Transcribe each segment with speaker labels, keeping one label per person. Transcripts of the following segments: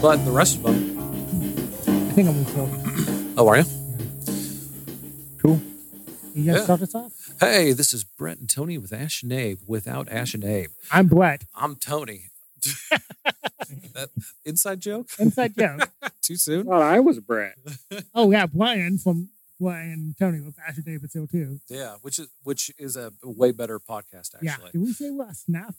Speaker 1: But the rest of them.
Speaker 2: I think I'm going
Speaker 1: Oh, are you?
Speaker 2: Cool. You guys
Speaker 1: Yeah.
Speaker 2: start us off?
Speaker 1: Hey, this is Brett and Tony with Ash and Abe. Without Ash and Abe,
Speaker 2: I'm Black.
Speaker 1: I'm Tony. that inside joke?
Speaker 2: Inside joke.
Speaker 1: Too soon?
Speaker 3: Thought I was Brett.
Speaker 2: Oh, yeah. Brian from Brian Tony with Asher Davis Hill, too.
Speaker 1: Yeah, which is which is a way better podcast
Speaker 2: Yeah.
Speaker 1: actually.
Speaker 2: Did we say last snap?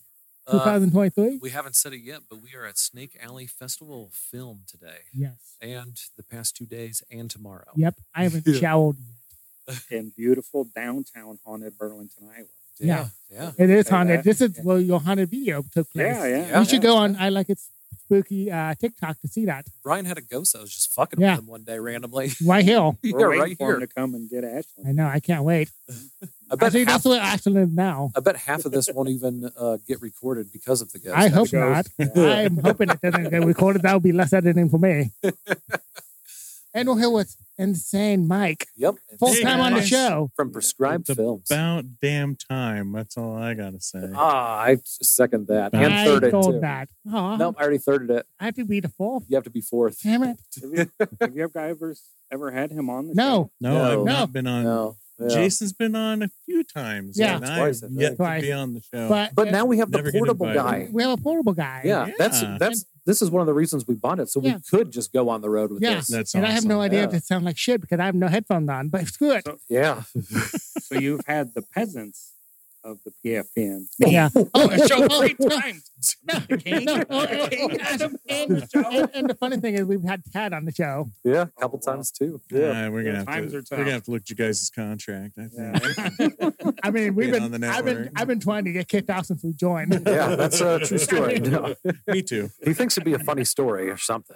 Speaker 1: Uh,
Speaker 2: 2023?
Speaker 1: we haven't said it yet, but we are at Snake Alley Festival of Film today,
Speaker 2: yes.
Speaker 1: and the past two days, and tomorrow.
Speaker 2: Yep. I haven't
Speaker 1: Yeah.
Speaker 2: showered yet.
Speaker 3: in beautiful downtown haunted Burlington, Iowa.
Speaker 1: Yeah, yeah.
Speaker 2: It is
Speaker 3: Say
Speaker 2: haunted.
Speaker 3: that.
Speaker 2: This is
Speaker 3: Yeah.
Speaker 2: where your haunted video took place.
Speaker 3: Yeah, yeah.
Speaker 1: Yeah.
Speaker 2: You should go on I Like It's Spooky uh, TikTok to see that.
Speaker 1: Brian had a ghost. I was just fucking
Speaker 2: Yeah.
Speaker 1: with him one day randomly.
Speaker 2: Right here.
Speaker 1: yeah,
Speaker 3: We're waiting
Speaker 1: right
Speaker 3: for
Speaker 1: here.
Speaker 3: him to come and get Ashley.
Speaker 2: I know. I can't wait.
Speaker 1: I bet
Speaker 2: Actually,
Speaker 1: half
Speaker 2: that's where Ashley is now.
Speaker 1: I bet half of this won't even uh, get recorded because of the ghost.
Speaker 2: I hope
Speaker 3: The
Speaker 2: not.
Speaker 3: ghost. Yeah.
Speaker 2: I'm hoping it doesn't get recorded. That would be less editing for me. Andrew Hill with Insane Mike.
Speaker 1: Yep.
Speaker 2: Full
Speaker 4: Hey,
Speaker 2: time on the
Speaker 4: guys.
Speaker 2: show.
Speaker 1: from prescribed
Speaker 4: It's
Speaker 1: films.
Speaker 4: About damn time. That's all I gotta say.
Speaker 1: Ah, I second that and
Speaker 2: I
Speaker 1: third it
Speaker 2: told
Speaker 1: too.
Speaker 2: that. Oh,
Speaker 1: No, I already thirded it.
Speaker 2: I have to be the fourth.
Speaker 1: You have to be fourth.
Speaker 2: Damn it.
Speaker 3: Have you, have you ever ever had him on the
Speaker 2: No.
Speaker 4: No,
Speaker 1: No.
Speaker 4: I've
Speaker 1: No.
Speaker 4: not been on.
Speaker 1: No. yeah.
Speaker 4: Jason's been on a few times.
Speaker 2: Yeah.
Speaker 4: and
Speaker 1: Twice, I
Speaker 4: I've
Speaker 1: think.
Speaker 4: yet to
Speaker 2: Twice.
Speaker 4: be on the show.
Speaker 2: But,
Speaker 1: But now we have the
Speaker 4: Never get
Speaker 1: portable
Speaker 4: invited.
Speaker 1: guy.
Speaker 2: we have a portable guy.
Speaker 1: Yeah, that's
Speaker 4: Yeah.
Speaker 1: that's this is one of the reasons we bought it. So
Speaker 2: Yeah.
Speaker 1: we could just go on the road with
Speaker 2: Yeah.
Speaker 1: this.
Speaker 4: That's
Speaker 2: and I have no
Speaker 4: awesome.
Speaker 2: idea if
Speaker 1: Yeah.
Speaker 2: it sounds like shit because I have no headphones on, but screw it.
Speaker 1: Yeah.
Speaker 3: show? So you've had the peasants of the PFN.
Speaker 2: yeah. Oh,
Speaker 3: The show
Speaker 2: oh,
Speaker 3: three
Speaker 2: no,
Speaker 3: times.
Speaker 2: no,
Speaker 3: The king,
Speaker 2: no, oh,
Speaker 3: the
Speaker 2: oh,
Speaker 3: king,
Speaker 2: oh,
Speaker 3: Adam,
Speaker 2: and,
Speaker 3: the show.
Speaker 2: and- and the funny thing is, we've had Tad on the show.
Speaker 1: Yeah. A couple
Speaker 3: wow.
Speaker 1: times too.
Speaker 4: Uh, we're
Speaker 3: Yeah,
Speaker 4: gonna have
Speaker 3: times
Speaker 4: to,
Speaker 3: are
Speaker 4: we're
Speaker 3: tough.
Speaker 4: gonna have to look at you guys' contract. I think.
Speaker 3: Yeah.
Speaker 2: I mean, we've
Speaker 4: Being on
Speaker 2: been,
Speaker 4: the
Speaker 2: I've been,
Speaker 4: network.
Speaker 2: I've been trying to get kicked off since we joined.
Speaker 1: Yeah, that's uh, a true story. No.
Speaker 4: Me too.
Speaker 1: He thinks it'd be a funny story or something.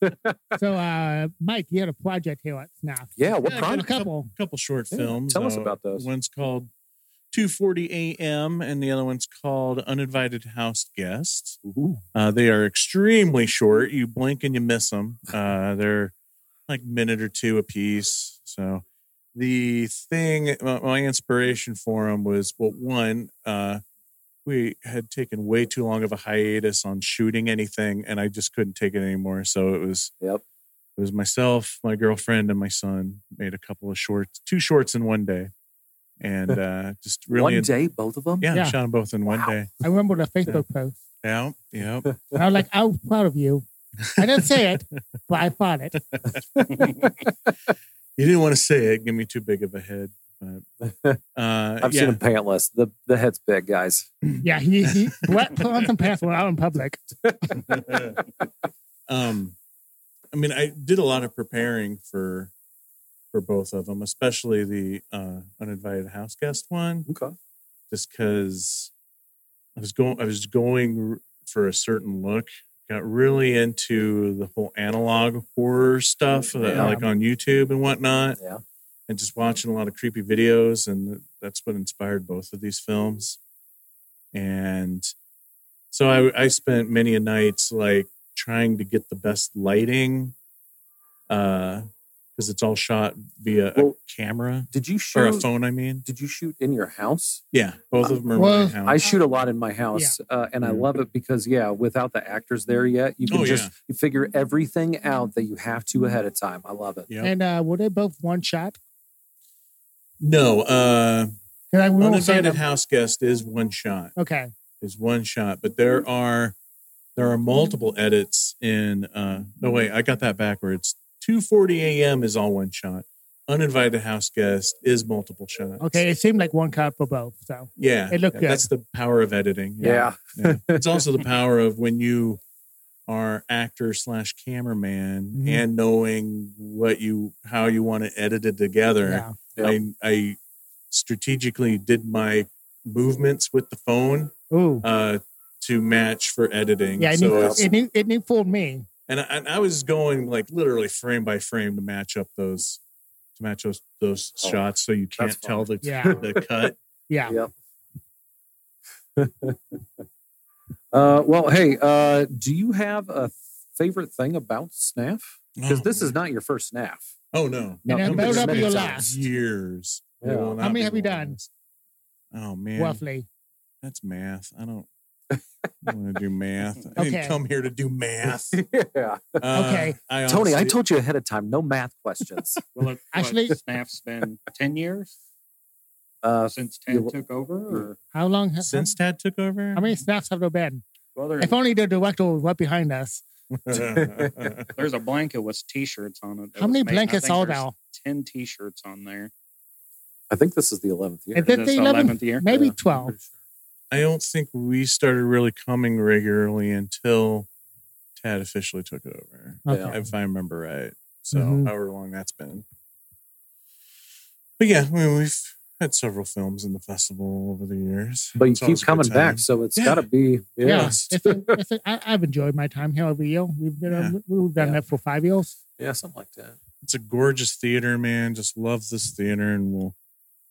Speaker 2: so, uh, Mike, you had a project here at Snap.
Speaker 1: Yeah, what
Speaker 4: Yeah, I got
Speaker 2: A
Speaker 1: product?
Speaker 2: couple.
Speaker 4: couple short
Speaker 1: Yeah,
Speaker 4: films. uh,
Speaker 1: tell us about those.
Speaker 4: One's called 2:40 a.m. and the other one's called Uninvited House Guests.
Speaker 1: Ooh.
Speaker 4: Uh, they are extremely short. You blink and you miss them. Uh, they're like minute or two a piece. So the thing, my, my inspiration for them was well, one, uh, we had taken way too long of a hiatus on shooting anything, and I just couldn't take it anymore. So it was
Speaker 1: Yep.
Speaker 4: it was myself, my girlfriend, and my son made a couple of shorts, two shorts in one day, and uh, just really
Speaker 1: One day, both of them?
Speaker 4: yeah,
Speaker 2: Yeah.
Speaker 4: shot them both in one day.
Speaker 2: I remember the Facebook post.
Speaker 4: Yeah, yeah.
Speaker 2: And I was like, I was proud of you. I didn't say it, but I thought it.
Speaker 4: You didn't want to say it. Give me too big of a head. But, uh,
Speaker 1: I've
Speaker 4: yeah,
Speaker 1: seen him pantless. The the head's big, guys.
Speaker 2: Yeah, he, he what, put on some pants when out in public.
Speaker 4: um, I mean, I did a lot of preparing for for both of them, especially the uh, uninvited house guest one,
Speaker 1: Okay.
Speaker 4: just because I was going I was going r- for a certain look. Got really into the whole analog horror stuff, uh,
Speaker 1: Yeah.
Speaker 4: like on YouTube and whatnot.
Speaker 1: Yeah.
Speaker 4: and just watching a lot of creepy videos and that's what inspired both of these films and so i, I spent many a nights like trying to get the best lighting uh because it's all shot via
Speaker 1: Well,
Speaker 4: a camera
Speaker 1: Did you
Speaker 4: or a
Speaker 1: shoot
Speaker 4: phone i mean
Speaker 1: did you shoot in your house?
Speaker 4: yeah both of them are in
Speaker 2: Well,
Speaker 4: my house Mm.
Speaker 1: I shoot a lot in my house, uh, and I love it because yeah, Mm-hmm. without the actors there yet, you can
Speaker 4: Oh,
Speaker 1: just
Speaker 4: yeah.
Speaker 1: you figure everything out that you have to ahead of time. I love it.
Speaker 4: Yep.
Speaker 2: And uh, were they both one shot?
Speaker 4: no uh
Speaker 2: 'Cause I remember saying
Speaker 4: uninvited
Speaker 2: that-
Speaker 4: house guest is one shot
Speaker 2: Okay.
Speaker 4: is one shot, but there are there are multiple edits in uh no wait, I got that backwards. 2:40 a.m. is all one shot. Uninvited house guest is multiple shots.
Speaker 2: Okay. It seemed like one cut for both. So,
Speaker 4: Yeah.
Speaker 2: It looked
Speaker 4: yeah, That's the power of editing.
Speaker 1: Yeah.
Speaker 4: yeah. It's also the power of when you are actor slash cameraman
Speaker 2: Mhm.
Speaker 4: and knowing what you how you want to edit it together.
Speaker 2: yeah.
Speaker 4: I I strategically did my movements with the phone
Speaker 2: Ooh.
Speaker 4: uh to match for editing.
Speaker 2: Yeah. It,
Speaker 4: so
Speaker 2: knew,
Speaker 4: it's,
Speaker 2: it, knew, it knew fooled me.
Speaker 4: and I, and I was going like literally frame by frame to match up those to match those those
Speaker 1: Oh,
Speaker 4: shots so you
Speaker 1: that's
Speaker 4: can't tell the
Speaker 2: Yeah.
Speaker 4: the cut.
Speaker 2: Yeah.
Speaker 1: Uh, well, hey, uh, do you have a favorite thing about SNAF? Because
Speaker 4: Oh,
Speaker 1: this is not your first SNAF.
Speaker 4: oh no,
Speaker 2: And
Speaker 1: No,
Speaker 2: that better
Speaker 4: It's
Speaker 2: not be
Speaker 4: been
Speaker 2: your
Speaker 1: many
Speaker 2: last,
Speaker 4: years. It
Speaker 1: Yeah.
Speaker 4: will
Speaker 2: How
Speaker 4: not
Speaker 2: many
Speaker 4: be
Speaker 2: have you
Speaker 4: the
Speaker 2: done?
Speaker 4: last. Oh man,
Speaker 2: roughly.
Speaker 4: that's math. I don't. I want to do math. I
Speaker 2: Okay.
Speaker 4: didn't come here to do math.
Speaker 1: yeah.
Speaker 4: Uh,
Speaker 2: Okay.
Speaker 4: I
Speaker 1: Tony, I
Speaker 4: honestly-
Speaker 1: told you ahead of time, no math questions.
Speaker 3: Well, it,
Speaker 2: Actually-
Speaker 3: actually, Snap's been ten years
Speaker 1: Uh,
Speaker 3: since
Speaker 1: yeah,
Speaker 3: Ted
Speaker 1: well-
Speaker 3: took over. Or
Speaker 2: How long has
Speaker 4: since Tad took over.
Speaker 2: How many snaps have there been?
Speaker 3: well, there,
Speaker 2: If only the director was right behind us.
Speaker 3: there's a blanket with T-shirts on it. that
Speaker 2: How
Speaker 3: was
Speaker 2: many
Speaker 3: made, and I
Speaker 2: blankets
Speaker 3: think
Speaker 2: are
Speaker 3: there's
Speaker 2: there?
Speaker 3: Ten T-shirts on there.
Speaker 1: I think this is the 11th year.
Speaker 2: Is that
Speaker 3: Is
Speaker 2: the
Speaker 3: this
Speaker 2: 11th?
Speaker 3: year?
Speaker 2: Maybe
Speaker 1: Yeah, I'm
Speaker 2: 12.
Speaker 1: pretty sure.
Speaker 4: I don't think we started really coming regularly until Tad officially took it over,
Speaker 1: Yeah.
Speaker 2: Okay.
Speaker 4: if I remember right. So
Speaker 2: Mhm.
Speaker 4: however long that's been. But yeah, I mean, we've had several films in the festival over the years.
Speaker 1: But you
Speaker 4: It's
Speaker 1: keep
Speaker 4: always a good
Speaker 1: coming back,
Speaker 4: time.
Speaker 1: so it's
Speaker 4: Yeah.
Speaker 1: got to be yeah.
Speaker 2: Yeah.
Speaker 1: yeah.
Speaker 4: Yes.
Speaker 2: It's a, it's a, I, I've enjoyed my time here every year. We've been
Speaker 4: Yeah.
Speaker 2: we've done
Speaker 1: Yeah.
Speaker 2: that for five years.
Speaker 1: something like that.
Speaker 4: It's a gorgeous theater, man. Just love this theater, and we'll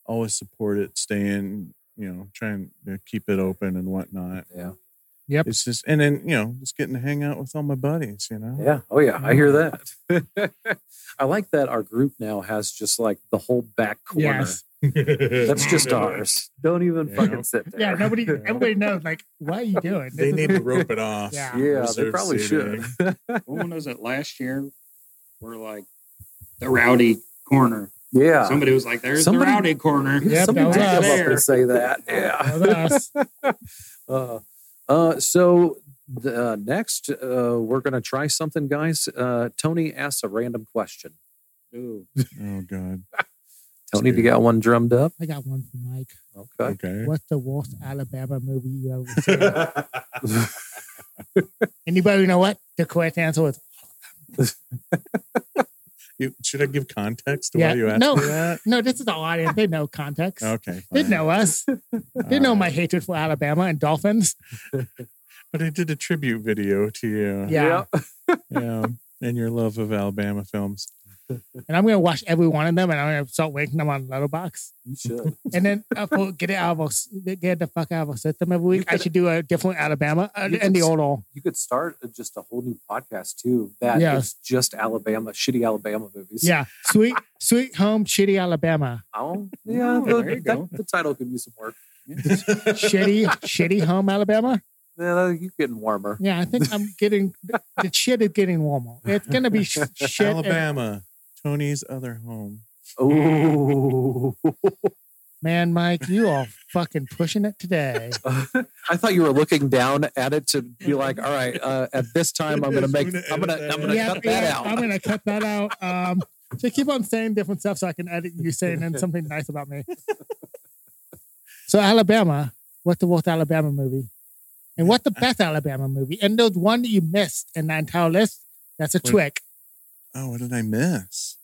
Speaker 4: always support it. Staying, you know, trying to keep it open and whatnot.
Speaker 1: Yeah,
Speaker 2: Yep.
Speaker 4: It's just, and then you know, just getting to hang out with all my buddies. You know, Mm.
Speaker 1: yeah. Oh yeah, I hear that. I like that our group now has just like the whole back corner.
Speaker 2: Yes.
Speaker 1: That's just ours. Don't even
Speaker 4: Yeah.
Speaker 1: fucking sit there.
Speaker 2: Yeah. Nobody. Everybody knows. Like, what are you doing?
Speaker 4: They
Speaker 2: This
Speaker 4: need
Speaker 2: is-
Speaker 4: to rope it off.
Speaker 2: Yeah.
Speaker 1: Yeah, they
Speaker 4: Reserve
Speaker 1: probably
Speaker 4: seating.
Speaker 1: should.
Speaker 3: when was it last year? We're like the rowdy corner.
Speaker 1: Yeah.
Speaker 3: Somebody was like, "There's
Speaker 1: Somebody-
Speaker 3: the rowdy corner."
Speaker 1: Yeah,
Speaker 2: Yep,
Speaker 1: somebody
Speaker 2: that
Speaker 1: did
Speaker 2: was
Speaker 1: come up
Speaker 3: there.
Speaker 1: and say that. Yeah.
Speaker 2: That was us.
Speaker 1: Uh, uh, so the, uh, next, uh, we're gonna try something, guys. Uh, Tony asks a random question.
Speaker 3: Ooh,
Speaker 4: Oh God.
Speaker 1: Tony, you got one drummed up?
Speaker 2: I got one for Mike.
Speaker 1: Okay.
Speaker 4: Okay.
Speaker 2: What's the worst Alabama movie you ever seen? Anybody know what? The correct answer was
Speaker 4: You- should I give context to
Speaker 2: Yeah.
Speaker 4: why you asked
Speaker 2: No.
Speaker 4: me that?
Speaker 2: no. This is the audience. They know context.
Speaker 4: Okay.
Speaker 2: They
Speaker 4: fine.
Speaker 2: know us. They
Speaker 4: All
Speaker 2: know
Speaker 4: right.
Speaker 2: my hatred for Alabama and dolphins.
Speaker 4: But I did a tribute video to you.
Speaker 2: Yeah.
Speaker 4: Yeah. And your love of Alabama films.
Speaker 2: And I'm gonna watch every one of them, and I'm gonna start ranking them on Letterbox.
Speaker 1: you should.
Speaker 2: And then uh, for, get it out of our, s- get the fuck out of our system every
Speaker 1: You
Speaker 2: week. I
Speaker 1: could-
Speaker 2: should do a different Alabama uh,
Speaker 1: You
Speaker 2: and the
Speaker 1: could-
Speaker 2: old all.
Speaker 1: You could start uh, just a whole new podcast too. That is
Speaker 2: Yes.
Speaker 1: just Alabama, shitty Alabama movies.
Speaker 2: Yeah, sweet, sweet home, shitty Alabama,
Speaker 1: Oh, yeah.
Speaker 3: Ooh,
Speaker 1: the,
Speaker 3: there you
Speaker 1: that-
Speaker 3: go.
Speaker 1: the title could use some work.
Speaker 2: shitty, shitty home Alabama.
Speaker 1: Yeah, you're getting warmer.
Speaker 2: Yeah, I think I'm getting the, the shit is getting warmer. It's gonna be sh- shit. and-
Speaker 4: Alabama, Tony's other home.
Speaker 1: Oh,
Speaker 2: man, Mike, you are fucking pushing it today.
Speaker 1: I thought you were looking down at it to be like, all right, uh, at this time, I'm going to
Speaker 4: Yes,
Speaker 1: make,
Speaker 4: we're gonna
Speaker 1: I'm going
Speaker 4: edit
Speaker 1: to, I'm
Speaker 4: that
Speaker 1: going to
Speaker 2: Yeah,
Speaker 1: cut that
Speaker 2: yeah,
Speaker 1: out.
Speaker 2: I'm gonna cut that out. Um, so keep on saying different stuff so I can edit you saying in something nice about me. So Alabama, what's the worst Alabama movie? And what's the best Alabama movie? And there's one that you missed in that entire list. That's a
Speaker 4: What?
Speaker 2: trick.
Speaker 4: Oh, what did I miss?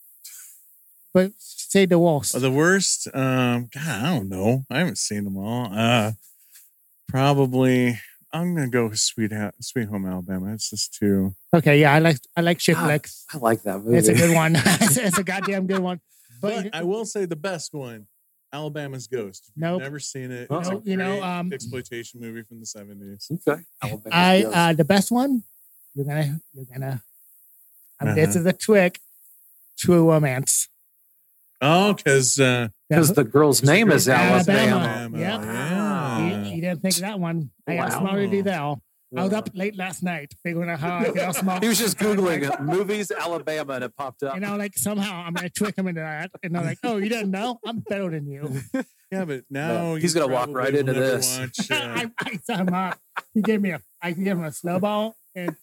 Speaker 2: But say the worst.
Speaker 4: Oh, the worst? Um, God, I don't know. I haven't seen them all. Uh, probably. I'm gonna go with Sweet ha- Sweet Home Alabama. It's just too.
Speaker 2: Okay, yeah, I like I like shit
Speaker 1: Ah,
Speaker 2: flicks.
Speaker 1: I like that movie.
Speaker 2: It's a good one. it's, it's a goddamn good one. But
Speaker 4: But I will say the best one, Alabama's Ghost.
Speaker 2: Nope.
Speaker 4: Never seen it.
Speaker 1: Uh-oh.
Speaker 4: It's a
Speaker 2: You know,
Speaker 4: great
Speaker 2: um,
Speaker 4: exploitation movie from the seventies.
Speaker 1: Okay. Alabama's
Speaker 2: I
Speaker 1: good.
Speaker 2: uh the best one, you're gonna you're gonna I mean, this
Speaker 4: Uh-huh.
Speaker 2: is a trick. True romance.
Speaker 4: Oh, because uh,
Speaker 1: Because the girl's name is Alabama.
Speaker 2: Alabama. Yep.
Speaker 4: Yeah.
Speaker 2: You, you didn't think that one. I got
Speaker 1: Wow.
Speaker 2: smarter than that. I was
Speaker 1: Yeah.
Speaker 2: up late last night figuring out how Oh, I could
Speaker 1: He
Speaker 2: outsmart.
Speaker 1: was just Googling movies Alabama and it popped up.
Speaker 2: And I was like, somehow I'm going to trick him into that. And I'm like, oh, you didn't know? I'm better than you.
Speaker 4: yeah, but now
Speaker 1: No,
Speaker 4: you
Speaker 1: he's gonna walk
Speaker 4: probably
Speaker 1: right
Speaker 4: will
Speaker 1: into
Speaker 4: never
Speaker 1: this.
Speaker 4: watch, uh,
Speaker 2: I, I saw him up. He gave me a, I gave him a slow ball and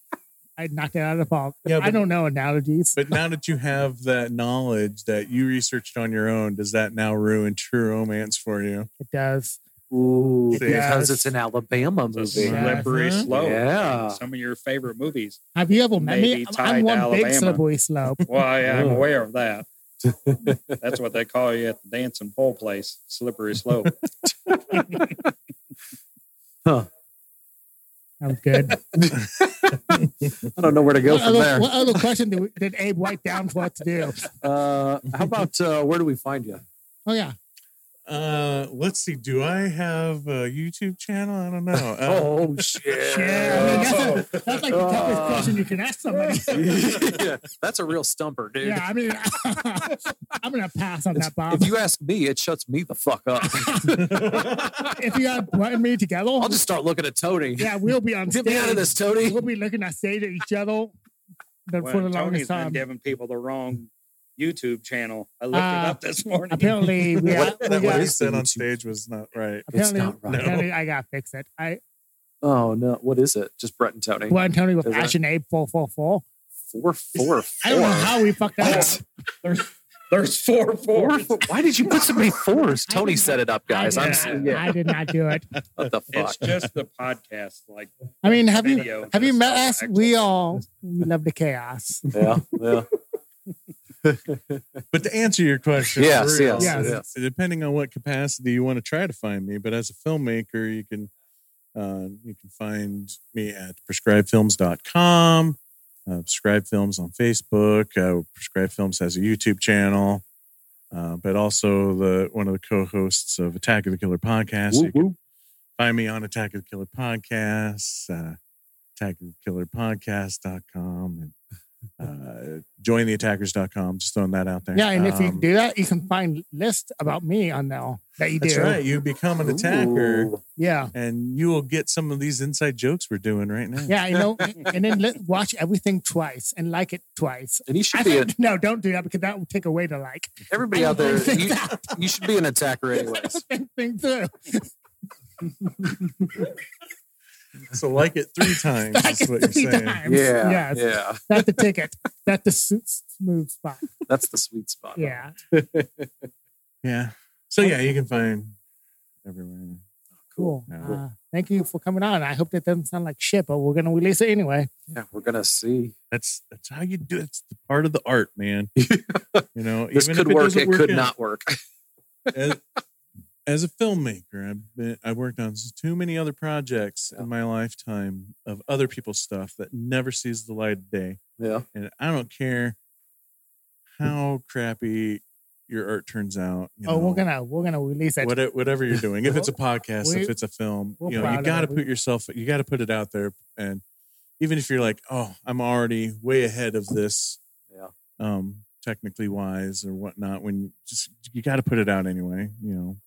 Speaker 2: I knocked it out of the park.
Speaker 4: Yeah,
Speaker 2: I
Speaker 4: but-
Speaker 2: don't know analogies.
Speaker 4: but now that you have that knowledge that you researched on your own, does that now ruin True Romance for you?
Speaker 2: It does.
Speaker 1: Ooh,
Speaker 2: It
Speaker 1: because
Speaker 2: does.
Speaker 1: it's an Alabama
Speaker 3: it's a
Speaker 1: movie.
Speaker 2: Yeah.
Speaker 3: slippery
Speaker 4: Uh-huh.
Speaker 3: slope.
Speaker 1: Yeah.
Speaker 3: some of your favorite movies.
Speaker 2: Have you ever met me?
Speaker 3: Maybe
Speaker 2: I'm-
Speaker 3: tied
Speaker 2: I'm
Speaker 3: to
Speaker 2: one big
Speaker 3: Alabama.
Speaker 2: slippery slope.
Speaker 3: Well, I, I'm
Speaker 1: Yeah.
Speaker 3: aware of that. That's what they call you at the dancing pole place, slippery slope.
Speaker 2: I'm good.
Speaker 1: I don't know where to go
Speaker 2: what,
Speaker 1: from
Speaker 2: other,
Speaker 1: there.
Speaker 2: what other question did, we, did Abe write down for us to do?
Speaker 1: Uh, how about uh, where do we find you?
Speaker 2: Oh, yeah.
Speaker 4: Uh, let's see. Do I have a YouTube channel? I don't know. Uh,
Speaker 1: Oh shit!
Speaker 2: Yeah, I mean,
Speaker 1: Oh.
Speaker 2: that's, a, that's like the toughest
Speaker 1: Uh.
Speaker 2: question you can ask somebody.
Speaker 1: yeah, that's a real stumper, dude.
Speaker 2: Yeah, um I mean, I'm gonna pass on that, Bob.
Speaker 1: If you ask me, it shuts me the fuck up.
Speaker 2: If you got Brett and me together,
Speaker 1: I'll just start looking at Tony.
Speaker 2: yeah, we'll be on
Speaker 1: Get me out of
Speaker 2: stage.
Speaker 1: this, Tony.
Speaker 2: We'll be looking at stage at each other the-
Speaker 3: Well,
Speaker 2: for the
Speaker 3: Tony's
Speaker 2: longest
Speaker 3: been
Speaker 2: time.
Speaker 3: giving people the wrong YouTube channel. I
Speaker 2: Uh,
Speaker 3: looked it up this morning.
Speaker 2: Apparently, we
Speaker 4: what,
Speaker 2: got, we
Speaker 4: that, what
Speaker 2: got-
Speaker 4: he
Speaker 1: is the
Speaker 4: said on
Speaker 1: YouTube?
Speaker 4: stage was not right.
Speaker 2: apparently,
Speaker 1: not right.
Speaker 2: apparently I gotta fix it. I
Speaker 1: Oh no, what is it? Just Brett and Tony.
Speaker 2: went Tony with
Speaker 1: Is it?
Speaker 2: Action Abe four four four.
Speaker 1: Four, four, four.
Speaker 2: I don't know how we fucked that up.
Speaker 1: What?
Speaker 3: There's four
Speaker 1: Four,
Speaker 3: fours.
Speaker 1: four. Why did you put so many fours?
Speaker 2: I
Speaker 1: Tony
Speaker 2: didn't-
Speaker 1: set it up, guys.
Speaker 2: I
Speaker 1: I'm.
Speaker 2: did,
Speaker 1: s-
Speaker 2: not-
Speaker 1: Yeah.
Speaker 2: I did not do it.
Speaker 1: What the fuck?
Speaker 3: It's just the podcast, like
Speaker 2: I mean, have you
Speaker 3: video.
Speaker 2: have you
Speaker 3: just
Speaker 2: met
Speaker 3: all
Speaker 2: us? We all we love the chaos.
Speaker 1: Yeah, yeah.
Speaker 4: But to answer your question,
Speaker 1: Yes,
Speaker 4: for real,
Speaker 1: yes,
Speaker 2: Yes.
Speaker 1: yes.
Speaker 4: depending on what capacity you want to try to find me, but as a filmmaker, you can uh, you can find me at prescribedfilms.com, uh, Prescribed Films on Facebook. Uh, Prescribed Films has a YouTube channel, uh, but also the one of the co-hosts of Attack of the Killer podcast. You
Speaker 1: Woo,
Speaker 4: can
Speaker 1: woo.
Speaker 4: Find me on Attack of the Killer Podcast, uh, attack of the killer podcast.com, and uh, join the attackers.com. Just throwing that out there.
Speaker 2: Yeah, and if you
Speaker 4: Um,
Speaker 2: do that, you can find lists about me on now that you
Speaker 4: that's
Speaker 2: do.
Speaker 4: right. You become an attacker
Speaker 1: Ooh.
Speaker 2: Yeah.
Speaker 4: and you will get some of these inside jokes we're doing right now.
Speaker 2: Yeah, you know, and then let, watch everything twice and like it twice.
Speaker 1: And you should
Speaker 2: I
Speaker 1: be
Speaker 2: think,
Speaker 1: an,
Speaker 2: no, don't do that because that will take away the like.
Speaker 1: everybody out there.
Speaker 2: Think
Speaker 1: You,
Speaker 2: that-
Speaker 1: you should be an attacker, anyways.
Speaker 2: think- think through.
Speaker 4: So like it three times.
Speaker 2: Like
Speaker 4: is
Speaker 2: it
Speaker 4: what you're
Speaker 2: three
Speaker 4: saying.
Speaker 2: times.
Speaker 1: Yeah,
Speaker 2: Yes.
Speaker 1: yeah.
Speaker 2: That's the ticket. That's the su- smooth spot.
Speaker 1: That's the sweet spot.
Speaker 2: Yeah.
Speaker 4: Yeah. So yeah, you can find everywhere.
Speaker 2: Cool.
Speaker 4: Yeah.
Speaker 2: Uh, thank you for coming on. I hope that doesn't sound like shit, but we're going to release it anyway.
Speaker 1: Yeah, we're gonna see.
Speaker 4: That's that's how you do it. It's the part of the art, man. you know,
Speaker 1: This
Speaker 4: even
Speaker 1: could
Speaker 4: if it
Speaker 1: work.
Speaker 4: doesn't
Speaker 1: It could
Speaker 4: out.
Speaker 1: not work.
Speaker 4: as, as a filmmaker, I've been, I've worked on s- too many other projects
Speaker 1: Yeah.
Speaker 4: in my lifetime of other people's stuff that never sees the light of day,
Speaker 1: Yeah.
Speaker 4: and I don't care how crappy your art turns out. You
Speaker 2: oh,
Speaker 4: know,
Speaker 2: we're gonna we're gonna release it.
Speaker 4: Whatever, whatever you're doing, if it's a podcast, if
Speaker 2: We-
Speaker 4: it's a film,
Speaker 2: we're
Speaker 4: you know,
Speaker 2: proud
Speaker 4: you
Speaker 2: of
Speaker 4: got to
Speaker 2: it. We-
Speaker 4: put yourself, you got to put it out there. And even if you're like, oh, I'm already way ahead of this,
Speaker 1: Yeah.
Speaker 4: um, technically wise or whatnot, when you just, you got to put it out anyway, you know,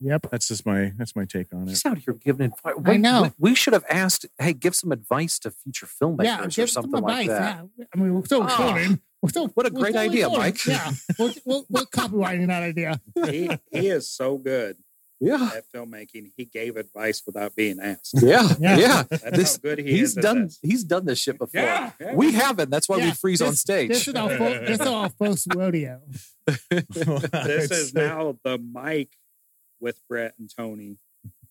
Speaker 2: Yep.
Speaker 4: that's just my, that's my take on it.
Speaker 1: He's out here giving advice.
Speaker 2: know.
Speaker 1: We, should have asked, hey, give some advice to future filmmakers
Speaker 2: Yeah.
Speaker 1: or
Speaker 2: Give some
Speaker 1: something like
Speaker 2: advice.
Speaker 1: that.
Speaker 2: Yeah. I mean, we're still
Speaker 1: Ah.
Speaker 2: recording. We're still.
Speaker 1: What a
Speaker 2: we're
Speaker 1: great
Speaker 2: still
Speaker 1: idea,
Speaker 2: recording.
Speaker 1: Mike.
Speaker 2: Yeah. We're, we're, we're copywriting that idea.
Speaker 3: he, he is so good
Speaker 1: Yeah.
Speaker 3: at filmmaking. He gave advice without being asked.
Speaker 1: Yeah.
Speaker 2: Yeah.
Speaker 1: Yeah.
Speaker 3: That's
Speaker 1: This-
Speaker 3: how good he
Speaker 1: He's
Speaker 3: is. at
Speaker 1: done
Speaker 3: this.
Speaker 1: he's done this shit before.
Speaker 3: Yeah, yeah.
Speaker 1: We haven't. That's why
Speaker 2: Yeah,
Speaker 1: we freeze on stage.
Speaker 2: This is our first, this is our first rodeo.
Speaker 3: this is now the Mike with Brett and Tony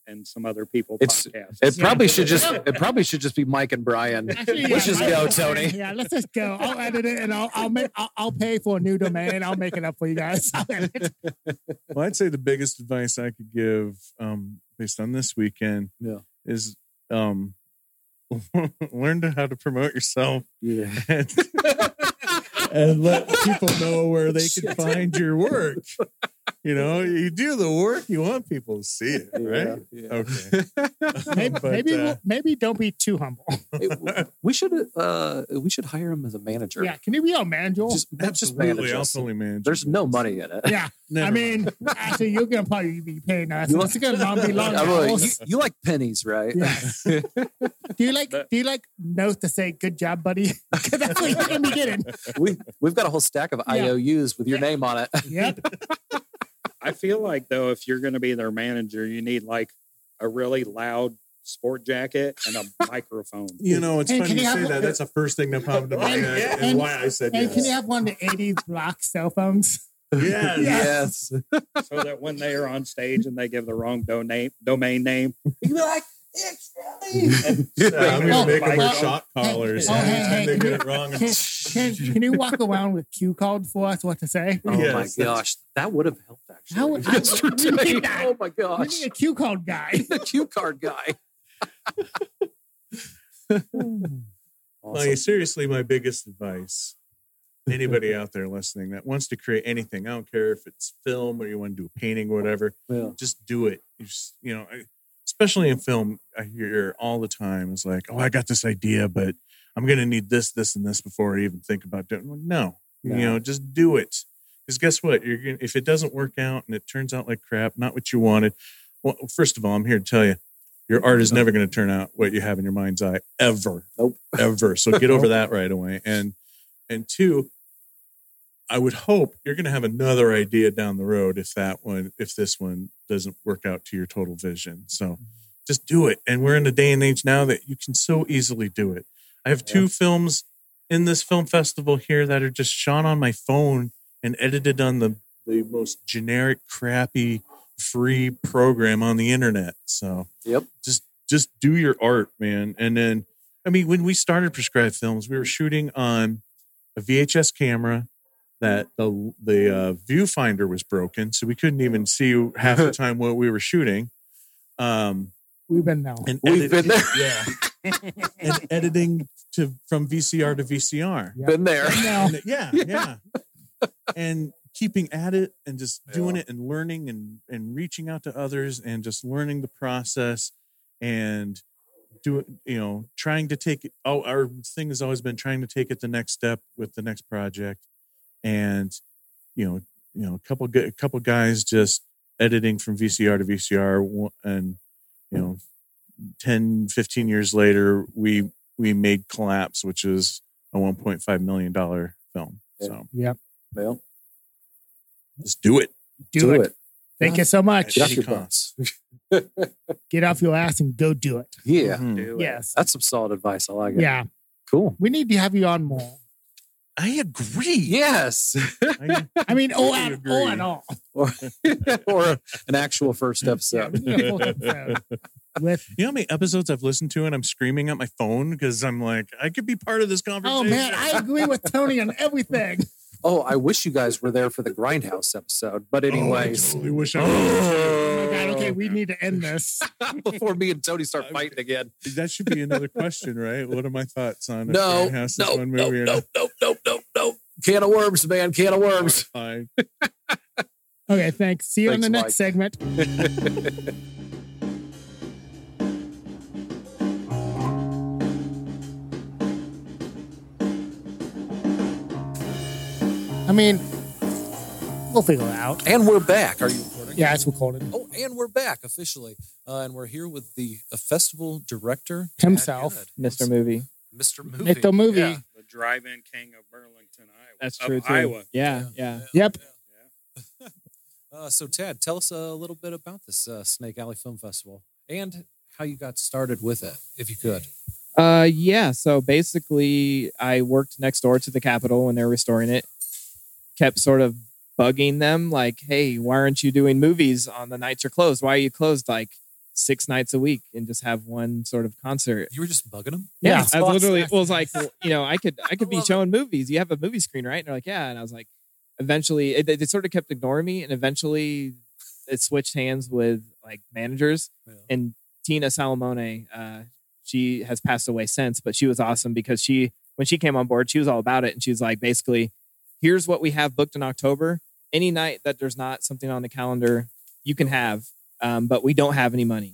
Speaker 3: and some other people
Speaker 1: It's-
Speaker 3: podcast.
Speaker 1: it probably
Speaker 2: Yeah.
Speaker 1: should just it probably should just be Mike and Brian.
Speaker 2: Actually, yeah,
Speaker 1: Let's just
Speaker 2: Mike-
Speaker 1: go, Tony.
Speaker 2: Yeah, let's just go. I'll edit it and I'll I'll make I'll, I'll pay for a new domain. I'll make it up for you guys. I'll edit it.
Speaker 4: well, I'd say the biggest advice I could give um, based on this weekend
Speaker 1: Yeah.
Speaker 4: is um, learn to how to promote yourself
Speaker 1: Yeah.
Speaker 4: and, and let people know where they can find your work. You know, you do the work, you want people to see it, right?
Speaker 1: Yeah.
Speaker 4: Okay.
Speaker 2: Maybe
Speaker 4: But,
Speaker 2: maybe,
Speaker 4: uh,
Speaker 2: we'll- maybe don't be too humble.
Speaker 1: Hey, w- we should uh we should hire him as a manager.
Speaker 2: Yeah, can you be our manager?
Speaker 1: Just, just
Speaker 4: Absolutely,
Speaker 1: manage
Speaker 4: I'll
Speaker 1: us.
Speaker 4: totally manage.
Speaker 1: There's
Speaker 4: it.
Speaker 1: no money in it.
Speaker 2: yeah,
Speaker 4: Never
Speaker 2: I
Speaker 4: mind.
Speaker 2: mean, actually, you're gonna probably be paying us.
Speaker 1: You
Speaker 2: It's gonna not be long.
Speaker 1: I really- you,
Speaker 2: hours.
Speaker 1: you like pennies, right?
Speaker 2: Yes. do you like do
Speaker 3: But-
Speaker 2: you like notes to say "Good job, buddy"? 'Cause that's what you're gonna be getting.
Speaker 1: we we've got a whole stack of
Speaker 2: Yeah.
Speaker 1: IOUs with your name on it.
Speaker 2: Yep.
Speaker 3: I feel like though, if you're going to be their manager, you need like a really loud sport jacket and a microphone.
Speaker 4: You know, it's
Speaker 2: Hey,
Speaker 4: funny
Speaker 2: can
Speaker 4: you
Speaker 2: you
Speaker 4: say
Speaker 2: have-
Speaker 4: that. That's the first thing that popped into my
Speaker 2: And-
Speaker 4: head and,
Speaker 2: and-
Speaker 4: why I said
Speaker 2: And
Speaker 4: yes.
Speaker 2: can you have one of the '80s block cell phones?
Speaker 4: yes.
Speaker 1: yes.
Speaker 3: so that when they are on stage and they give the wrong donate domain name, you be like, it's really and
Speaker 4: Yeah, I'm
Speaker 3: Oh,
Speaker 4: going to make them wear
Speaker 3: hey,
Speaker 4: shock collars.
Speaker 2: oh, hey,
Speaker 4: every time
Speaker 2: hey,
Speaker 4: they
Speaker 2: can
Speaker 4: get
Speaker 2: you-
Speaker 4: it wrong.
Speaker 2: Can, can, can you walk around with cue card for us what to say?
Speaker 1: Oh
Speaker 4: Yes,
Speaker 1: my
Speaker 4: that's-
Speaker 1: gosh, that would have helped actually.
Speaker 2: How- I- we
Speaker 1: yesterday.
Speaker 2: need that.
Speaker 1: oh my
Speaker 2: We
Speaker 1: gosh,
Speaker 2: need a cue card guy.
Speaker 1: the cue card guy.
Speaker 4: Like, seriously, my biggest advice anybody out there listening that wants to create anything, I don't care if it's film or you want to do a painting or whatever,
Speaker 1: Yeah.
Speaker 4: just do it. You, just, you know, I- especially in film, I hear all the time it's like, oh, I got this idea, but I'm going to need this, this, and this before I even think about doing. it." Well, no,
Speaker 1: No.
Speaker 4: you know, just do it. Because guess what? You're gonna, if it doesn't work out and it turns out like crap, not what you wanted. Well, first of all, I'm here to tell you, your art is never going to turn out what you have in your mind's eye ever,
Speaker 1: Nope.
Speaker 4: ever. So get over that right away. And and two, I would hope you're going to have another idea down the road if that one, if this one doesn't work out to your total vision. So just do it. And we're in a day and age now that you can so easily do it. I have two films in this film festival here that are just shot on my phone and edited on the, the most generic, crappy, free program on the internet. So
Speaker 1: Yep.
Speaker 4: just just do your art, man. And then I mean, when we started Prescribed Films, we were shooting on a VHS camera that the the uh, viewfinder was broken, so we couldn't even see half the time what we were shooting. Um,
Speaker 2: We've been now.
Speaker 4: and
Speaker 1: We've been there.
Speaker 4: yeah, and editing to from VCR to VCR.
Speaker 2: Yeah.
Speaker 1: Been there.
Speaker 2: Now.
Speaker 4: And- yeah, yeah. and keeping at it and just doing
Speaker 1: Yeah.
Speaker 4: it and learning and and reaching out to others and just learning the process and doing you know trying to take it oh our thing has always been trying to take it the next step with the next project and you know you know a couple gu- a couple guys just editing from VCR to VCR one- and you know 10 15 years later we we made collapse which is a 1.5 million dollar film
Speaker 1: Yeah.
Speaker 4: so
Speaker 2: Yep.
Speaker 1: Well,
Speaker 4: just do it
Speaker 2: Do, it. Thank you so much.
Speaker 1: Get off
Speaker 4: Yeah.
Speaker 1: your butts.
Speaker 2: Get off your ass and go do it.
Speaker 1: Yeah.
Speaker 4: Mhm.
Speaker 3: Do it.
Speaker 2: Yes.
Speaker 1: Mm-hmm. That's some solid advice. I like it.
Speaker 2: Yeah.
Speaker 1: Cool.
Speaker 2: We need to have you on more.
Speaker 4: i agree
Speaker 1: Yes.
Speaker 4: I-
Speaker 2: I mean, all
Speaker 4: I
Speaker 2: and
Speaker 4: agree.
Speaker 2: all. And all.
Speaker 1: or, or an actual first episode.
Speaker 2: we need a full episode with,
Speaker 4: you know how many episodes i've listened to and i'm screaming at my phone because i'm like i could be part of this
Speaker 2: oh
Speaker 4: conversation
Speaker 2: man, I agree with Tony on everything.
Speaker 1: Oh, I wish you guys were there for the Grindhouse episode. But,
Speaker 4: Oh, I
Speaker 1: anyways,
Speaker 4: totally wish I
Speaker 2: Oh my God, okay, we need to end this.
Speaker 1: before me and Tony start
Speaker 4: I-
Speaker 1: fighting again.
Speaker 4: That should be another question, right? What are my thoughts on if
Speaker 1: No,
Speaker 4: Grindhouse is
Speaker 1: no,
Speaker 4: one
Speaker 1: no,
Speaker 4: movie or
Speaker 1: no, no, no, no, no. Can of worms, man. Can of worms.
Speaker 4: Fine.
Speaker 2: Okay, thanks. See you on
Speaker 1: Thanks,
Speaker 2: the next
Speaker 1: Mike.
Speaker 2: segment. I mean, we'll figure it out.
Speaker 1: And we're back. Are you recording?
Speaker 2: Yeah, it's recorded.
Speaker 1: Oh, and we're back officially. Uh, and we're here with the uh, festival director
Speaker 2: Himself.
Speaker 1: Pat Good.
Speaker 5: Mr. Movie.
Speaker 1: Mr. Movie.
Speaker 2: Make the movie.
Speaker 1: Yeah.
Speaker 3: The drive-in king of Burlington, Iowa.
Speaker 5: That's
Speaker 3: Of
Speaker 5: true too.
Speaker 3: Iowa.
Speaker 5: Yeah, yeah.
Speaker 2: Yep.
Speaker 1: yeah. uh, so, Tad, tell us a little bit about this uh, Snake Alley Film Festival and how you got started with it, if you could.
Speaker 5: Uh, yeah. So basically, I worked next door to the Capitol when they were restoring it. Kept sort of bugging them, like, "Hey, why aren't you doing movies on the nights you're closed? Why are you closed like six nights a week and just have one sort of concert?"
Speaker 1: You were just bugging them?
Speaker 2: Yeah,
Speaker 5: I
Speaker 2: fuck
Speaker 5: literally
Speaker 2: that.
Speaker 5: was like, well, you know, I could I could be
Speaker 1: Love it.
Speaker 5: showing movies. You have a movie screen, right? And they're like, yeah. And I was like, eventually, it, they, they sort of kept ignoring me, and eventually, it switched hands with like managers. and Tina Salomone, uh, she has passed away since, but she was awesome because she, when she came on board, she was all about it. And she was like, basically, here's what we have booked in October. Any night that there's not something on the calendar, you can have, um, but we don't have any money.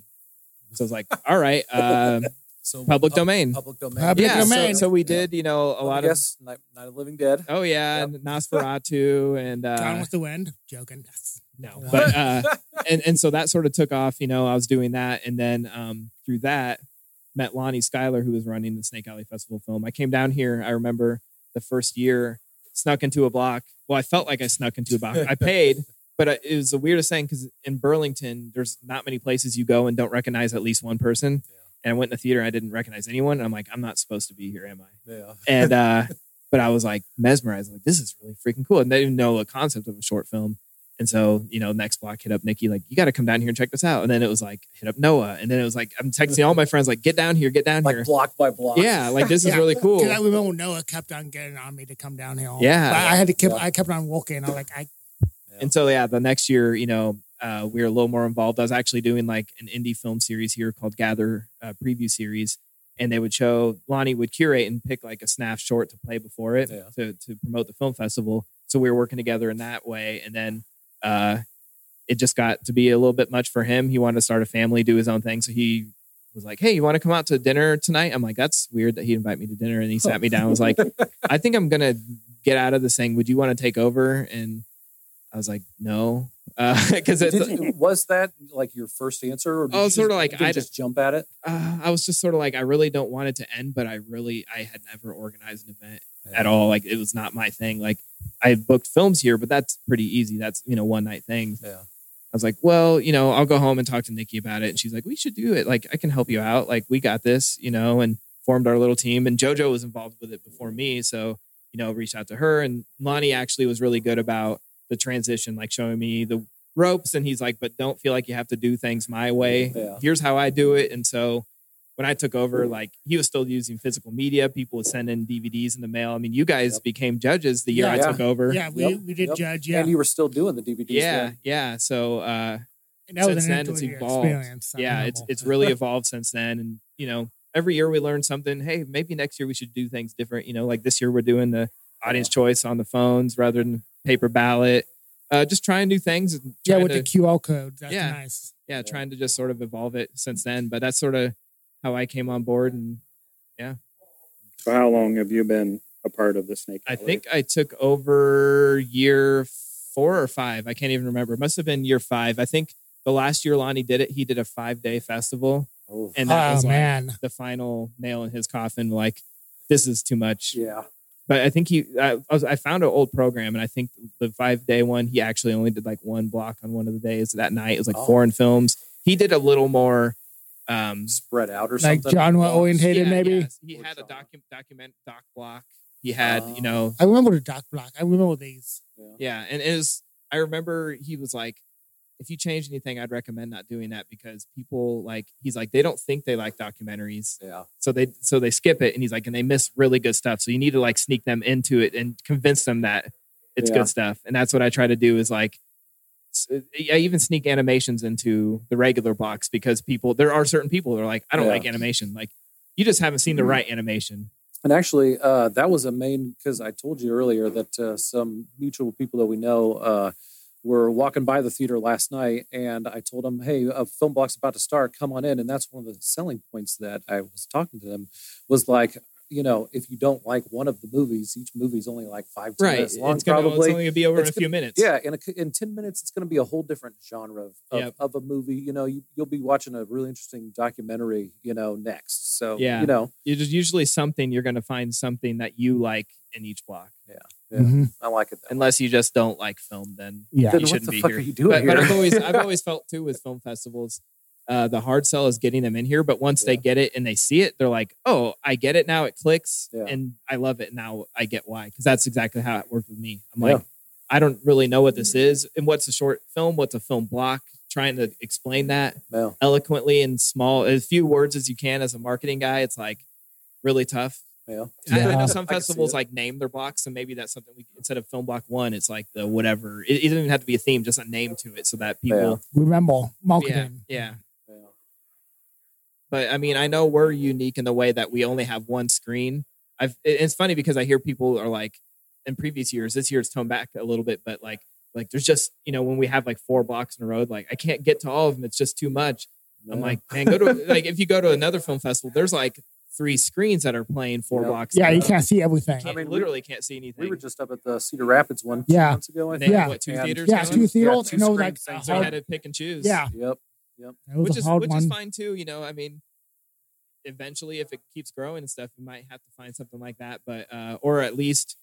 Speaker 5: So I was like, all right, uh,
Speaker 1: So
Speaker 5: public
Speaker 1: pub-
Speaker 5: domain.
Speaker 1: Public domain.
Speaker 2: Public
Speaker 5: yeah. So,
Speaker 2: domain.
Speaker 5: so we did, you know, a
Speaker 1: Let me
Speaker 5: lot of,
Speaker 1: guess, Night, Night of the Living Dead.
Speaker 5: oh yeah,
Speaker 1: Yep.
Speaker 5: and Nosferatu and,
Speaker 2: Gone
Speaker 5: uh,
Speaker 2: with the wind. Joking. That's-
Speaker 5: no, but, uh, and and so that sort of took off. You know, I was doing that, and then um, through that, met Lonnie Schuyler, who was running the Snake Alley Festival film. I came down here. I remember the first year, snuck into a block. Well, I felt like I snuck into a block. I paid, but I, it was the weirdest thing because in Burlington, there's not many places you go and don't recognize at least one person.
Speaker 1: Yeah.
Speaker 5: And I went in the theater, and I didn't recognize anyone. And I'm like, I'm not supposed to be here, am I?
Speaker 1: yeah.
Speaker 5: and uh but i was like mesmerized like this is really freaking cool and they didn't know the concept of a short film and so you know next block hit up nikki like you got to come down here and check this out and then it was like hit up noah and then it was like i'm texting all my friends like get down here get down
Speaker 1: Like
Speaker 5: here
Speaker 1: block by block.
Speaker 5: yeah like this is
Speaker 2: Yeah.
Speaker 5: really cool
Speaker 2: Because I remember Noah kept on getting on me to come down here.
Speaker 5: Yeah.
Speaker 2: But I had to keep.
Speaker 1: Yeah.
Speaker 2: I kept on walking. I was like, I
Speaker 5: and so yeah the next year you know uh, we were a little more involved i was actually doing like an indie film series here called gather uh, preview series and they would show Lonnie would curate and pick like a snap short to play before it
Speaker 1: Yeah.
Speaker 5: to to promote the film festival. So we were working together in that way, and then uh, it just got to be a little bit much for him. He wanted to start a family, do his own thing, so he was like, "Hey, you want to come out to dinner tonight?" I'm like, "That's weird that he invited me to dinner." And he sat me down, and was like, "I think I'm gonna get out of this thing. Would you want to take over?" And I was like, "No," because it's
Speaker 1: Did you- was that like your first answer, or did
Speaker 5: Oh,
Speaker 1: you just-
Speaker 5: sorta like,
Speaker 1: did you
Speaker 5: I
Speaker 1: just jump at it?
Speaker 5: uh, I was just sort of like, I really don't want it to end, but I really, I had never organized an event at all. Like it was not my thing. Like I booked films here, but that's pretty easy. That's you know one night things.
Speaker 1: Yeah.
Speaker 5: I was like, well, you know, I'll go home and talk to Nikki about it, and she's like, we should do it. Like I can help you out. Like we got this, you know, and formed our little team. And JoJo was involved with it before me, so you know, reached out to her. And Lonnie actually was really good about the transition, like showing me the ropes. And he's like, but don't feel like you have to do things my way
Speaker 1: Yeah.
Speaker 5: here's how I do it. And so when I took over, like he was still using physical media. People would send in DVDs in the mail. I mean, you guys
Speaker 1: Yep.
Speaker 5: became judges the year
Speaker 2: Yeah.
Speaker 5: I took over.
Speaker 2: Yeah, we,
Speaker 1: Yep,
Speaker 2: we did
Speaker 1: yep.
Speaker 2: judge. Yeah,
Speaker 1: And you were still doing the DVDs.
Speaker 5: Yeah.
Speaker 1: then.
Speaker 5: yeah. So uh
Speaker 2: and that was
Speaker 5: since
Speaker 2: an
Speaker 5: then, it's
Speaker 2: enjoyable
Speaker 5: evolved.
Speaker 2: experience.
Speaker 5: yeah, it's it's really evolved since then. And you know, every year we learn something. Hey, maybe next year we should do things different. You know, like this year we're doing the audience choice on the phones rather than paper ballot. Uh, just trying new things. And
Speaker 2: yeah
Speaker 5: trying
Speaker 2: with
Speaker 5: to,
Speaker 2: the QR code. That's
Speaker 5: Yeah.
Speaker 2: nice.
Speaker 5: yeah, trying to just sort of evolve it since then. But that's sort of how I came on board and
Speaker 3: So how long have you been a part of the Snake?
Speaker 5: I
Speaker 3: Alley?
Speaker 5: think I took over year four or five. I can't even remember. It must have been year five. I think the last year Lonnie did it, he did a five day festival.
Speaker 1: Oh,
Speaker 5: And that
Speaker 2: Oh
Speaker 5: was like
Speaker 2: man,
Speaker 5: the final nail in his coffin. Like, this is too much.
Speaker 1: yeah.
Speaker 5: But I think he, I, I, was, I found an old program and I think the five day one, he actually only did like one block on one of the days that night. It was like
Speaker 1: Oh.
Speaker 5: foreign films. He did a little more. Um,
Speaker 1: Spread out or
Speaker 2: like
Speaker 1: something.
Speaker 2: genre orientated
Speaker 5: yeah,
Speaker 2: maybe.
Speaker 5: yes. He had a docu- document, doc block. He had,
Speaker 1: Oh.
Speaker 5: you know,
Speaker 2: I remember the dark block. I remember these.
Speaker 5: Yeah, and it was. I remember he was like, "If you change anything, I'd recommend not doing that because people like." He's like, "They don't think they like documentaries,
Speaker 1: Yeah.
Speaker 5: so they so they skip it." And he's like, "And they miss really good stuff, so you need to like sneak them into it and convince them that it's
Speaker 1: Yeah.
Speaker 5: good stuff." And that's what I try to do is like. s- I even sneak animations into the regular box because people there are certain people that are like, I don't
Speaker 1: Yeah. Mm-hmm.
Speaker 5: like animation. Like you just haven't seen the right animation.
Speaker 1: And actually, uh, that was a main because I told you earlier that uh, some mutual people that we know uh, were walking by the theater last night, and I told them, "Hey, a film block's about to start. Come on in." And that's one of the selling points that I was talking to them was like, you know, if you don't like one of the movies, each movie's only like five ten minutes
Speaker 5: It's
Speaker 1: long,
Speaker 5: gonna, it's
Speaker 1: probably.
Speaker 5: only gonna be over in
Speaker 1: It's
Speaker 5: a few minutes.
Speaker 1: yeah, in, a, in 10 minutes, it's going to be a whole different genre of, of,
Speaker 5: Yep.
Speaker 1: of a movie. You know, you, you'll be watching a really interesting documentary, you know, next. So,
Speaker 5: Yeah.
Speaker 1: you know,
Speaker 5: you just usually something you're going to find something that you like in each block
Speaker 1: Yeah.
Speaker 2: Mhm.
Speaker 1: I like it. That way.
Speaker 5: unless you just don't like film then
Speaker 2: Yeah.
Speaker 1: Then
Speaker 5: you
Speaker 1: what
Speaker 5: shouldn't
Speaker 1: the
Speaker 5: be
Speaker 1: fuck
Speaker 5: here.
Speaker 1: are you doing
Speaker 5: but,
Speaker 1: here?
Speaker 5: but i've always i've always felt too with film festivals uh, the hard sell is getting them in here but once they
Speaker 1: Yeah.
Speaker 5: get it and they see it they're like oh i get it now it clicks
Speaker 1: Yeah.
Speaker 5: and i love it now i get why because that's exactly how it worked with me i'm
Speaker 1: Yeah.
Speaker 5: like i don't really know what this is and what's a short film what's a film block trying to explain that
Speaker 1: Yeah.
Speaker 5: eloquently in small as few words as you can as a marketing guy it's like really tough
Speaker 1: Yeah.
Speaker 5: I- I,
Speaker 2: Yeah.
Speaker 5: know some
Speaker 1: I can see
Speaker 5: festivals
Speaker 1: that.
Speaker 5: like name their blocks, and maybe that's something we instead of film block one, it's like the whatever. It, it doesn't even have to be a theme, just a name to it, so that people.
Speaker 2: Remember
Speaker 5: Yeah,
Speaker 2: marketing.
Speaker 5: yeah.
Speaker 1: Yeah.
Speaker 5: But I mean, I know we're unique in the way that we only have one screen. I've. it- it's funny because I hear people are like, in previous years, this year's toned back a little bit, but like, like there's just you know when we have like four blocks in a row, like I can't get to all of them. It's just too much. I'm
Speaker 1: Yeah.
Speaker 5: like, man, go to like if you go to another film festival, there's like three screens that are playing four
Speaker 1: Yeah.
Speaker 5: blocks.
Speaker 2: Yeah,
Speaker 5: in a
Speaker 2: you
Speaker 5: row.
Speaker 2: can't see everything.
Speaker 5: Can't-
Speaker 1: I mean, we-
Speaker 5: literally can't see anything.
Speaker 1: we were just up at the Cedar Rapids one two
Speaker 2: Yeah.
Speaker 1: months ago. I
Speaker 5: And they
Speaker 1: think.
Speaker 5: had,
Speaker 2: Yeah.
Speaker 5: what two
Speaker 1: And-
Speaker 5: theaters?
Speaker 2: Yeah,
Speaker 5: going?
Speaker 2: two theaters.
Speaker 1: two
Speaker 2: you know,
Speaker 1: screen
Speaker 2: like
Speaker 1: things.
Speaker 5: So I
Speaker 2: hard-
Speaker 5: had to pick and choose.
Speaker 2: yeah,
Speaker 1: Yep.
Speaker 2: it was
Speaker 5: which
Speaker 2: a
Speaker 5: is
Speaker 2: hard
Speaker 5: which
Speaker 2: one.
Speaker 5: is fine too. You know, I mean, eventually, if it keeps growing and stuff, you might have to find something like that. But uh, or at least,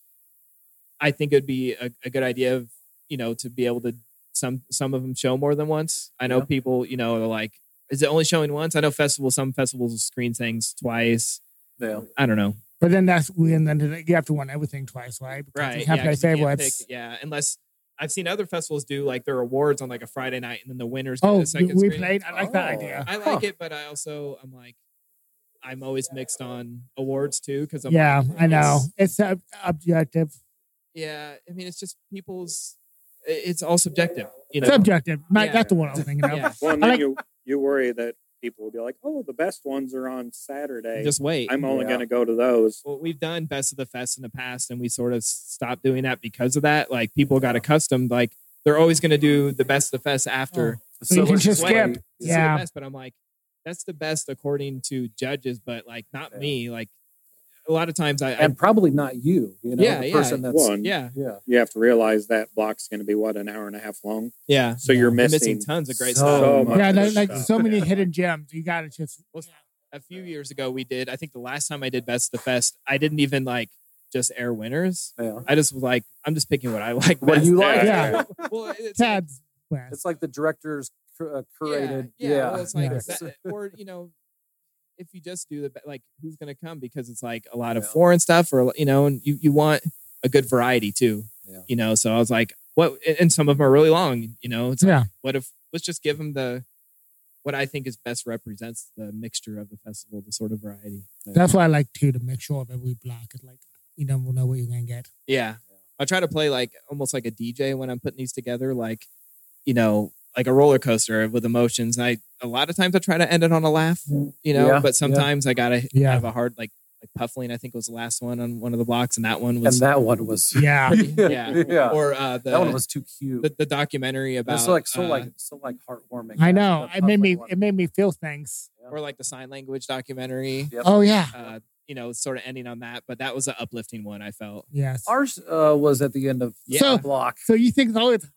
Speaker 5: I think it'd be a, a good idea of you know to be able to some some of them show more than once. I know
Speaker 1: Yeah.
Speaker 5: people you know are like, is it only showing once? I know festivals, some festivals will screen things twice.
Speaker 1: Yeah.
Speaker 5: I don't know.
Speaker 2: But then that's when then you have to win everything twice, right? Because
Speaker 5: right
Speaker 2: You have
Speaker 5: yeah,
Speaker 2: their
Speaker 5: 'cause you can't
Speaker 2: favorites.
Speaker 5: pick- yeah unless i've seen other festivals do like their awards on like a friday night and then the winners get
Speaker 2: Oh,
Speaker 5: a
Speaker 2: you-
Speaker 5: second
Speaker 2: we
Speaker 5: screen.
Speaker 2: played. I like that
Speaker 1: Oh.
Speaker 2: idea.
Speaker 5: i
Speaker 1: Huh.
Speaker 5: like it but i also i'm like i'm always mixed on awards too because i'm
Speaker 2: Yeah,
Speaker 5: like,
Speaker 2: I know.
Speaker 5: it's-
Speaker 2: It's uh, objective.
Speaker 5: yeah i mean it's just people's it- it's all subjective you know
Speaker 2: It's objective. Not,
Speaker 5: Yeah.
Speaker 2: That's the one I was thinking of.
Speaker 5: yeah.
Speaker 3: Well, and
Speaker 2: I
Speaker 3: then
Speaker 2: like-
Speaker 3: you you worry that people will be like, "Oh, the best ones are on Saturday."
Speaker 5: Just wait.
Speaker 3: I'm only
Speaker 1: Yeah.
Speaker 3: going to go to those.
Speaker 5: well, we've done best of the fest in the past, and we sort of stopped doing that because of that. Like people got accustomed. Like they're always going to do the best of the fest after.
Speaker 2: So Oh. you can
Speaker 1: much
Speaker 2: just
Speaker 1: sweat.
Speaker 2: skip.
Speaker 5: to see the
Speaker 2: Yeah.
Speaker 5: best, but I'm like, that's the best according to judges, but like not
Speaker 1: Yeah.
Speaker 5: me. Like a lot of times I, I
Speaker 1: And probably not you, you know,
Speaker 5: Yeah,
Speaker 1: the
Speaker 5: yeah.
Speaker 1: person that's
Speaker 3: One,
Speaker 5: yeah
Speaker 1: yeah.
Speaker 3: you have to realize that block's going to be what an hour and a half long,
Speaker 5: yeah.
Speaker 3: so you're
Speaker 5: We're
Speaker 3: missing.
Speaker 5: missing tons of great
Speaker 1: so
Speaker 5: stuff.
Speaker 3: so
Speaker 1: much.
Speaker 3: much
Speaker 2: Yeah, like,
Speaker 3: good
Speaker 2: like
Speaker 3: stuff.
Speaker 2: so many
Speaker 3: Yeah.
Speaker 2: hidden gems. You got to just.
Speaker 5: a few years ago we did i think the last time i did best of the fest i didn't even like just air winners
Speaker 1: yeah.
Speaker 5: i just was like i'm just picking what i like
Speaker 1: What do
Speaker 5: best.
Speaker 1: you like?
Speaker 2: Yeah.
Speaker 5: well it's like,
Speaker 2: Tad's went.
Speaker 1: It's like the director's cur- uh, curated.
Speaker 5: yeah,
Speaker 1: Yeah.
Speaker 5: yeah, well, it's like
Speaker 2: Yeah.
Speaker 5: that- uh, or you know if you just do the be- like who's gonna come because it's like a lot of
Speaker 1: Yeah.
Speaker 5: foreign stuff or you know and you, you want a good variety too
Speaker 1: Yeah.
Speaker 5: you know so i was like what and- and some of them are really long you know it's like,
Speaker 2: Yeah.
Speaker 5: what if let's just give them the what i think is best represents the mixture of the festival the sort of variety
Speaker 2: That's why I like too to make sure that we block it. Like you don't know what you're gonna get.
Speaker 5: Yeah. I try to play like almost like a DJ when I'm putting these together, like, you know, like a roller coaster with emotions. And I a lot of times I try to end it on a laugh, you know,
Speaker 1: Yeah,
Speaker 5: but sometimes I gotta
Speaker 2: Yeah.
Speaker 5: have a hard like like Puffling, I think was the last one on one of the blocks, and that one
Speaker 1: and
Speaker 5: was
Speaker 1: that one was
Speaker 2: Yeah.
Speaker 5: Yeah.
Speaker 1: yeah.
Speaker 5: or uh the,
Speaker 1: that one was too cute.
Speaker 5: the, the documentary about
Speaker 1: That's like so
Speaker 5: uh,
Speaker 1: like so like heartwarming.
Speaker 2: I
Speaker 1: that-
Speaker 2: know.
Speaker 1: that
Speaker 2: It made me.
Speaker 1: public one.
Speaker 2: It made me feel things.
Speaker 5: or like the sign language documentary.
Speaker 1: Yep.
Speaker 2: Oh yeah.
Speaker 5: Uh you know, sort of ending on that, but that was an uplifting one. I felt.
Speaker 2: Yes.
Speaker 1: Ours uh, was at the end of the
Speaker 2: So-
Speaker 1: block.
Speaker 2: So you think oh it's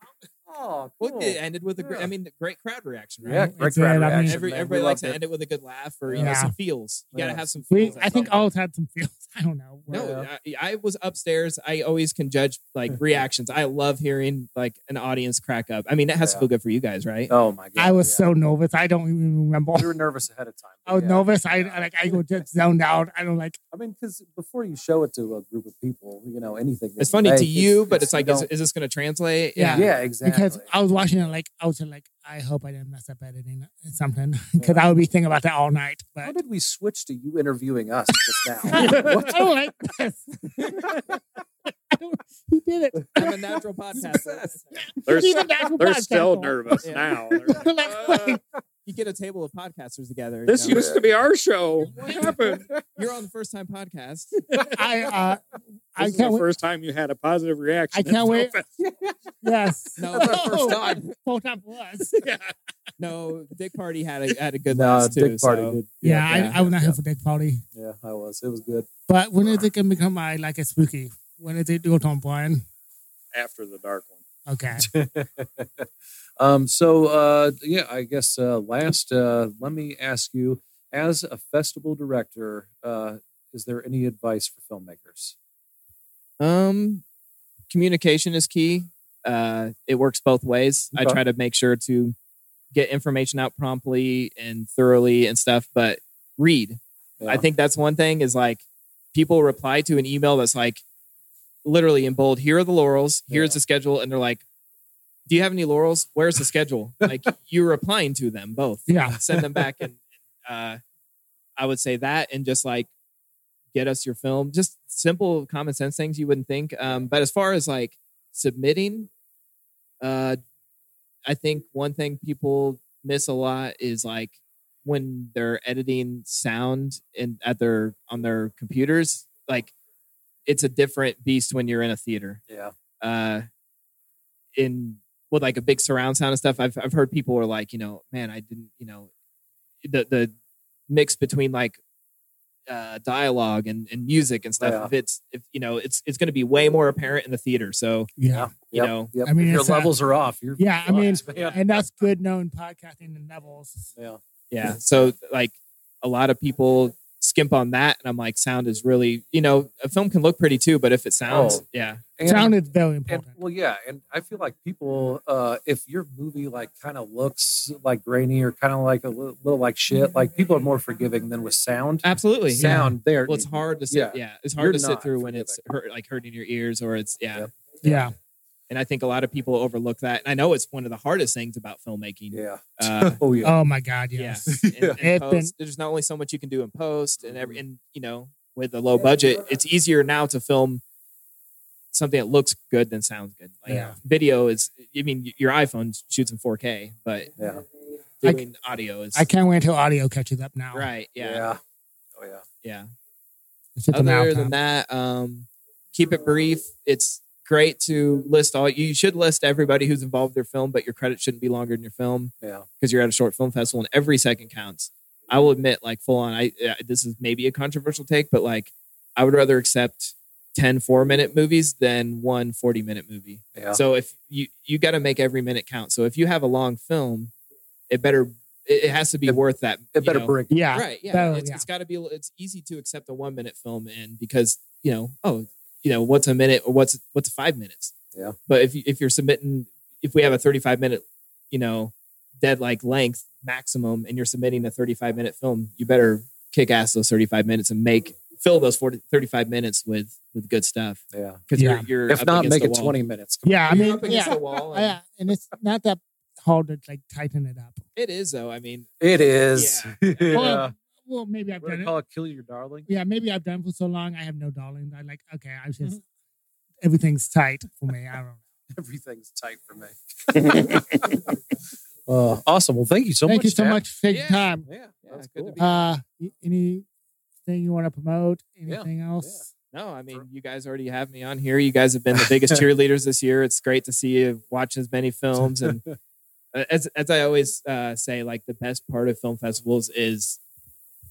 Speaker 1: Oh,
Speaker 5: Well,
Speaker 1: cool.
Speaker 5: it ended with a great.
Speaker 1: Yeah.
Speaker 5: I mean, the great crowd reaction, right?
Speaker 1: yeah,
Speaker 2: It
Speaker 1: great
Speaker 2: did, I
Speaker 1: crowd
Speaker 2: mean-
Speaker 1: reaction.
Speaker 5: Every,
Speaker 1: man. We
Speaker 5: everybody likes
Speaker 1: loved
Speaker 5: to
Speaker 1: it.
Speaker 5: end it with a good laugh or you know,
Speaker 2: Yeah.
Speaker 5: some feels. You
Speaker 1: Yeah.
Speaker 5: gotta have some
Speaker 2: we.
Speaker 5: feels.
Speaker 2: I think
Speaker 5: all.
Speaker 2: all had some feels. I don't know.
Speaker 5: No,
Speaker 1: Yeah.
Speaker 5: I, I was upstairs. I always can judge like reactions. I love hearing like an audience crack up. I mean, that has to
Speaker 1: Yeah.
Speaker 5: feel good for you guys, right?
Speaker 1: Oh my god!
Speaker 2: I was
Speaker 1: yeah.
Speaker 2: so nervous. I don't even remember.
Speaker 1: we were nervous ahead of time.
Speaker 2: I was
Speaker 1: yeah.
Speaker 2: nervous. I I, like I was just zoned out. I don't like.
Speaker 1: I mean, because before you show it to a group of people, you know anything. that
Speaker 5: It's funny
Speaker 1: make,
Speaker 5: to you, but it's
Speaker 1: you
Speaker 5: like, is,
Speaker 1: don't-
Speaker 5: is this going to translate?
Speaker 2: Yeah.
Speaker 1: yeah, exactly.
Speaker 2: Because I was watching it, like I was just like, I hope I didn't mess up editing something, because I would be thinking about that all night.
Speaker 1: how
Speaker 2: But
Speaker 1: did we switch to you interviewing us just
Speaker 2: I
Speaker 1: now? What-
Speaker 2: don't like this. I don't- He did it.
Speaker 5: I'm a natural podcaster.
Speaker 3: They're,
Speaker 2: He
Speaker 3: s-
Speaker 2: did that for
Speaker 3: they're
Speaker 2: podcast,
Speaker 3: still
Speaker 2: though.
Speaker 3: nervous
Speaker 5: Yeah.
Speaker 3: now. They're like,
Speaker 2: Like, wait,
Speaker 5: You get a table of podcasters together.
Speaker 3: this
Speaker 5: you know?
Speaker 3: used to be our show. What
Speaker 5: Yeah.
Speaker 3: happened?
Speaker 5: You're on the first time podcast.
Speaker 2: I uh, I
Speaker 3: This is the
Speaker 2: can't wait.
Speaker 3: first time you had a positive reaction.
Speaker 2: I can't wait.
Speaker 3: It's
Speaker 2: Yes.
Speaker 5: No, it's our first time.
Speaker 2: Full time for us.
Speaker 3: so-
Speaker 5: No, Dick Party had a had a good
Speaker 1: Nah,
Speaker 5: last too.
Speaker 1: Dick Party
Speaker 5: so-
Speaker 1: did.
Speaker 2: Yeah,
Speaker 5: Yeah.
Speaker 2: I, I was not here for Dick Party.
Speaker 1: yeah, I was. It was good.
Speaker 2: But when is it gonna become my like a spooky? When is it do it on Brian?
Speaker 3: After the dark one.
Speaker 2: Okay.
Speaker 1: um, so uh, yeah, I guess uh, last, uh, let me ask you, as a festival director, uh, is there any advice for filmmakers?
Speaker 5: Um, communication is key. Uh, it works both ways. I
Speaker 1: Okay.
Speaker 5: try to make sure to get information out promptly and thoroughly and stuff, but read. I
Speaker 1: Yeah.
Speaker 5: think that's one thing is like people reply to an email that's like literally in bold, here are the laurels, here's
Speaker 1: Yeah.
Speaker 5: the schedule. And they're like, do you have any laurels? Where's the schedule? like you're replying to them both
Speaker 2: Yeah.
Speaker 5: send them back and uh, i would say that and just like get us your film just simple common sense things you wouldn't think um, but as far as like submitting uh, i think one thing people miss a lot is like when they're editing sound and at their on their computers like it's a different beast when you're in a theater
Speaker 1: Yeah,
Speaker 5: uh in with like a big surround sound and stuff i've i've heard people are like you know man i didn't you know the the mix between like uh dialogue and, and music and stuff
Speaker 1: Yeah.
Speaker 5: if it's if you know it's it's going to be way more apparent in the theater so
Speaker 2: Yeah.
Speaker 5: you
Speaker 1: Yep.
Speaker 5: know
Speaker 1: yep.
Speaker 2: I mean,
Speaker 1: If your
Speaker 2: it's, uh,
Speaker 1: levels are off. You're
Speaker 2: Yeah, I mean,
Speaker 1: fucked, man.
Speaker 2: and that's good known podcasting and levels.
Speaker 1: yeah,
Speaker 5: yeah so like a lot of people skimp on that and i'm like sound is really you know a film can look pretty too but if it sounds
Speaker 1: Oh.
Speaker 5: yeah
Speaker 1: and,
Speaker 2: Sound is very
Speaker 1: and
Speaker 2: important.
Speaker 1: well, yeah, and I feel like people, uh, if your movie like kind of looks like grainy or kind of like a li- little like shit, like people are more forgiving than with sound.
Speaker 5: absolutely
Speaker 1: Sound there.
Speaker 5: well it's hard to sit yeah,
Speaker 1: Yeah.
Speaker 5: it's hard
Speaker 1: You're
Speaker 5: to sit
Speaker 1: not
Speaker 5: through when it's
Speaker 1: forgiving.
Speaker 5: hurt, like hurting your ears or it's yeah
Speaker 1: Yep.
Speaker 2: yeah.
Speaker 5: and I think a lot of people overlook that. And I know it's one of the hardest things about filmmaking.
Speaker 1: Yeah.
Speaker 5: Uh,
Speaker 1: Oh yeah.
Speaker 2: Oh my God.
Speaker 5: yeah,
Speaker 2: Yes.
Speaker 5: And- and
Speaker 2: It's been-
Speaker 5: post. there's not only so much you can do in post, and
Speaker 1: Mm-hmm.
Speaker 5: every, and you know, with a low budget, it's easier now to film something that looks good than sounds good. Like
Speaker 2: Yeah.
Speaker 5: video is, I mean, your iPhone shoots in 4K, but
Speaker 1: yeah.
Speaker 2: I-
Speaker 5: doing audio is
Speaker 2: I can't wait until audio catches up now.
Speaker 5: right. Yeah,
Speaker 1: Oh yeah.
Speaker 5: yeah.
Speaker 2: It's at the
Speaker 5: Other
Speaker 2: mouth
Speaker 5: than
Speaker 2: now.
Speaker 5: that, um, keep it brief. It's great to list all. You should list everybody who's involved in your film, but your credit shouldn't be longer than your film.
Speaker 1: Yeah.
Speaker 5: because you're at a short film festival and every second counts. I will admit, like full on, I uh, this is maybe a controversial take, but like I would rather accept 10 four minute movies than one 40 minute movie.
Speaker 1: Yeah.
Speaker 5: So if you you got to make every minute count. So if you have a long film, it better it, it has to be
Speaker 1: It-
Speaker 5: worth that.
Speaker 1: it
Speaker 5: you
Speaker 1: better
Speaker 5: know.
Speaker 1: break.
Speaker 2: Yeah.
Speaker 5: right. Yeah,
Speaker 2: That'll-
Speaker 5: It's-
Speaker 2: yeah.
Speaker 5: it's got to be. It's easy to accept a one minute film in because you know oh you know what's a minute or what's what's five minutes.
Speaker 1: Yeah.
Speaker 5: But if you- if you're submitting if we have a 35 minute you know dead like length maximum and you're submitting a 35 minute film you better kick ass those 35 minutes and make fill those 40, 35 minutes with with good stuff
Speaker 1: Yeah.
Speaker 5: because
Speaker 2: Yeah.
Speaker 5: you're, you're
Speaker 1: If
Speaker 5: up
Speaker 1: not,
Speaker 5: against
Speaker 1: make
Speaker 5: the
Speaker 1: it
Speaker 5: wall.
Speaker 1: twenty minutes.
Speaker 2: Yeah. I
Speaker 5: You're
Speaker 2: mean,
Speaker 5: up against
Speaker 2: yeah.
Speaker 5: the wall and
Speaker 2: yeah. And it's not that hard to like tighten it up.
Speaker 5: it is though I mean
Speaker 1: It is. Yeah.
Speaker 2: Well, well, maybe I've
Speaker 1: What do
Speaker 2: done
Speaker 1: they
Speaker 2: it.
Speaker 1: call it? Kill your darling.
Speaker 2: Yeah, maybe I've done for so long. I have no darling. I like. Okay, I just
Speaker 1: Mm-hmm.
Speaker 2: everything's tight for me. I don't. know.
Speaker 1: Everything's tight for me. uh, awesome. Well, thank you so
Speaker 2: Thank
Speaker 1: much.
Speaker 2: you so
Speaker 1: Dad.
Speaker 2: much for taking
Speaker 5: Yeah.
Speaker 2: time.
Speaker 1: Yeah,
Speaker 5: Yeah,
Speaker 1: that's
Speaker 5: good to
Speaker 1: cool.
Speaker 5: be-
Speaker 2: Uh, y- anything you want to promote? Anything else?
Speaker 5: No, I mean, you guys already have me on here. You guys have been the biggest cheerleaders this year. It's great to see you watch as many films. And as, as I always uh, say, like the best part of film festivals is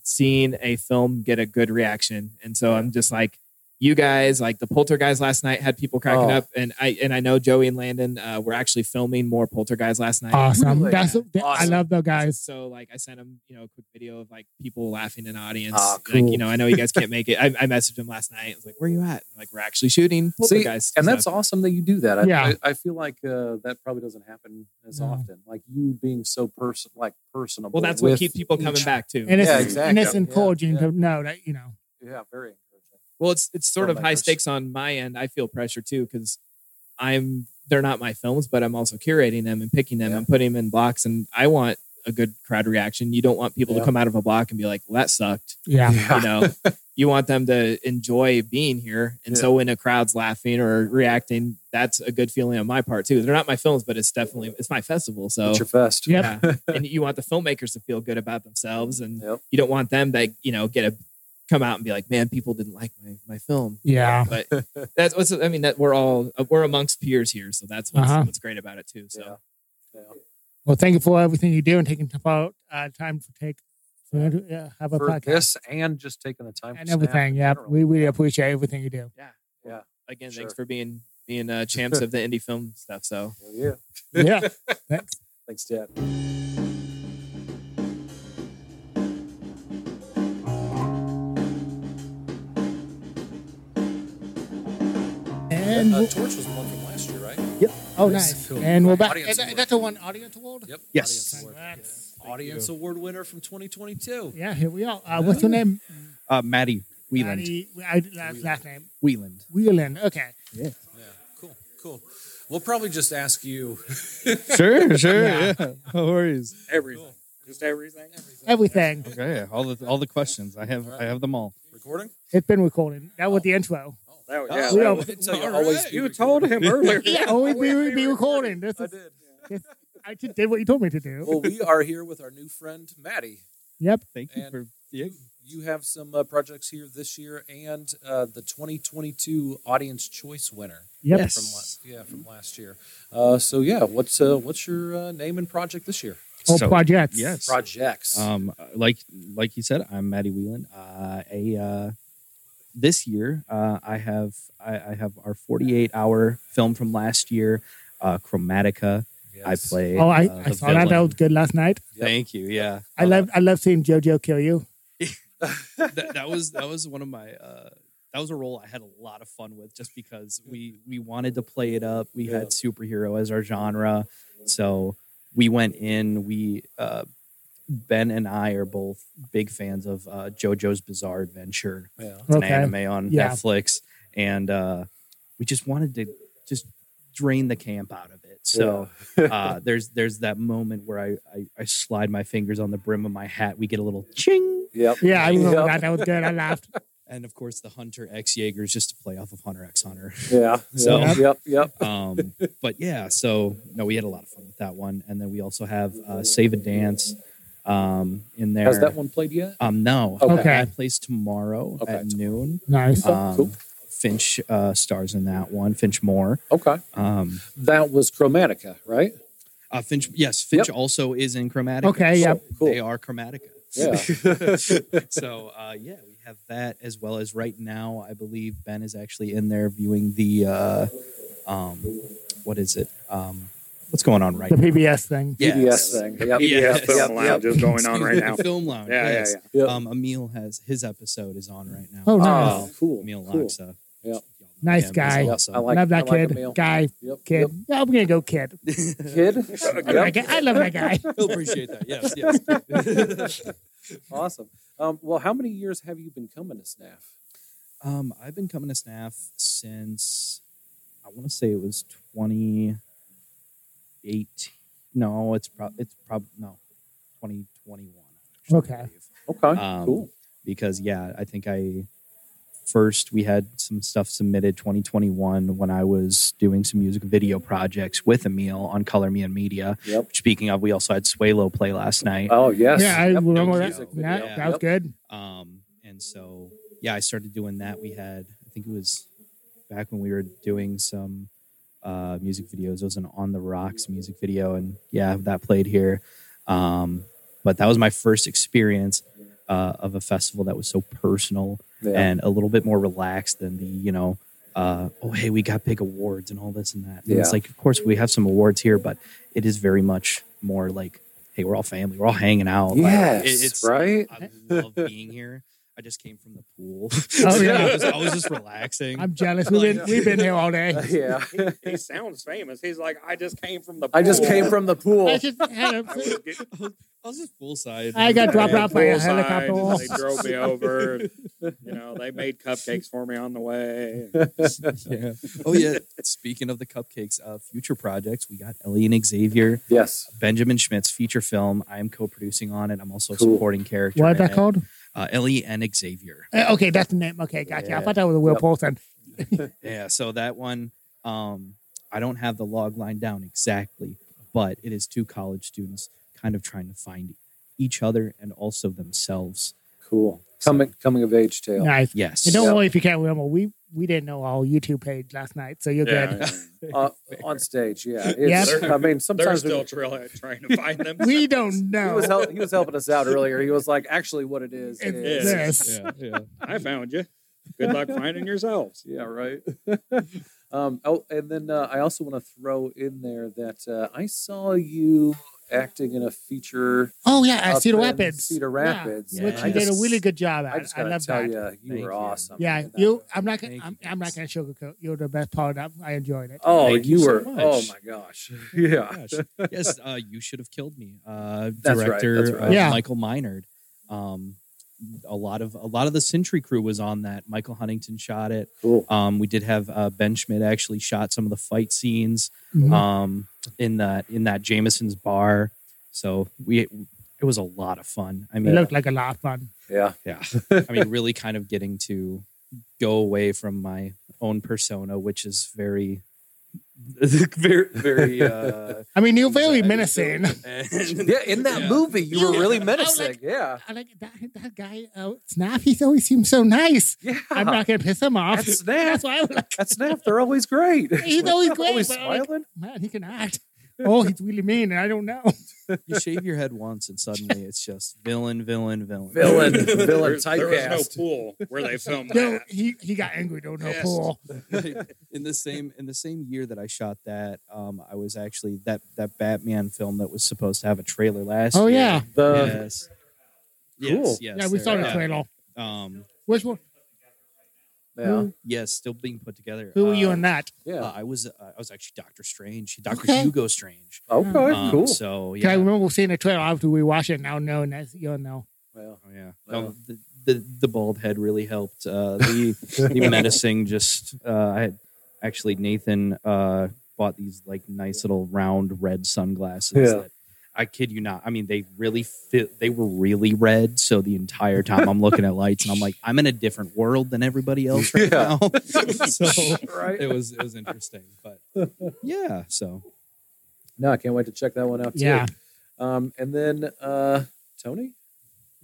Speaker 5: seeing a film get a good reaction. And so I'm just like, you guys, like the Poltergeist last night had people cracking
Speaker 1: Oh.
Speaker 5: up. And I, and I know Joey and Landon uh, were actually filming more Poltergeist last night.
Speaker 2: Awesome.
Speaker 1: Really?
Speaker 2: That's that-
Speaker 1: Awesome.
Speaker 2: I love those guys.
Speaker 5: So like I sent him, you know, a quick video of like people laughing in the audience.
Speaker 1: Ah,
Speaker 5: Like,
Speaker 1: cool.
Speaker 5: you know, I know you guys can't make it. I, I messaged him last night. I was like, where you at? And, like, we're actually shooting.
Speaker 1: See,
Speaker 5: guys.
Speaker 1: and that's awesome that you do that. I,
Speaker 2: Yeah.
Speaker 1: I, I feel like uh, that probably doesn't happen as
Speaker 2: No.
Speaker 1: often. Like you being so person, like personable.
Speaker 5: well, that's what
Speaker 1: with
Speaker 5: keeps people
Speaker 1: each-
Speaker 5: coming back too.
Speaker 2: And it's,
Speaker 1: Yeah,
Speaker 2: and it's
Speaker 1: exactly.
Speaker 2: encouraging
Speaker 1: Yeah,
Speaker 2: to know that you know.
Speaker 1: Yeah, very encouraging.
Speaker 5: well, it's it's sort of high
Speaker 1: filmmakers.
Speaker 5: stakes on my end. I feel pressure too because I'm they're not my films, but I'm also curating them and picking them
Speaker 1: Yeah.
Speaker 5: and putting them in blocks. And I want a good crowd reaction. You don't want people
Speaker 1: Yeah.
Speaker 5: to come out of a block and be like, well, "That sucked."
Speaker 2: Yeah.
Speaker 1: Yeah.
Speaker 5: you know you want them to enjoy being here and so when a crowd's laughing or reacting that's a good feeling on my part too they're not my films but it's definitely it's my festival so
Speaker 1: It's your fest.
Speaker 2: Yep.
Speaker 5: yeah. and you want the filmmakers to feel good about themselves and
Speaker 1: Yep.
Speaker 5: you don't want them to you know get a come out and be like man people didn't like my my film
Speaker 2: Yeah.
Speaker 5: but that's what's i mean that we're all we're amongst peers here so that's what's,
Speaker 2: Uh-huh.
Speaker 5: what's great about it too so
Speaker 1: Yeah. Yeah.
Speaker 2: Well, thank you for everything you do and taking time out uh, time to take for, uh, have a
Speaker 1: For
Speaker 2: podcast
Speaker 1: this and just taking the time
Speaker 2: and
Speaker 1: for Snap
Speaker 2: everything.
Speaker 1: in
Speaker 2: Yeah,
Speaker 1: general.
Speaker 2: we really appreciate everything you do.
Speaker 5: again thanks
Speaker 1: Sure.
Speaker 5: for being being uh, champs of the indie film stuff so
Speaker 1: Hell yeah.
Speaker 2: Yeah.
Speaker 1: Thanks, Dad.
Speaker 2: and
Speaker 1: uh,
Speaker 2: we'll-
Speaker 1: uh, Torch was the one from last year, right?
Speaker 2: oh,
Speaker 1: nice.
Speaker 2: nice.
Speaker 1: Cool.
Speaker 2: And we're back.
Speaker 1: Audience
Speaker 2: Is that,
Speaker 1: award.
Speaker 2: is that the one audience award?
Speaker 1: Yep.
Speaker 3: Yes.
Speaker 1: Audience award,
Speaker 2: Congrats.
Speaker 1: Audience award winner from 2022.
Speaker 2: Yeah, here we are. Uh, what's your name?
Speaker 6: Uh, Maddie Wheeland.
Speaker 2: Maddie- I, last, last name.
Speaker 6: Wheeland.
Speaker 2: Whelan. Okay.
Speaker 1: Yeah. Cool. Cool. We'll probably just ask you
Speaker 6: Sure, sure.
Speaker 2: Yeah.
Speaker 6: Yeah. No worries.
Speaker 3: Everything. Just everything.
Speaker 2: Everything.
Speaker 6: Okay. yeah, All the all the questions. I have I have them all.
Speaker 1: recording.
Speaker 2: It's been recorded. That was the intro.
Speaker 3: That was,
Speaker 1: Oh,
Speaker 3: yeah,
Speaker 1: we
Speaker 3: that
Speaker 2: don't-
Speaker 3: was-
Speaker 1: I tell you,
Speaker 6: All
Speaker 1: always
Speaker 6: right.
Speaker 1: be
Speaker 3: you
Speaker 1: recording.
Speaker 3: told him earlier.
Speaker 2: Yeah, always
Speaker 1: we-
Speaker 2: be,
Speaker 1: we
Speaker 2: be recording. This
Speaker 1: I
Speaker 2: is,
Speaker 1: did.
Speaker 2: I just did what you told me to do.
Speaker 1: Well, we are here with our new friend Maddie.
Speaker 2: yep.
Speaker 6: Thank you
Speaker 1: And-
Speaker 6: for yeah.
Speaker 1: You have some uh, projects here this year, and uh, the 2022 Audience Choice winner
Speaker 2: Yep.
Speaker 1: from last, yeah from last year. Uh, so yeah, what's uh, what's your uh, name and project this year?
Speaker 2: Or
Speaker 6: So,
Speaker 2: Oh, projects.
Speaker 6: Yes.
Speaker 1: Projects.
Speaker 6: Um, like like you said, I'm Maddie Wheeland. Uh, a uh, this year, uh, I have I, I have our 48 hour film from last year, uh, Chromatica. I
Speaker 1: Yes.
Speaker 6: play.
Speaker 2: Oh, I,
Speaker 6: uh,
Speaker 2: I
Speaker 6: the
Speaker 2: saw that. That
Speaker 6: villain.
Speaker 2: was good last night.
Speaker 1: Yep.
Speaker 6: Thank you. Yeah,
Speaker 2: I
Speaker 6: Uh,
Speaker 2: love I love seeing JoJo kill you.
Speaker 6: that, that was that was one of my uh, that was a role I had a lot of fun with just because we we wanted to play it up. We
Speaker 1: Yeah.
Speaker 6: had superhero as our genre, so we went in. We uh, Ben and I are both big fans of uh, JoJo's Bizarre Adventure.
Speaker 1: Yeah.
Speaker 6: It's
Speaker 2: Okay.
Speaker 6: an anime on
Speaker 2: Yeah.
Speaker 6: Netflix, and uh, we just wanted to just drain the camp out of it. So uh, there's there's that moment where I, I I slide my fingers on the brim of my hat. We get a little ching
Speaker 1: Yep.
Speaker 2: Yeah, I remember
Speaker 1: Yep.
Speaker 2: that. That was good. I laughed.
Speaker 6: and of course the Hunter X Jaegers just to play off of Hunter X Hunter.
Speaker 1: Yeah.
Speaker 6: So-
Speaker 1: yeah, yep, yep.
Speaker 6: Um, but yeah, so no, we had a lot of fun with that one, and then we also have uh, Save and Dance um, in there.
Speaker 1: Has that one played yet?
Speaker 6: Um, no,
Speaker 1: Okay.
Speaker 6: That- that plays tomorrow
Speaker 1: Okay,
Speaker 6: at
Speaker 1: tomorrow.
Speaker 6: noon.
Speaker 2: Nice.
Speaker 1: Oh,
Speaker 6: Um,
Speaker 1: cool.
Speaker 6: Finch uh, stars in that one. Finch Moore.
Speaker 1: Okay.
Speaker 6: Um,
Speaker 1: That was Chromatica, right?
Speaker 6: uh, Finch, yes, Finch
Speaker 1: Yep.
Speaker 6: also is in Chromatica.
Speaker 2: Okay, yeah.
Speaker 1: Cool.
Speaker 6: They are Chromatica.
Speaker 1: Yeah.
Speaker 6: so uh, yeah, we have that as well as right now. I believe Ben is actually in there viewing the uh, um, what is it? Um, what's going on right
Speaker 2: The
Speaker 6: now?
Speaker 2: PBS thing.
Speaker 6: Yes.
Speaker 1: PBS thing. Yep.
Speaker 6: Yeah.
Speaker 3: PBS
Speaker 6: Yes.
Speaker 3: film
Speaker 1: Yep,
Speaker 3: lounge is going on
Speaker 6: Excuse
Speaker 3: right
Speaker 6: me,
Speaker 3: now.
Speaker 6: the film lounge.
Speaker 3: Yeah, yeah,
Speaker 6: yes.
Speaker 3: yeah.
Speaker 1: Yep.
Speaker 6: Um, Emil has his episode is on right now. Uh,
Speaker 2: Oh, nice.
Speaker 1: Ah, cool.
Speaker 6: Emil
Speaker 1: cool.
Speaker 6: Loxa.
Speaker 1: Yeah.
Speaker 2: Nice
Speaker 6: Yeah, he's
Speaker 2: guy.
Speaker 6: awesome.
Speaker 1: I like-
Speaker 2: love that
Speaker 1: I like
Speaker 2: kid.
Speaker 1: Emil.
Speaker 2: guy,
Speaker 1: Yep.
Speaker 2: kid. I'm going to go kid.
Speaker 1: Yep. Kid.
Speaker 2: I
Speaker 1: Yep.
Speaker 2: like it. I love that guy.
Speaker 6: He'll appreciate that. Yes, yes.
Speaker 1: Awesome. Um, well, how many years have you been coming to SNAF?
Speaker 6: um, I've been coming to SNAF since I want to say it was 2018. No, it's probably it's probably no 2021. actually, I
Speaker 2: Okay.
Speaker 6: believe.
Speaker 1: Okay.
Speaker 6: Um,
Speaker 1: cool.
Speaker 6: because yeah, I think I first we had some stuff submitted 2021 when I was doing some music video projects with Emil on Color Me and Media.
Speaker 1: Yep.
Speaker 6: Speaking of, we also had Swalo play last night.
Speaker 1: Oh yes.
Speaker 2: Yeah, I
Speaker 1: Yep.
Speaker 2: remember that.
Speaker 1: Music
Speaker 2: Yeah,
Speaker 1: video.
Speaker 2: that was
Speaker 1: Yep.
Speaker 2: good.
Speaker 6: Um, and so yeah, I started doing that. We had I think it was back when we were doing some uh, music videos. It was an On the Rocks music video, and yeah, that played here. Um, but that was my first experience uh, of a festival that was so personal
Speaker 1: Yeah.
Speaker 6: and a little bit more relaxed than the you know uh, oh hey we got big awards and all this and that and
Speaker 1: Yeah.
Speaker 6: it's like of course we have some awards here but it is very much more like hey we're all family we're all hanging out Like,
Speaker 1: yes.
Speaker 6: it- it's
Speaker 1: right.
Speaker 6: i love being here i just came from the pool
Speaker 2: Oh,
Speaker 6: So
Speaker 2: yeah.
Speaker 6: I, was, I was just relaxing
Speaker 2: I'm jealous. We've been, we've been here all day.
Speaker 1: Oh, yeah.
Speaker 3: He sounds famous. He's like, I just came from the.
Speaker 1: I just
Speaker 3: pool."
Speaker 1: came from the
Speaker 2: I
Speaker 1: pool.
Speaker 2: just had a-
Speaker 3: I was getting-
Speaker 6: I was just poolside
Speaker 2: I got dropped
Speaker 3: Yeah,
Speaker 2: out by a
Speaker 3: poolside,
Speaker 2: helicopter.
Speaker 3: and They drove me over. and, you know, they made cupcakes for me on the way.
Speaker 6: yeah. oh yeah speaking of the cupcakes uh, future projects we got ellie and xavier
Speaker 1: Yes.
Speaker 6: benjamin schmidt's feature film i'm co-producing on it i'm also a
Speaker 1: Cool.
Speaker 6: supporting character
Speaker 2: What
Speaker 6: in
Speaker 2: is that
Speaker 6: it.
Speaker 2: called?
Speaker 6: uh, Ellie and Xavier.
Speaker 2: Uh, okay, that's the name. Okay, gotcha. I
Speaker 6: Yeah.
Speaker 2: thought that was a Will
Speaker 1: Yep.
Speaker 2: Paulson.
Speaker 6: Yeah, so that one, um, I don't have the log line down exactly, but it is two college students kind of trying to find each other and also themselves.
Speaker 1: Cool. Coming coming of age tale.
Speaker 2: Nice.
Speaker 6: Yes.
Speaker 2: And don't
Speaker 1: Yep.
Speaker 2: worry if you can't remember. We we didn't know our YouTube page last night, so you're good.
Speaker 3: Yeah,
Speaker 1: Uh, on stage. Yeah. It's,
Speaker 3: They're-
Speaker 1: I mean,
Speaker 3: they're
Speaker 1: sometimes
Speaker 3: still
Speaker 1: we,
Speaker 3: tra- trying to find them.
Speaker 2: We don't
Speaker 1: he was
Speaker 2: know.
Speaker 1: help, he was helping us out earlier. He was like, actually, what it is.
Speaker 2: It's
Speaker 1: is.
Speaker 3: Yeah.
Speaker 2: this.
Speaker 6: yeah.
Speaker 3: I found you. Good luck finding yourselves.
Speaker 1: Yeah, right. um, oh, and then uh, I also want to throw in there that uh, I saw you acting in a feature
Speaker 2: Oh yeah, at
Speaker 1: up
Speaker 2: Cedar
Speaker 1: in
Speaker 2: Rapids.
Speaker 1: Cedar
Speaker 2: Yeah,
Speaker 1: Rapids.
Speaker 6: Yeah.
Speaker 2: which
Speaker 6: I
Speaker 2: you did a
Speaker 1: just-
Speaker 2: really good job
Speaker 1: I
Speaker 2: at.
Speaker 1: just
Speaker 2: I,
Speaker 1: gotta
Speaker 2: love
Speaker 1: tell
Speaker 2: that.
Speaker 1: you, you
Speaker 6: Thank
Speaker 1: were
Speaker 6: you.
Speaker 1: awesome.
Speaker 2: Yeah,
Speaker 1: in that.
Speaker 2: you. I'm not.
Speaker 6: Thank
Speaker 2: Gonna,
Speaker 6: you,
Speaker 2: I'm, I'm not
Speaker 6: guys.
Speaker 2: going to sugarcoat. You're the best part. I, I enjoyed it.
Speaker 1: Oh,
Speaker 6: Thank
Speaker 1: you,
Speaker 6: you so
Speaker 1: were.
Speaker 6: much.
Speaker 1: oh my gosh. Yeah.
Speaker 6: Gosh. Yes, uh, you should have killed me. Uh,
Speaker 1: That's right,
Speaker 6: director
Speaker 1: that's right.
Speaker 6: uh,
Speaker 2: Yeah.
Speaker 6: Michael Minard. Um, a lot of a lot of the Sentry crew was on that. Michael Huntington shot it.
Speaker 1: Cool.
Speaker 6: Um, we did have uh, Ben Schmidt actually shot some of the fight scenes.
Speaker 2: Mhm.
Speaker 6: um, in that in that Jameson's bar. So we it was a lot of fun. I
Speaker 2: it
Speaker 6: mean,
Speaker 2: looked like a lot of fun.
Speaker 1: Yeah.
Speaker 6: yeah, I mean, really kind of getting to go away from my own persona, which is very, very, very. Uh,
Speaker 2: I mean, you're very menacing.
Speaker 6: And-
Speaker 1: Yeah. In that
Speaker 6: Yeah.
Speaker 1: movie, you were really
Speaker 2: Yeah.
Speaker 1: menacing.
Speaker 2: I like-
Speaker 1: yeah.
Speaker 2: I like that, that guy. Uh, Snap. He's always seems so nice.
Speaker 1: Yeah.
Speaker 2: I'm not going to piss him off.
Speaker 1: At
Speaker 2: That's,
Speaker 1: Snap.
Speaker 2: why I'm like,
Speaker 1: At Snap, they're always great.
Speaker 2: He's always
Speaker 1: They're
Speaker 2: great,
Speaker 1: Always
Speaker 2: but I like-
Speaker 1: smiling.
Speaker 2: man, he can act. Oh, he's really mean, and I don't know.
Speaker 6: you shave your head once, and suddenly it's just villain, villain, villain,
Speaker 1: Villain. Villain
Speaker 3: There, there was
Speaker 1: typecast.
Speaker 3: no pool where they filmed
Speaker 2: No,
Speaker 3: that.
Speaker 2: he, he got angry. Don't know.
Speaker 3: Yes.
Speaker 2: Cool.
Speaker 1: Oh,
Speaker 6: in the same in the same year that I shot that, um, I was actually that that Batman film that was supposed to have a trailer last.
Speaker 2: Oh
Speaker 6: year.
Speaker 2: yeah,
Speaker 1: The
Speaker 6: Yes.
Speaker 1: Cool.
Speaker 6: Yes, yes.
Speaker 2: yeah. We
Speaker 6: there
Speaker 2: saw the
Speaker 6: are.
Speaker 2: trailer.
Speaker 6: Um,
Speaker 2: Which one?
Speaker 1: yeah.
Speaker 6: yes, still being put together.
Speaker 2: Who were you
Speaker 6: Uh,
Speaker 2: in that?
Speaker 1: Yeah.
Speaker 6: uh, I was. Uh, I was actually Doctor Strange, Doctor
Speaker 2: Okay. Hmm.
Speaker 6: Hugo Strange.
Speaker 1: okay.
Speaker 6: Um,
Speaker 1: cool.
Speaker 6: So
Speaker 2: Can I
Speaker 6: yeah,
Speaker 2: remember seeing the trailer. I have to rewatch it now, knowing that you'll know.
Speaker 1: Well,
Speaker 6: Oh, yeah.
Speaker 1: Wow.
Speaker 6: No, the, the the bald head really helped. Uh, the the menacing just. Uh, I had actually Nathan uh, bought these like nice little round red sunglasses.
Speaker 1: Yeah.
Speaker 6: That I kid you not. I mean, they really fit. They were really red. So the entire time I'm looking at lights and I'm like, I'm in a different world than everybody else right
Speaker 1: Yeah.
Speaker 6: now. so
Speaker 1: right?
Speaker 6: it was it was interesting, but yeah. So
Speaker 1: No, I can't wait to check that one out too.
Speaker 2: Yeah.
Speaker 1: Um, and then uh, Tony,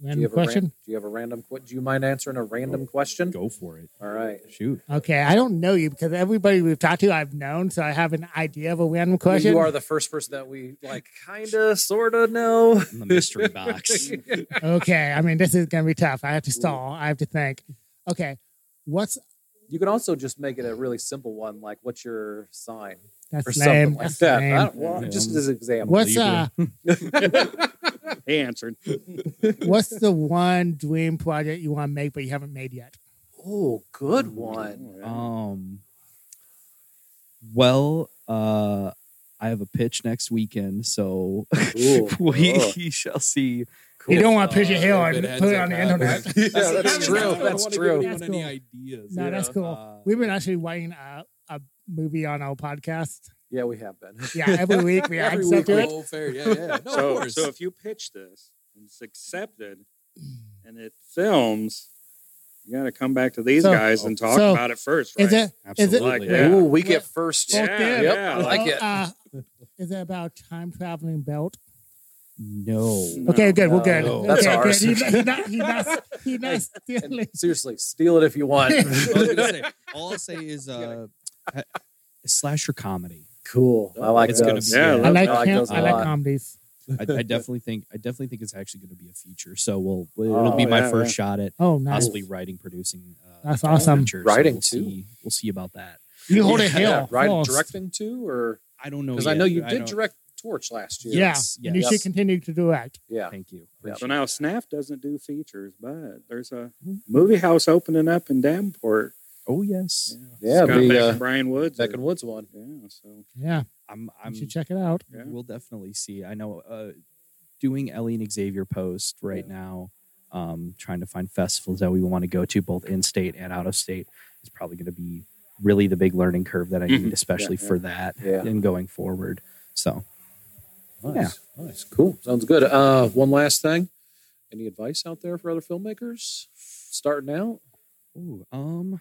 Speaker 1: do you
Speaker 2: Random
Speaker 1: have a ran-
Speaker 2: question.
Speaker 1: do you have a random? Qu- do you mind answering a random question?
Speaker 6: Oh, go for it.
Speaker 1: All right.
Speaker 6: Shoot.
Speaker 2: Okay, I don't know you because everybody we've talked to, I've known, so I have an idea of a random question.
Speaker 1: You are the first person that we like, kinda, sorta know.
Speaker 6: In the mystery box.
Speaker 2: okay, I mean this is gonna be tough. I have to stall. I have to think. Okay, what's
Speaker 1: You can also just make it a really simple one, like what's your sign
Speaker 2: that's
Speaker 1: or
Speaker 2: lame.
Speaker 1: something like
Speaker 2: That's
Speaker 1: that.
Speaker 2: lame.
Speaker 1: I don't- well,
Speaker 6: Um,
Speaker 1: just as an example.
Speaker 2: What's uh,
Speaker 3: He answered.
Speaker 2: what's the one dream project you want to make but you haven't made yet?
Speaker 1: Oh, good one.
Speaker 6: Um. Well, uh, I have a pitch next weekend, so
Speaker 1: Ooh,
Speaker 6: we
Speaker 1: oh,
Speaker 6: shall see.
Speaker 2: You don't want
Speaker 6: Uh,
Speaker 2: to pitch your hill
Speaker 6: if
Speaker 2: and
Speaker 6: it
Speaker 2: put it
Speaker 6: ends
Speaker 2: on
Speaker 6: up
Speaker 2: the internet.
Speaker 6: happening.
Speaker 1: Yeah,
Speaker 6: the
Speaker 1: that's
Speaker 6: thing, I
Speaker 1: true.
Speaker 6: don't
Speaker 1: That's
Speaker 6: wanna give
Speaker 1: true.
Speaker 6: anyone
Speaker 2: That's cool.
Speaker 6: ideas.
Speaker 2: No,
Speaker 6: you
Speaker 2: that's
Speaker 6: know?
Speaker 2: cool.
Speaker 6: Uh,
Speaker 2: We've been actually writing a, a movie on our podcast.
Speaker 1: Yeah, we have been.
Speaker 2: Yeah, every week we add
Speaker 1: Every
Speaker 2: stuff to it.
Speaker 6: Oh, fair. Yeah, yeah. No, of
Speaker 3: so,
Speaker 6: course.
Speaker 3: so if you pitch this and it's accepted and it films, you got to come back to these
Speaker 2: So-
Speaker 3: guys and talk
Speaker 2: so
Speaker 3: about it first, right?
Speaker 2: Is it? Is it-
Speaker 6: Absolutely.
Speaker 3: Yeah.
Speaker 1: Ooh, we get first.
Speaker 3: Yeah,
Speaker 2: damn.
Speaker 1: Yep, I like
Speaker 2: oh,
Speaker 1: it.
Speaker 2: Uh, is it about time traveling belt?
Speaker 6: No.
Speaker 3: No.
Speaker 2: Okay, good. We're good.
Speaker 1: No.
Speaker 2: okay,
Speaker 1: That's
Speaker 2: good.
Speaker 1: ours.
Speaker 2: He's not, he's not, he's not, he's not stealing.
Speaker 1: And seriously, steal it if you want.
Speaker 6: I was gonna say, all I'll say is uh, ha- slasher comedy.
Speaker 1: cool. I like
Speaker 6: It's gonna
Speaker 1: those.
Speaker 6: be- Yeah,
Speaker 2: I like,
Speaker 1: I like
Speaker 2: him.
Speaker 1: those a
Speaker 2: I like
Speaker 1: lot.
Speaker 2: comedies.
Speaker 6: I, I definitely think I definitely think it's actually going to be a feature. So we'll it'll
Speaker 1: Oh,
Speaker 6: be my
Speaker 3: yeah,
Speaker 6: first shot at
Speaker 2: Oh, nice.
Speaker 6: possibly writing, producing. Uh,
Speaker 2: That's awesome.
Speaker 6: feature,
Speaker 1: Writing
Speaker 6: we'll
Speaker 1: too.
Speaker 6: See, we'll see about that.
Speaker 2: You hold a
Speaker 1: Yeah,
Speaker 2: hill.
Speaker 1: right,
Speaker 2: False.
Speaker 1: directing too, or
Speaker 6: I don't know
Speaker 1: because I
Speaker 6: yet.
Speaker 1: know you
Speaker 6: don't-
Speaker 1: did direct Torch last year.
Speaker 2: Yeah,
Speaker 6: Yes,
Speaker 2: and you
Speaker 1: yes.
Speaker 2: should continue to direct.
Speaker 1: yeah,
Speaker 6: Thank you.
Speaker 1: Yeah.
Speaker 3: So now Snap doesn't do features, but there's a
Speaker 2: Mm-hmm.
Speaker 3: movie house opening up in Davenport.
Speaker 6: Oh yes.
Speaker 1: yeah.
Speaker 3: Scott Beck
Speaker 1: The
Speaker 3: and
Speaker 1: uh,
Speaker 3: Brian Woods.
Speaker 1: Beck and Woods one.
Speaker 3: yeah, so
Speaker 2: Yeah,
Speaker 6: I'm. I'm
Speaker 2: you should check it out.
Speaker 3: yeah.
Speaker 6: We'll definitely see. I know. Uh, doing Ellie and Xavier post right now. Um, trying to find festivals that we want to go to, both in state and out of state, is probably going to be really the big learning curve that I need, especially
Speaker 3: Mm-hmm. yeah.
Speaker 6: for that
Speaker 1: Yeah.
Speaker 6: and going forward. So
Speaker 1: Nice, nice, cool. Sounds good. Uh, one last thing. Any advice out there for other filmmakers starting out?
Speaker 6: Ooh, um,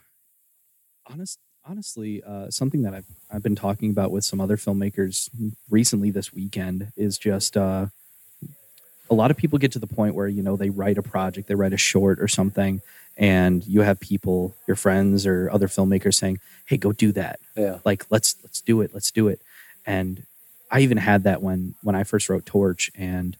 Speaker 6: honest, honestly, uh, something that I've I've been talking about with some other filmmakers recently this weekend is just uh, a lot of people get to the point where you know they write a project, they write a short or something, and you have people, your friends or other filmmakers saying, "Hey, go do that."
Speaker 1: Yeah,
Speaker 6: like let's let's do it let's do it and i even had that when when i first wrote torch and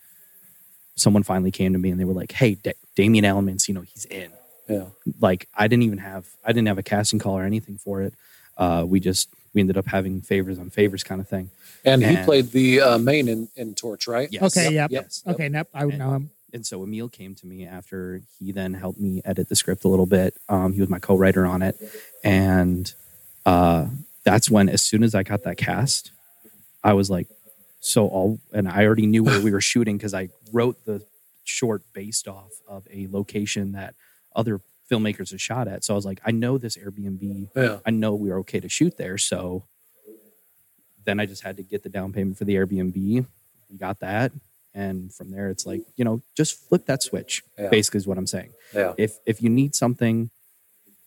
Speaker 6: someone finally came to me and they were like hey da- damien elements you know he's in
Speaker 1: Yeah.
Speaker 6: like i didn't even have i didn't have a casting call or anything for it uh we just we ended up having favors on favors kind of thing
Speaker 1: and he
Speaker 6: And-
Speaker 1: played the uh, main in, in Torch, right?
Speaker 6: yes.
Speaker 2: Okay, yep.
Speaker 6: yes
Speaker 2: Okay, nope. I would know him.
Speaker 6: and so Emil came to me after he then helped me edit the script a little bit. Um, he was my co-writer on it, and uh, that's when, as soon as I got that cast, I was like, so all, and I already knew where we were shooting because I wrote the short based off of a location that other filmmakers had shot at. So I was like, I know this Airbnb.
Speaker 1: Yeah.
Speaker 6: I know we are okay to shoot there. So then I just had to get the down payment for the Airbnb. We got that. And from there, it's like, you know, just flip that switch,
Speaker 1: Yeah.
Speaker 6: basically, is what I'm saying.
Speaker 1: Yeah.
Speaker 6: If, if you need something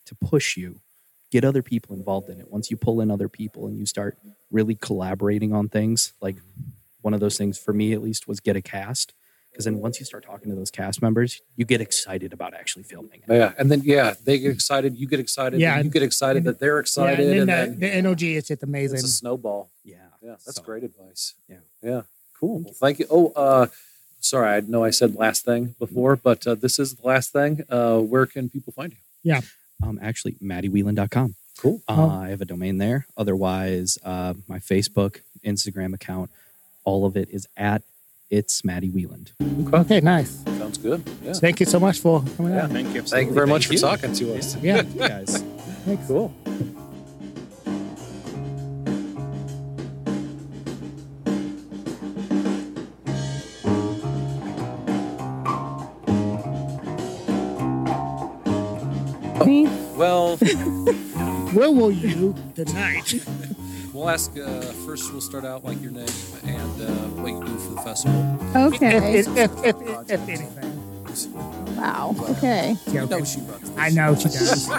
Speaker 6: to push you, get other people involved in it. Once you pull in other people and you start really collaborating on things, like one of those things for me, at least, was get a cast. Because then once you start talking to those cast members, you get excited about actually filming it.
Speaker 1: Yeah, and then yeah, they get excited, you get excited,
Speaker 2: Yeah,
Speaker 1: yeah, you get excited that they're
Speaker 2: Yeah,
Speaker 1: excited,
Speaker 2: and then
Speaker 1: and
Speaker 2: the,
Speaker 1: then
Speaker 2: the energy is just
Speaker 1: it's
Speaker 2: amazing.
Speaker 1: a snowball.
Speaker 6: Yeah.
Speaker 1: Yeah, that's
Speaker 6: So-
Speaker 1: great advice.
Speaker 6: Yeah.
Speaker 1: Yeah. Cool. Well, thank you. Oh, uh, sorry. I know I said last thing before, but uh, this is the last thing. Uh, where can people find you?
Speaker 6: um, actually maddywheelan.com.
Speaker 1: Cool.
Speaker 6: Uh,
Speaker 2: Oh.
Speaker 6: I have a domain there. Otherwise, uh, my Facebook, Instagram account, all of it is at it's Maddie Wheeland.
Speaker 2: Okay, nice.
Speaker 1: Sounds good. Yeah.
Speaker 2: Thank you so much for coming
Speaker 1: Yeah.
Speaker 2: out.
Speaker 3: Thank you.
Speaker 1: Thank you very much
Speaker 6: you.
Speaker 1: for talking to us.
Speaker 2: Yeah,
Speaker 6: You guys.
Speaker 2: thanks.
Speaker 1: Cool. Well,
Speaker 2: Where were you the night?
Speaker 1: We'll ask. Uh, first, we'll start out like your name and uh, what you do for the festival.
Speaker 7: Okay.
Speaker 2: If, if, if, if, if anything.
Speaker 7: Wow. Okay.
Speaker 2: Yeah, okay.
Speaker 1: No, she runs. this.
Speaker 2: I know she does.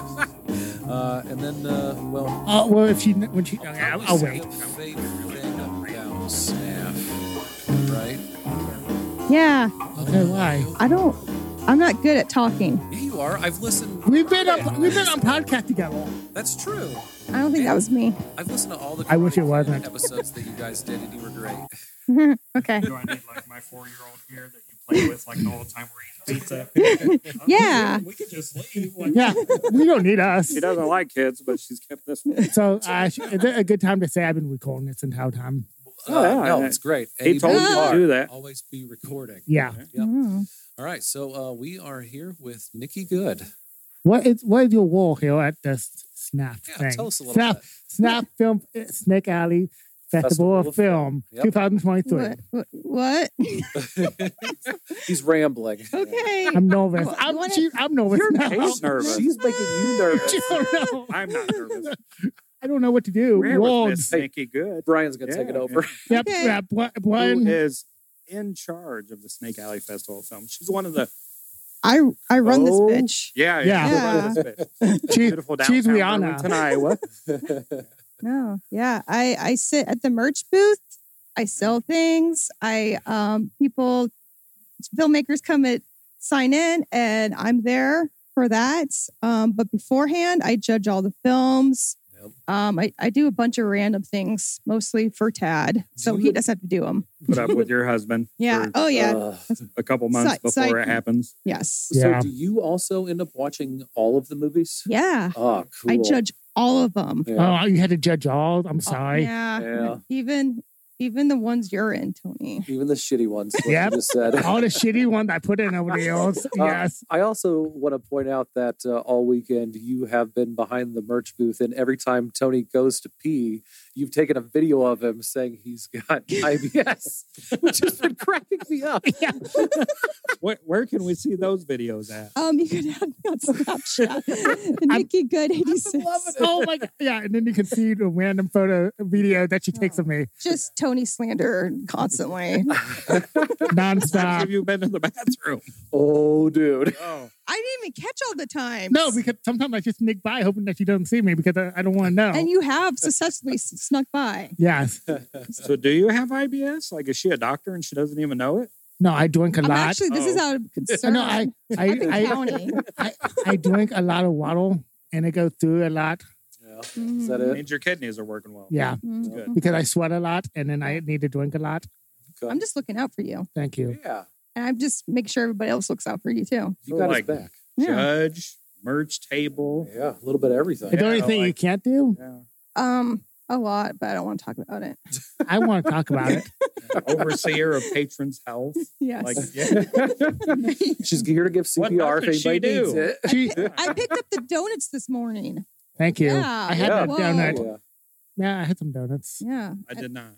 Speaker 1: Uh, and then, uh, well,
Speaker 2: Oh well, if she when she, okay, I'll, I'll wait.
Speaker 1: Staff, right?
Speaker 7: Yeah.
Speaker 2: Okay, why?
Speaker 7: I don't. I'm not good at talking.
Speaker 1: Yeah, you are. I've listened.
Speaker 2: We've been on we've been on podcast together.
Speaker 1: That's true.
Speaker 7: I don't think that was me.
Speaker 1: I've listened to all the.
Speaker 2: I wish it
Speaker 1: Karate
Speaker 2: wasn't.
Speaker 1: Kid episodes that you guys did, and you were great.
Speaker 7: okay.
Speaker 8: Do I need like my four year old here that you play with like all the time we're eating pizza?
Speaker 7: Yeah.
Speaker 8: We could just leave. Like,
Speaker 2: Yeah, you don't need us.
Speaker 3: She doesn't like kids, but she's kept this one.
Speaker 2: So uh, sh- is it a good time to say I've been recording this entire time?
Speaker 3: Oh,
Speaker 1: Uh,
Speaker 3: yeah,
Speaker 1: no,
Speaker 3: I-
Speaker 1: it's great.
Speaker 3: He told
Speaker 1: Anybody
Speaker 7: you to
Speaker 1: are.
Speaker 3: do that.
Speaker 1: Always be recording.
Speaker 2: Yeah.
Speaker 1: Yep.
Speaker 7: Mm.
Speaker 1: All right, so uh, we are here with Nikki Good.
Speaker 2: What is what is your role here at the s- Snap
Speaker 1: Yeah,
Speaker 2: thing?
Speaker 1: tell us a little
Speaker 2: Snap
Speaker 1: bit.
Speaker 2: Snap Film eh, Snake Alley
Speaker 1: Festival
Speaker 2: Festival
Speaker 1: of
Speaker 2: of Film,
Speaker 1: Yep.
Speaker 2: 2023.
Speaker 7: What? What? what?
Speaker 1: He's rambling.
Speaker 7: Okay.
Speaker 2: I'm nervous.
Speaker 7: Well,
Speaker 2: I'm
Speaker 7: you wanna-
Speaker 2: she, I'm nervous
Speaker 3: Your
Speaker 2: now.
Speaker 3: case nervous.
Speaker 8: She's making you nervous.
Speaker 2: I don't know.
Speaker 3: I'm not nervous.
Speaker 2: I don't know what to do.
Speaker 3: We're with
Speaker 2: Words.
Speaker 3: Miss Nikki Good,
Speaker 1: Brian's gonna take it
Speaker 3: Yeah.
Speaker 1: over.
Speaker 2: Yep.
Speaker 7: Okay.
Speaker 2: Yeah, Bri-
Speaker 3: who
Speaker 2: Brian.
Speaker 3: is in charge of the Snake Alley Festival of Film. She's one of the
Speaker 7: I I run
Speaker 3: Oh.
Speaker 7: this bitch.
Speaker 3: yeah
Speaker 2: Yeah.
Speaker 3: she's one of the-
Speaker 2: She,
Speaker 3: Beautiful
Speaker 2: she's
Speaker 3: downtown
Speaker 2: Rihanna.
Speaker 3: Burlington, Iowa.
Speaker 7: No. Yeah. I I sit at the merch booth. I sell things. I um people filmmakers come at sign in and I'm there for that. Um, but beforehand, I judge all the films.
Speaker 1: Yep.
Speaker 7: Um, I, I do a bunch of random things, mostly for Tad, so he doesn't have to do them.
Speaker 3: Put up with your husband.
Speaker 7: Yeah.
Speaker 3: for
Speaker 7: Oh yeah.
Speaker 1: Uh,
Speaker 3: a couple months
Speaker 7: Psych-
Speaker 3: before
Speaker 7: psych-
Speaker 3: it happens.
Speaker 7: yes.
Speaker 2: Yeah.
Speaker 1: So, do you also end up watching all of the movies?
Speaker 7: Yeah.
Speaker 1: Oh, cool.
Speaker 7: I judge all of them.
Speaker 1: Yeah.
Speaker 2: Oh, you had to judge all. I'm sorry.
Speaker 7: Yeah.
Speaker 1: Yeah.
Speaker 7: Even even the ones you're in, Tony.
Speaker 1: Even the shitty ones. Like
Speaker 2: Yep.
Speaker 1: you just said.
Speaker 2: All the shitty ones I put in over the years.
Speaker 1: Uh,
Speaker 2: Yes.
Speaker 1: I also want to point out that uh, all weekend you have been behind the merch booth, and every time Tony goes to pee, you've taken a video of him saying he's got IBS, which has been cracking me up.
Speaker 3: Where, where can we see those videos at?
Speaker 7: Um, you can have me on Snapchat. Nikki Good eighty six.
Speaker 2: Oh my god. Yeah. And then you can see the random photo video that she takes of me
Speaker 7: Just Tony slander constantly.
Speaker 3: Have
Speaker 2: nonstop.
Speaker 3: you been to the bathroom?
Speaker 1: Oh, dude.
Speaker 3: Oh,
Speaker 7: I didn't even catch all the time.
Speaker 2: No, because sometimes I just nick by hoping that she doesn't see me because I, I don't want to know.
Speaker 7: and you have successfully s- snuck by.
Speaker 2: yes.
Speaker 3: so do you have IBS? Like, is she a doctor and she doesn't even know it?
Speaker 2: No, I drink a
Speaker 7: I'm
Speaker 2: lot.
Speaker 7: actually
Speaker 1: Oh.
Speaker 7: this is out of
Speaker 2: I
Speaker 7: concern.
Speaker 2: know Oh. I I,
Speaker 7: I've been
Speaker 2: I,
Speaker 7: counting.
Speaker 2: I I drink a lot of water and it goes through a lot.
Speaker 1: Yeah. Is that it?
Speaker 3: Means your kidneys are working
Speaker 1: Oh.
Speaker 3: well.
Speaker 2: Yeah.
Speaker 7: Mhm.
Speaker 3: Good.
Speaker 2: Because I sweat a lot and then I need to drink a lot.
Speaker 7: I'm just looking out for you,
Speaker 2: Thank you.
Speaker 1: yeah.
Speaker 7: and I'm just make sure everybody else looks out for you too.
Speaker 1: You
Speaker 3: So,
Speaker 2: Oh
Speaker 1: got
Speaker 3: like-
Speaker 1: his back.
Speaker 7: Yeah.
Speaker 3: Judge, merch table.
Speaker 1: Yeah. A little bit of everything.
Speaker 2: Is there
Speaker 3: Yeah,
Speaker 2: anything you
Speaker 3: like-
Speaker 2: can't do?
Speaker 3: Yeah.
Speaker 7: Um, a lot, but I don't want to talk about it.
Speaker 2: I want to talk about it.
Speaker 3: Overseer of patrons' health.
Speaker 7: Yes.
Speaker 3: Like, yeah.
Speaker 1: She's here to give
Speaker 3: What
Speaker 1: CPR
Speaker 3: else could
Speaker 1: if
Speaker 3: she
Speaker 1: anybody needs
Speaker 3: do?
Speaker 1: it.
Speaker 2: She,
Speaker 7: I picked up the donuts this morning.
Speaker 2: thank you.
Speaker 7: Yeah.
Speaker 2: I had
Speaker 1: Yeah.
Speaker 2: that donut.
Speaker 1: Yeah.
Speaker 2: Yeah, I had some donuts.
Speaker 7: Yeah.
Speaker 3: I did not.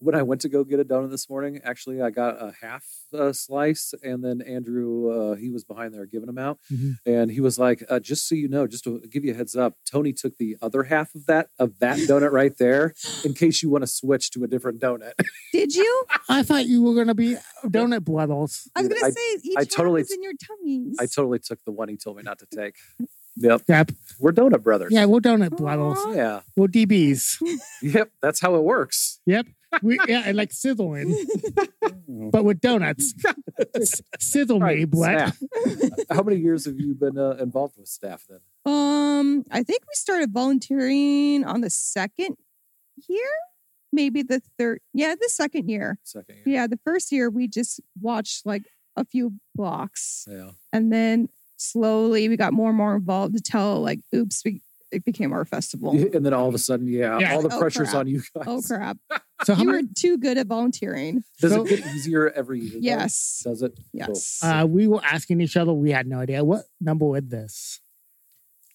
Speaker 1: When I went to go get a donut this morning, actually, I got a half uh, slice, and then Andrew, uh, he was behind there giving them out.
Speaker 4: Mm-hmm.
Speaker 2: Mhm.
Speaker 1: and he was like, uh, "Just so you know, just to give you a heads up, Tony took the other half of that of that donut right there, in case you want to switch to a different donut."
Speaker 7: Did you?
Speaker 2: I thought you were gonna be donut brothers.
Speaker 7: I was gonna
Speaker 1: I-
Speaker 7: say each
Speaker 1: I
Speaker 7: half
Speaker 1: totally-
Speaker 7: is in your tummies.
Speaker 1: I totally took the one he told me not to take. Yep,
Speaker 2: Yep.
Speaker 1: we're donut brothers.
Speaker 2: Yeah, we're donut brothers.
Speaker 7: Aw.
Speaker 1: yeah,
Speaker 2: We're DBs.
Speaker 1: yep. That's how it works.
Speaker 2: We yeah, and like sizzling,
Speaker 3: Mm.
Speaker 2: but with donuts. S- Sizzle me,
Speaker 1: Right,
Speaker 2: but
Speaker 1: Snap. how many years have you been uh, involved with staff then?
Speaker 7: Um, I think we started volunteering on the second year, maybe the third. Yeah, the second year.
Speaker 1: Second year.
Speaker 7: Yeah, the first year we just watched like a few blocks,
Speaker 1: Yeah.
Speaker 7: and then slowly we got more and more involved until like, oops, we, it became our festival.
Speaker 1: And then all of a sudden, yeah,
Speaker 2: Yeah.
Speaker 1: all the
Speaker 7: Oh,
Speaker 1: pressure's
Speaker 7: crap.
Speaker 1: on you guys.
Speaker 7: Oh crap!
Speaker 2: So how
Speaker 7: You were
Speaker 2: many?
Speaker 7: too good at volunteering.
Speaker 1: Does
Speaker 2: So-
Speaker 1: it get easier every year? though?
Speaker 7: Yes.
Speaker 1: Does it?
Speaker 7: Yes.
Speaker 2: Uh, we were asking each other. We had no idea what number was this.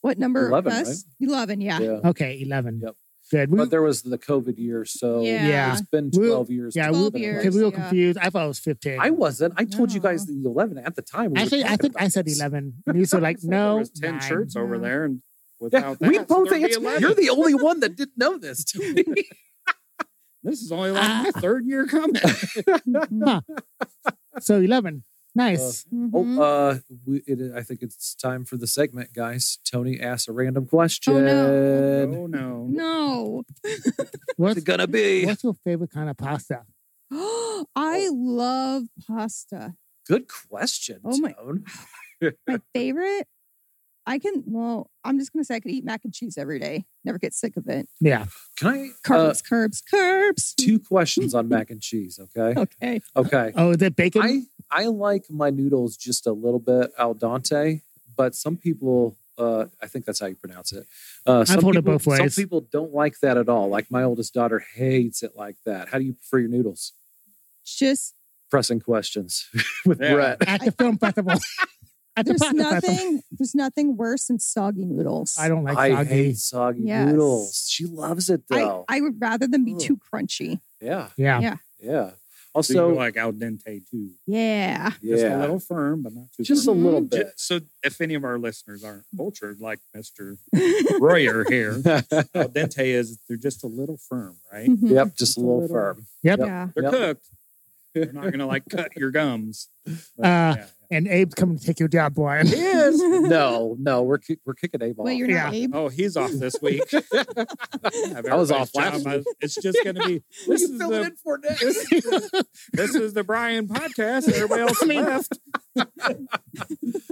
Speaker 7: what number?
Speaker 1: 11,
Speaker 7: of us? Eleven. Yeah.
Speaker 1: Yeah.
Speaker 2: Okay, eleven.
Speaker 1: Yep.
Speaker 2: Good. We,
Speaker 1: But there was the COVID year, so
Speaker 7: Yeah.
Speaker 2: Yeah.
Speaker 1: it's been
Speaker 2: We'll-
Speaker 1: 12 years.
Speaker 2: yeah,
Speaker 1: since we've
Speaker 7: 12
Speaker 1: been
Speaker 2: we,
Speaker 1: in
Speaker 7: years.
Speaker 1: place.
Speaker 2: because we were
Speaker 7: yeah.
Speaker 2: confused. I thought it was fifteen.
Speaker 1: I wasn't. I told you guys the 11 at the time. We were
Speaker 2: Actually, I
Speaker 1: talking
Speaker 2: think
Speaker 1: about
Speaker 2: I said
Speaker 1: this.
Speaker 2: eleven. And you said like
Speaker 3: There
Speaker 2: no.
Speaker 3: was ten
Speaker 2: nine.
Speaker 3: shirts over
Speaker 7: Yeah.
Speaker 3: there, and Without that,
Speaker 1: we both
Speaker 3: there'd be
Speaker 1: answered.
Speaker 3: 11.
Speaker 1: You're the only one that didn't know this. Tony.
Speaker 3: This is only like
Speaker 7: Ah.
Speaker 3: my third year coming.
Speaker 2: Huh. So 11. Nice. Mm-hmm.
Speaker 7: Mhm.
Speaker 1: oh, uh, we, it, I think it's time for the segment, guys. Tony asks a random question.
Speaker 3: oh no.
Speaker 7: no.
Speaker 1: What's
Speaker 2: what's,
Speaker 1: it gonna be?
Speaker 2: what's your favorite kind of pasta?
Speaker 7: I love pasta.
Speaker 1: Good question.
Speaker 7: Oh my-
Speaker 1: Tone.
Speaker 7: My favorite? I can, well, I'm just going to say I could eat mac and cheese every day. Never get sick of it.
Speaker 2: Yeah.
Speaker 1: Can I? Uh,
Speaker 7: Carbs, carbs, carbs.
Speaker 1: two questions on mac and cheese. Okay.
Speaker 7: Okay.
Speaker 1: Okay.
Speaker 2: Oh, is it bacon?
Speaker 1: I I like my noodles just a little bit al dente, but some people uh, I think that's how you pronounce it. Uh, some
Speaker 2: heard it
Speaker 1: people,
Speaker 2: both ways.
Speaker 1: Some people don't like that at all. Like my oldest daughter hates it like that. How do you prefer your noodles?
Speaker 7: Just,
Speaker 1: Pressing questions with
Speaker 3: Yeah.
Speaker 1: Brett.
Speaker 2: at the film festival. at the
Speaker 7: there's
Speaker 2: pasta festival.
Speaker 7: nothing, there's nothing worse than soggy noodles.
Speaker 2: I don't like
Speaker 1: I
Speaker 2: soggy.
Speaker 1: hate soggy
Speaker 7: Yes.
Speaker 1: noodles. She loves it
Speaker 7: I,
Speaker 1: though.
Speaker 7: I would rather them be
Speaker 1: Ugh.
Speaker 7: too crunchy.
Speaker 1: yeah,
Speaker 2: yeah.
Speaker 7: Yeah.
Speaker 1: yeah.
Speaker 3: So,
Speaker 1: Also,
Speaker 3: you like al dente too.
Speaker 7: Yeah. Mm-hmm.
Speaker 1: yeah,
Speaker 3: Just a little firm, but not too
Speaker 1: just a
Speaker 3: firm.
Speaker 1: little
Speaker 3: Ju-
Speaker 1: bit.
Speaker 3: So if any of our listeners aren't cultured like Mr. Royer here, al dente is they're just a little firm, right?
Speaker 7: Mhm.
Speaker 1: yep, just a
Speaker 3: a
Speaker 1: little
Speaker 3: little.
Speaker 1: firm.
Speaker 2: Yep.
Speaker 7: Yeah.
Speaker 3: They're
Speaker 1: Yep.
Speaker 3: cooked. They're not gonna like cut your gums. But,
Speaker 2: Uh,
Speaker 3: yeah.
Speaker 2: And Abe's coming to take you down, Brian.
Speaker 1: No, no, we're ki- we're kicking a ball.
Speaker 7: Wait, you're not
Speaker 2: Yeah.
Speaker 7: Abe?
Speaker 3: Oh, he's off this week. I
Speaker 1: was off last
Speaker 3: It's just going to be.
Speaker 1: what
Speaker 3: This
Speaker 1: are you
Speaker 3: is,
Speaker 1: filling
Speaker 3: the,
Speaker 1: in for next?
Speaker 3: this is the Brian podcast. Everybody else left.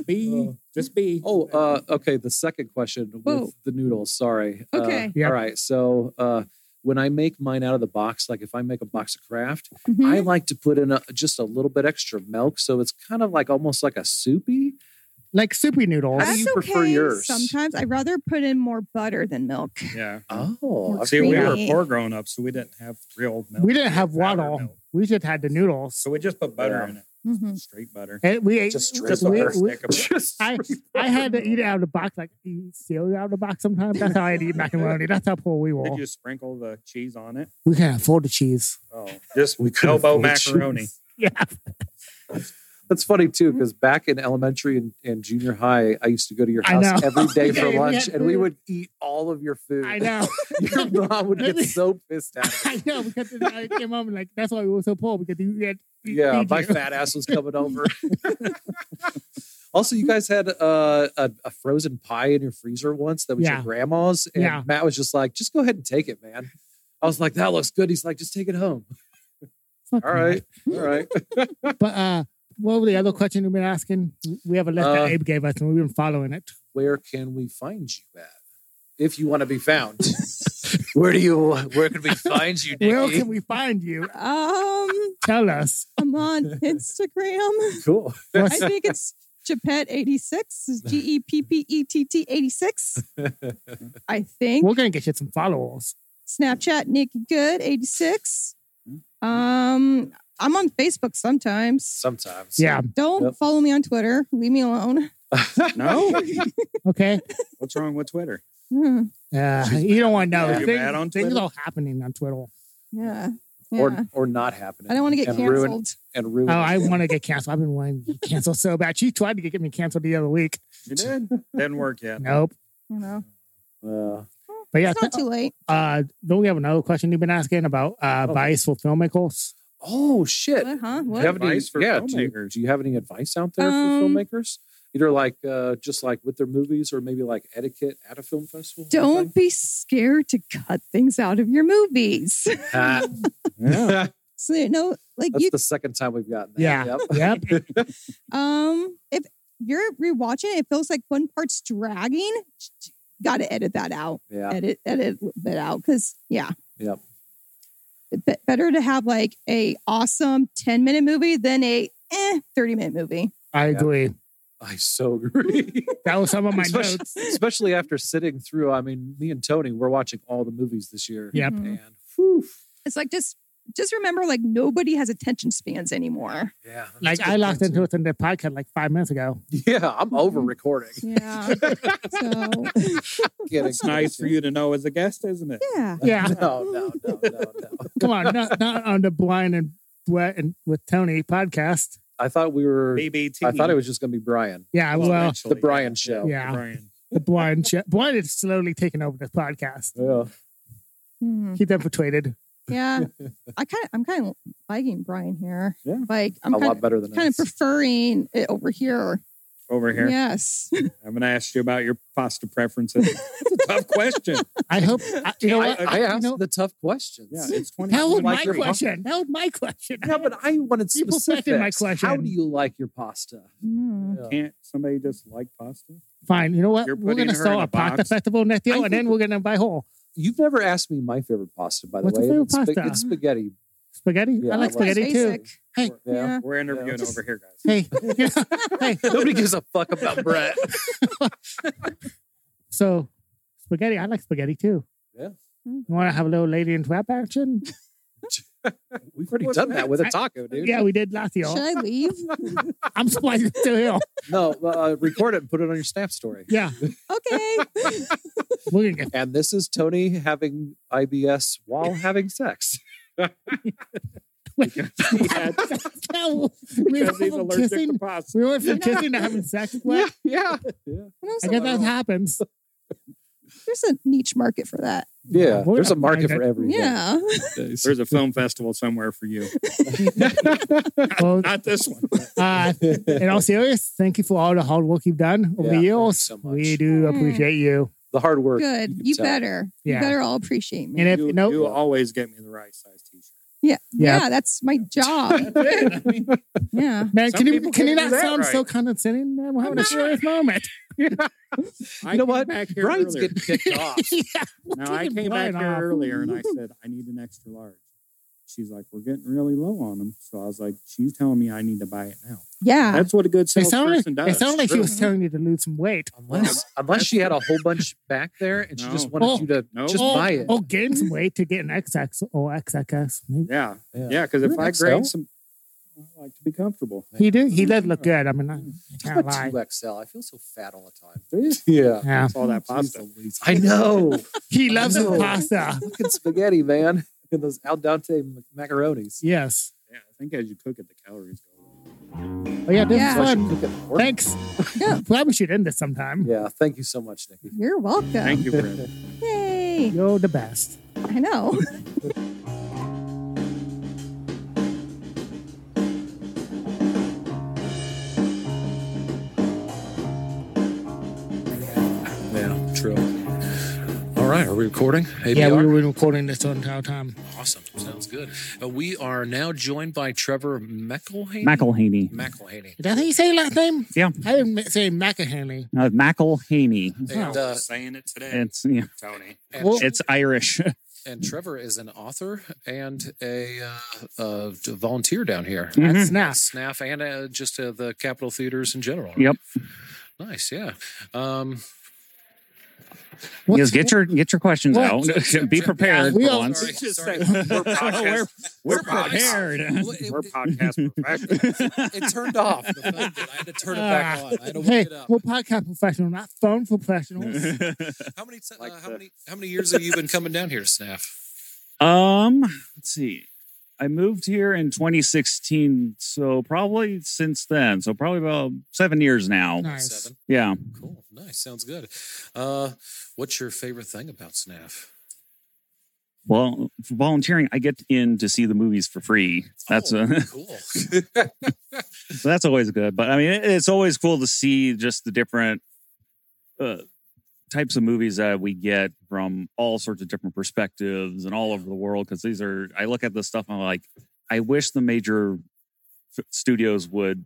Speaker 3: be just be.
Speaker 1: Oh, uh, okay. The second question
Speaker 7: Whoa.
Speaker 1: with the noodles. Sorry. Uh,
Speaker 7: Okay.
Speaker 2: Yep.
Speaker 1: All right. So uh, when I make mine out of the box, like if I make a box of craft, I
Speaker 7: Mhm.
Speaker 1: like to put in a, just a little bit extra milk, so it's kind of like almost like a soupy.
Speaker 2: like soupy noodles.
Speaker 1: How do
Speaker 7: That's
Speaker 1: you prefer
Speaker 7: okay.
Speaker 1: yours?
Speaker 7: Sometimes I'd rather put in more butter than milk.
Speaker 3: yeah.
Speaker 1: Oh,
Speaker 7: Or
Speaker 1: okay.
Speaker 3: See, we were
Speaker 7: creamy.
Speaker 3: poor grown up, so we didn't have real milk.
Speaker 2: We didn't have
Speaker 3: Powdered
Speaker 2: waddle.
Speaker 3: milk.
Speaker 2: We just had the noodles.
Speaker 3: So we just put butter in it,
Speaker 7: Mhm.
Speaker 3: straight butter.
Speaker 2: And we ate.
Speaker 1: Just
Speaker 3: Just a
Speaker 2: we-
Speaker 3: little
Speaker 1: butter.
Speaker 2: we-
Speaker 3: stick of butter.
Speaker 1: Just
Speaker 2: I, I had to eat it out of the box, like eat cereal out of the box sometimes. That's how I eat macaroni. That's how poor we were.
Speaker 3: Did you sprinkle the cheese on it?
Speaker 2: We can't afford the cheese.
Speaker 3: Oh, just
Speaker 1: We couldn't
Speaker 3: elbow
Speaker 1: afford cheese.
Speaker 3: macaroni.
Speaker 2: Yeah.
Speaker 1: that's funny
Speaker 7: Mm-hmm.
Speaker 1: too, because back in elementary and, and junior high, I used to go to your
Speaker 2: I
Speaker 1: house
Speaker 2: know.
Speaker 1: every day
Speaker 2: Yeah,
Speaker 1: for
Speaker 2: we
Speaker 1: lunch,
Speaker 2: had
Speaker 1: and we
Speaker 2: food.
Speaker 1: would eat all of your food.
Speaker 2: I know.
Speaker 1: your mom would get so pissed at us.
Speaker 2: I know. Because I came home and like, that's why we were so poor because we had. we
Speaker 1: Yeah,
Speaker 2: need
Speaker 1: my
Speaker 2: you.
Speaker 1: fat ass was coming over. also, you guys had uh, a, a frozen pie in your freezer once that was your
Speaker 2: Yeah.
Speaker 1: grandma's, and
Speaker 2: Yeah.
Speaker 1: Matt was just like, "Just go ahead and take it, man." I was like, "That looks good." He's like, "Just take it home."
Speaker 2: Fuck
Speaker 1: All
Speaker 2: no.
Speaker 1: right, all right.
Speaker 2: But uh, what were the other question you've been asking? We have a list
Speaker 1: Uh,
Speaker 2: that Abe gave us, and we've been following it.
Speaker 1: Where can we find you at? If you want to be found, where do you? Where can we find you,
Speaker 2: Where can we find you?
Speaker 7: Um,
Speaker 2: Tell us.
Speaker 7: I'm on Instagram.
Speaker 1: Cool.
Speaker 7: I
Speaker 2: What's-
Speaker 7: think it's Geppett86. G E P P E T T 86. I think.
Speaker 2: we're gonna get you some followers.
Speaker 7: Snapchat Nikki Good 86.
Speaker 1: Mm-hmm.
Speaker 7: Um, I'm on Facebook sometimes.
Speaker 1: Sometimes,
Speaker 2: Yeah.
Speaker 7: Don't
Speaker 1: Yep.
Speaker 7: follow me on Twitter. Leave me alone.
Speaker 3: No,
Speaker 2: Okay.
Speaker 3: what's wrong with Twitter?
Speaker 7: Hmm.
Speaker 2: Uh, you don't want to know.
Speaker 1: Yeah.
Speaker 3: You
Speaker 2: Things-
Speaker 3: bad on
Speaker 2: things
Speaker 3: Twitter?
Speaker 2: are happening on Twitter.
Speaker 7: Yeah. yeah.
Speaker 1: or or not happening.
Speaker 7: I don't want to get
Speaker 1: and Ruin,
Speaker 7: canceled.
Speaker 1: and ruin.
Speaker 2: Oh, I
Speaker 1: it.
Speaker 2: want to get canceled. I've been wanting to get canceled so bad. She tried to get me canceled the other week.
Speaker 3: You did? Didn't work yet.
Speaker 2: Nope.
Speaker 7: You know,
Speaker 1: Uh,
Speaker 2: But yeah,
Speaker 7: it's not too late.
Speaker 2: uh, don't we have another question you've been asking about uh,
Speaker 1: Oh.
Speaker 2: advice for filmmakers?
Speaker 1: oh shit!
Speaker 7: What, huh?
Speaker 1: Do
Speaker 7: What?
Speaker 1: you have any,
Speaker 3: Advice for
Speaker 1: yeah, do you,
Speaker 3: filmmakers.
Speaker 1: do you have any advice out there for
Speaker 7: Um,
Speaker 1: filmmakers? Either like uh, just like with their movies or maybe like etiquette at a film festival?
Speaker 7: Don't be scared to cut things out of your movies.
Speaker 1: Ah,
Speaker 3: Yeah.
Speaker 7: so you know, like
Speaker 1: that's
Speaker 7: you
Speaker 1: the second time we've gotten that.
Speaker 2: Yeah.
Speaker 1: Yep.
Speaker 2: Yep.
Speaker 7: um if you're rewatching it, it feels like one part's dragging, gotta edit that out.
Speaker 1: Yeah.
Speaker 7: edit edit a little bit out because yeah
Speaker 1: Yep.
Speaker 7: Be- better to have like a awesome 10 minute movie than a eh, 30 minute movie
Speaker 2: I
Speaker 1: Yeah.
Speaker 2: agree.
Speaker 1: I so agree.
Speaker 2: That was some of my
Speaker 1: especially,
Speaker 2: notes.
Speaker 1: especially after sitting through, I mean, me and Tony, we're watching all the movies this year.
Speaker 2: Yep.
Speaker 7: Mhm.
Speaker 1: And whew,
Speaker 7: it's like just just remember like nobody has attention spans anymore
Speaker 1: yeah. that's
Speaker 2: Like
Speaker 1: a good
Speaker 2: I locked
Speaker 1: point,
Speaker 2: into it in the podcast like five minutes ago.
Speaker 1: too. Yeah,
Speaker 7: Mm-hmm.
Speaker 1: I'm over recording.
Speaker 7: yeah so
Speaker 1: Kidding.
Speaker 3: It's nice for you to know as a guest, isn't it?
Speaker 7: yeah
Speaker 2: Yeah.
Speaker 1: No, no, no, no, no.
Speaker 2: Come on, not, not on the blind and Brett and with Tony podcast.
Speaker 1: I thought we were.
Speaker 3: BBT.
Speaker 1: I thought it was just going to be Brian,
Speaker 2: Yeah, well,
Speaker 1: the Brian show.
Speaker 2: yeah.
Speaker 3: Brian.
Speaker 2: the blind chef. Blind is slowly taking over this podcast.
Speaker 1: Yeah.
Speaker 7: Hmm.
Speaker 2: Keep them persuaded.
Speaker 7: Yeah, I kind of, I'm kind of liking Brian here.
Speaker 1: Yeah.
Speaker 7: like I'm
Speaker 1: a
Speaker 7: kind
Speaker 1: lot
Speaker 7: of,
Speaker 1: better than
Speaker 7: kind of
Speaker 1: us.
Speaker 7: preferring it over here.
Speaker 3: over here.
Speaker 7: Yes,
Speaker 3: I'm going to ask you about your pasta preferences. It's a tough question.
Speaker 2: I hope I, you know
Speaker 1: I,
Speaker 2: what.
Speaker 1: I
Speaker 2: You
Speaker 1: asked
Speaker 2: know-
Speaker 1: the tough questions.
Speaker 3: Yeah, it's 20.
Speaker 2: that was
Speaker 1: like
Speaker 2: my
Speaker 1: your mom.
Speaker 2: question. That was my question.
Speaker 1: No, but I wanted
Speaker 2: You
Speaker 1: specifics.
Speaker 2: perfected
Speaker 1: How
Speaker 2: my question.
Speaker 1: do you like your pasta?
Speaker 7: Hmm.
Speaker 1: Yeah.
Speaker 3: Can't somebody just like pasta?
Speaker 2: Fine. You know what?
Speaker 3: You're
Speaker 2: We're
Speaker 3: putting
Speaker 2: gonna
Speaker 3: her
Speaker 2: start
Speaker 3: in a
Speaker 2: a pasta
Speaker 3: box.
Speaker 2: festival next
Speaker 1: I
Speaker 2: year, and
Speaker 1: think-
Speaker 2: then we're gonna buy whole
Speaker 1: You've never asked me my favorite pasta, by the
Speaker 2: What's your
Speaker 1: way.
Speaker 2: favorite
Speaker 1: it's, spa-
Speaker 2: pasta?
Speaker 1: it's spaghetti.
Speaker 2: spaghetti.
Speaker 1: Yeah, I
Speaker 2: I like
Speaker 1: like
Speaker 2: spaghetti too.
Speaker 7: Basic.
Speaker 2: Hey.
Speaker 1: Yeah.
Speaker 7: Yeah.
Speaker 3: We're interviewing
Speaker 1: just-
Speaker 3: over here, guys.
Speaker 2: Hey, hey.
Speaker 1: Nobody gives a fuck about Brett.
Speaker 2: So, spaghetti. I like spaghetti too.
Speaker 1: Yeah.
Speaker 7: Mm-hmm.
Speaker 2: You want to have a little lady in trap action?
Speaker 1: We've already done that with a taco, dude.
Speaker 2: Yeah, we did last year.
Speaker 7: Should I leave?
Speaker 2: I'm surprised it's still here.
Speaker 1: No, uh, record it and put it on your Snap story.
Speaker 2: Yeah,
Speaker 7: okay.
Speaker 2: we're gonna get
Speaker 1: And this is Tony having IBS while having sex.
Speaker 3: He had-
Speaker 2: No, we went
Speaker 3: because he's
Speaker 2: from
Speaker 3: allergic to
Speaker 2: kissing.
Speaker 3: pasta.
Speaker 2: We went from kissing to having sex. Well,
Speaker 1: yeah.
Speaker 7: And
Speaker 2: I
Speaker 7: also,
Speaker 2: guess that happens.
Speaker 7: there's a niche market for that.
Speaker 1: Yeah.
Speaker 2: We're
Speaker 1: There's a
Speaker 2: not
Speaker 1: market
Speaker 2: buying
Speaker 1: for everything.
Speaker 7: Yeah.
Speaker 3: There's a film festival somewhere for you.
Speaker 2: Well,
Speaker 3: Not this one.
Speaker 2: uh, in all seriousness, thank you for all the hard work you've done
Speaker 1: Yeah,
Speaker 2: over the
Speaker 1: thank you
Speaker 2: years.
Speaker 1: so much.
Speaker 2: we do
Speaker 7: Mm.
Speaker 2: appreciate you.
Speaker 1: The hard work.
Speaker 7: Good.
Speaker 1: can
Speaker 7: You
Speaker 1: tell.
Speaker 7: better. You
Speaker 2: Yeah.
Speaker 7: better all appreciate me.
Speaker 2: And if
Speaker 3: You,
Speaker 2: no,
Speaker 3: you always get me the right size t shirt.
Speaker 7: yeah.
Speaker 2: Yeah.
Speaker 7: yeah. That's my job. yeah.
Speaker 2: man,
Speaker 3: some
Speaker 2: can you
Speaker 3: people
Speaker 2: can you
Speaker 3: can't
Speaker 2: not
Speaker 3: do that
Speaker 2: sound
Speaker 3: right.
Speaker 2: so condescending? Man, we're having a
Speaker 3: I'm not.
Speaker 2: serious moment.
Speaker 3: I
Speaker 1: You know
Speaker 3: came
Speaker 1: what?
Speaker 3: Back here
Speaker 1: Brian's
Speaker 3: earlier.
Speaker 1: getting kicked off.
Speaker 3: Now I
Speaker 2: Taking
Speaker 3: came
Speaker 2: Brian
Speaker 3: back here
Speaker 2: off.
Speaker 3: earlier and I said I need an extra large. She's like, we're getting really low on them. So I was like, she's telling me I need to buy it now.
Speaker 7: Yeah.
Speaker 3: That's what a good
Speaker 2: It sounded,
Speaker 3: salesperson
Speaker 2: like,
Speaker 3: does.
Speaker 2: it sounded like she
Speaker 3: Really.
Speaker 2: was telling you to lose some weight.
Speaker 1: Unless, unless she had a whole bunch back there and she just
Speaker 3: No.
Speaker 1: wanted
Speaker 2: Oh,
Speaker 1: you to
Speaker 3: no.
Speaker 1: just
Speaker 2: or,
Speaker 1: buy it.
Speaker 2: or gain some weight to get an oh, XX or XXS. Maybe.
Speaker 3: Yeah, yeah. Because
Speaker 1: You're
Speaker 3: if
Speaker 1: an
Speaker 3: I
Speaker 1: XL?
Speaker 3: grade some, I like to be comfortable.
Speaker 2: He did.
Speaker 3: Mm-hmm.
Speaker 2: He did look good. I mean, I, I can't
Speaker 1: What
Speaker 2: lie.
Speaker 1: 2XL. I feel so fat all the time. Yeah.
Speaker 2: Yeah,
Speaker 3: It's all that pasta.
Speaker 1: I know.
Speaker 2: he loves his
Speaker 1: know.
Speaker 2: pasta.
Speaker 1: Fucking spaghetti, man. And those al dente macaronis.
Speaker 2: Yes.
Speaker 3: Yeah, I think as you cook it, the calories go. away.
Speaker 2: Oh yeah, this
Speaker 7: Yeah.
Speaker 2: is fun.
Speaker 1: Cook it for-
Speaker 2: Thanks.
Speaker 7: Yeah.
Speaker 2: Glad we should end this sometime.
Speaker 1: Yeah. Thank you so much, Nikki.
Speaker 7: You're welcome.
Speaker 3: Thank you, Brent.
Speaker 7: Yay.
Speaker 2: You're the best.
Speaker 7: I know.
Speaker 1: Yeah, true. All right, are we recording? ABR?
Speaker 2: Yeah, we were recording this the entire time.
Speaker 1: Awesome. Sounds good. Uh, we are now joined by Trevor McElhaney.
Speaker 9: McElhaney.
Speaker 1: McElhaney.
Speaker 2: Is that how you say your last name?
Speaker 9: Yeah.
Speaker 2: I didn't ma- say McElhaney.
Speaker 9: Uh, McElhaney.
Speaker 1: And,
Speaker 2: Wow.
Speaker 1: uh,
Speaker 8: saying it today,
Speaker 9: It's yeah,
Speaker 8: Tony.
Speaker 1: and,
Speaker 2: Well-
Speaker 9: it's Irish.
Speaker 1: and Trevor is an author and a uh, uh, volunteer down here.
Speaker 9: Mhm.
Speaker 2: That's nice.
Speaker 1: SNAF and uh, just uh, the Capitol Theaters in general.
Speaker 9: Yep.
Speaker 1: Nice. Yeah. Um,
Speaker 9: Yes, get your get your questions
Speaker 2: What?
Speaker 9: out. Be prepared.
Speaker 2: We
Speaker 9: for
Speaker 2: all-
Speaker 9: once.
Speaker 1: Sorry,
Speaker 3: Just
Speaker 1: sorry.
Speaker 3: say, we're podcast.
Speaker 9: We're
Speaker 1: Well,
Speaker 9: prepared.
Speaker 1: it-
Speaker 3: we're podcast professionals.
Speaker 1: it turned off. The phone did. I had to turn it back
Speaker 2: Ah.
Speaker 1: on. I had to wake
Speaker 2: Hey,
Speaker 1: it up.
Speaker 2: we're podcast professional, not phone professionals.
Speaker 1: How many ti-
Speaker 3: Like
Speaker 1: uh, how
Speaker 3: the-
Speaker 1: many how many years have you been coming down here, Snaf?
Speaker 9: um, let's see. I moved here in 2016, so probably since then. So probably about seven years now.
Speaker 2: nice.
Speaker 1: Seven.
Speaker 9: Yeah.
Speaker 1: Cool. Nice. Sounds good. Uh, what's your favorite thing about Snaf?
Speaker 9: Well, for volunteering, I get in to see the movies for free. That's
Speaker 1: Oh,
Speaker 9: a
Speaker 1: cool.
Speaker 9: So that's always good. But I mean, it- it's always cool to see just the different uh, types of movies that we get from all sorts of different perspectives and all over the world. Because these are, I look at this stuff and I'm like, I wish the major f- studios would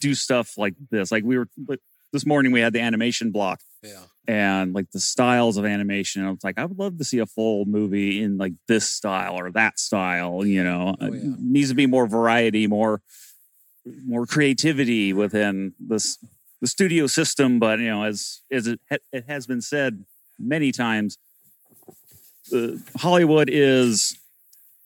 Speaker 9: do stuff like this. Like we were like, this morning, we had the animation block
Speaker 1: Yeah.
Speaker 9: and like the styles of animation. I was like, I would love to see a full movie in like this style or that style. You know,
Speaker 1: Oh,
Speaker 9: It
Speaker 1: yeah.
Speaker 9: needs to be more variety, more more creativity within this the studio system. But you know, as as it, ha- it has been said many times, uh, Hollywood is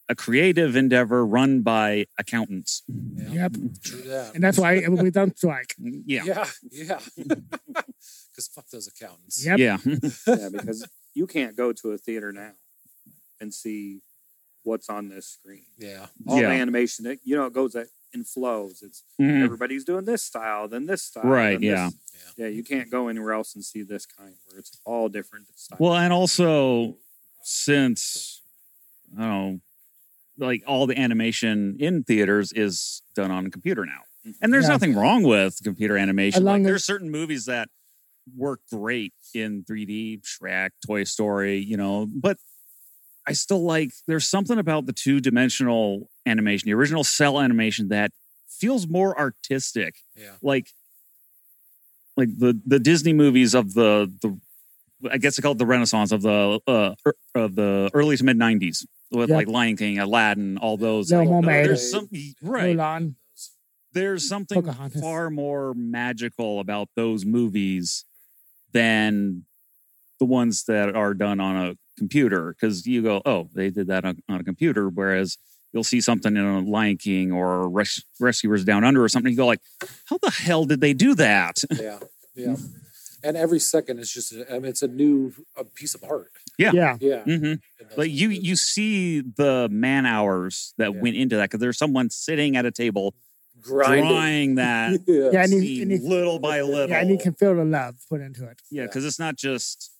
Speaker 9: a creative endeavor run by accountants.
Speaker 1: Yeah.
Speaker 2: Yep.
Speaker 1: True that.
Speaker 2: And that's why everybody's done strike.
Speaker 9: Yeah,
Speaker 1: Yeah. ah, Yeah. Because fuck those accountants.
Speaker 2: Yep.
Speaker 9: yeah.
Speaker 3: yeah, because you can't go to a theater now and see what's on this screen.
Speaker 1: Yeah.
Speaker 3: All
Speaker 9: Yeah.
Speaker 3: the animation, that you know, it goes at
Speaker 8: uh, in flows. It's
Speaker 9: Mhm.
Speaker 8: everybody's doing this style, then this style,
Speaker 9: Right,
Speaker 8: then
Speaker 9: yeah.
Speaker 8: this. yeah, You can't go anywhere else and see this kind where it's all different styles.
Speaker 9: Well, and also since I don't know, like all the animation in theaters is done on a computer now, and there's
Speaker 2: Yeah.
Speaker 9: nothing wrong with computer animation.
Speaker 2: Along
Speaker 9: Like,
Speaker 2: with-
Speaker 9: there's certain movies that work great in 3D, Shrek, Toy Story, you know, but I still like there's something about the two dimensional animation, the original cell animation that feels more artistic.
Speaker 1: Yeah.
Speaker 9: Like like the the Disney movies of the the I guess they call it the Renaissance of the uh er- of the early to mid '90s with
Speaker 2: Yeah.
Speaker 9: like Lion King, Aladdin, all those.
Speaker 2: Little
Speaker 9: like,
Speaker 2: Mermaid.
Speaker 9: There's some right.
Speaker 2: Mulan.
Speaker 9: There's something
Speaker 2: Pocahontas.
Speaker 9: far more magical about those movies than the ones that are done on a computer because you go, oh, they did that on, on a computer, whereas. You'll see something in a Lion King or Res- Rescuers Down Under or something. You go like, "How the hell did they do that?"
Speaker 1: yeah, yeah. And every second is just, I mean, it's a new a piece of art.
Speaker 9: Yeah.
Speaker 2: Yeah.
Speaker 1: Yeah.
Speaker 9: hmm But you you see the man hours that
Speaker 1: Yeah.
Speaker 9: went into that because there's someone sitting at a table
Speaker 1: grinding.
Speaker 9: drawing that
Speaker 2: Yeah, and
Speaker 9: scene
Speaker 2: you, and you,
Speaker 9: little by little.
Speaker 2: yeah, and you can feel the love put into it.
Speaker 9: yeah, because it's not just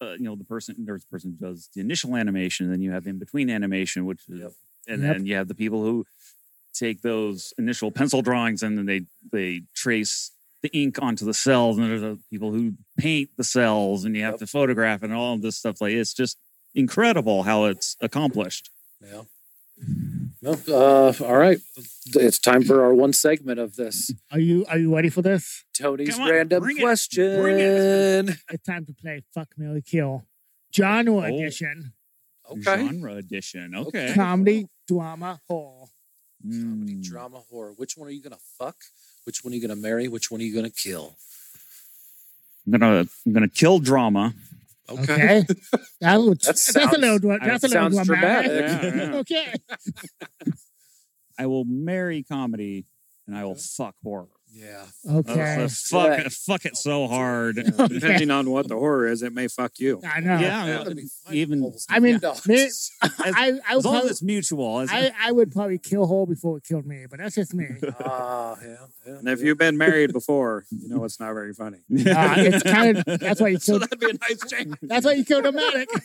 Speaker 9: uh, you know the person there's the person who does the initial animation, then you have in between animation, which is,
Speaker 1: Yep.
Speaker 9: and
Speaker 2: Yep.
Speaker 9: then you have the people who take those initial pencil drawings and then they they trace the ink onto the cells, and there's the people who paint the cells, and you have
Speaker 1: Yep.
Speaker 9: to photograph and all of this stuff. Like it's just incredible how it's accomplished.
Speaker 1: Yeah. No, uh, all right. It's time for our one segment of this
Speaker 2: Are you are you ready for this?
Speaker 1: Tony's
Speaker 9: Come on,
Speaker 1: random
Speaker 9: bring it,
Speaker 1: question.
Speaker 9: bring
Speaker 2: It's time to play Fuck Mary Kill. Genre
Speaker 9: Oh.
Speaker 2: edition.
Speaker 1: Okay.
Speaker 9: Genre edition. Okay.
Speaker 2: Comedy, drama, horror.
Speaker 1: Comedy,
Speaker 9: Mm.
Speaker 1: drama, horror. Which one are you gonna fuck? Which one are you gonna marry? Which one are you gonna kill?
Speaker 9: I'm gonna I'm gonna kill drama.
Speaker 2: Okay. that would,
Speaker 1: That
Speaker 2: that's a
Speaker 1: sounds-
Speaker 2: little dra-
Speaker 1: that
Speaker 2: that's a little
Speaker 1: sounds
Speaker 2: dramatic.
Speaker 1: dramatic.
Speaker 9: Yeah, yeah.
Speaker 2: okay.
Speaker 9: I will marry comedy and I will fuck horror.
Speaker 1: Yeah.
Speaker 2: Okay.
Speaker 9: Uh, fuck
Speaker 1: Yeah.
Speaker 9: fuck it so hard.
Speaker 3: Depending on what the horror is, it may fuck you.
Speaker 2: I know.
Speaker 9: yeah.
Speaker 1: That'd be fine.
Speaker 9: Even-
Speaker 1: Holes.
Speaker 2: I mean,
Speaker 1: Yeah.
Speaker 2: me- I, I, would
Speaker 9: As long as
Speaker 2: probably,
Speaker 9: it's mutual. As-
Speaker 2: I, I would probably kill horror before it killed me, but that's just me.
Speaker 1: Ah, yeah, yeah.
Speaker 3: And if you've been married before, you know it's not very funny.
Speaker 2: Uh, it's kind of that's why you
Speaker 3: So
Speaker 2: killed
Speaker 3: that'd be a nice change.
Speaker 2: that's why you killed Dramatic.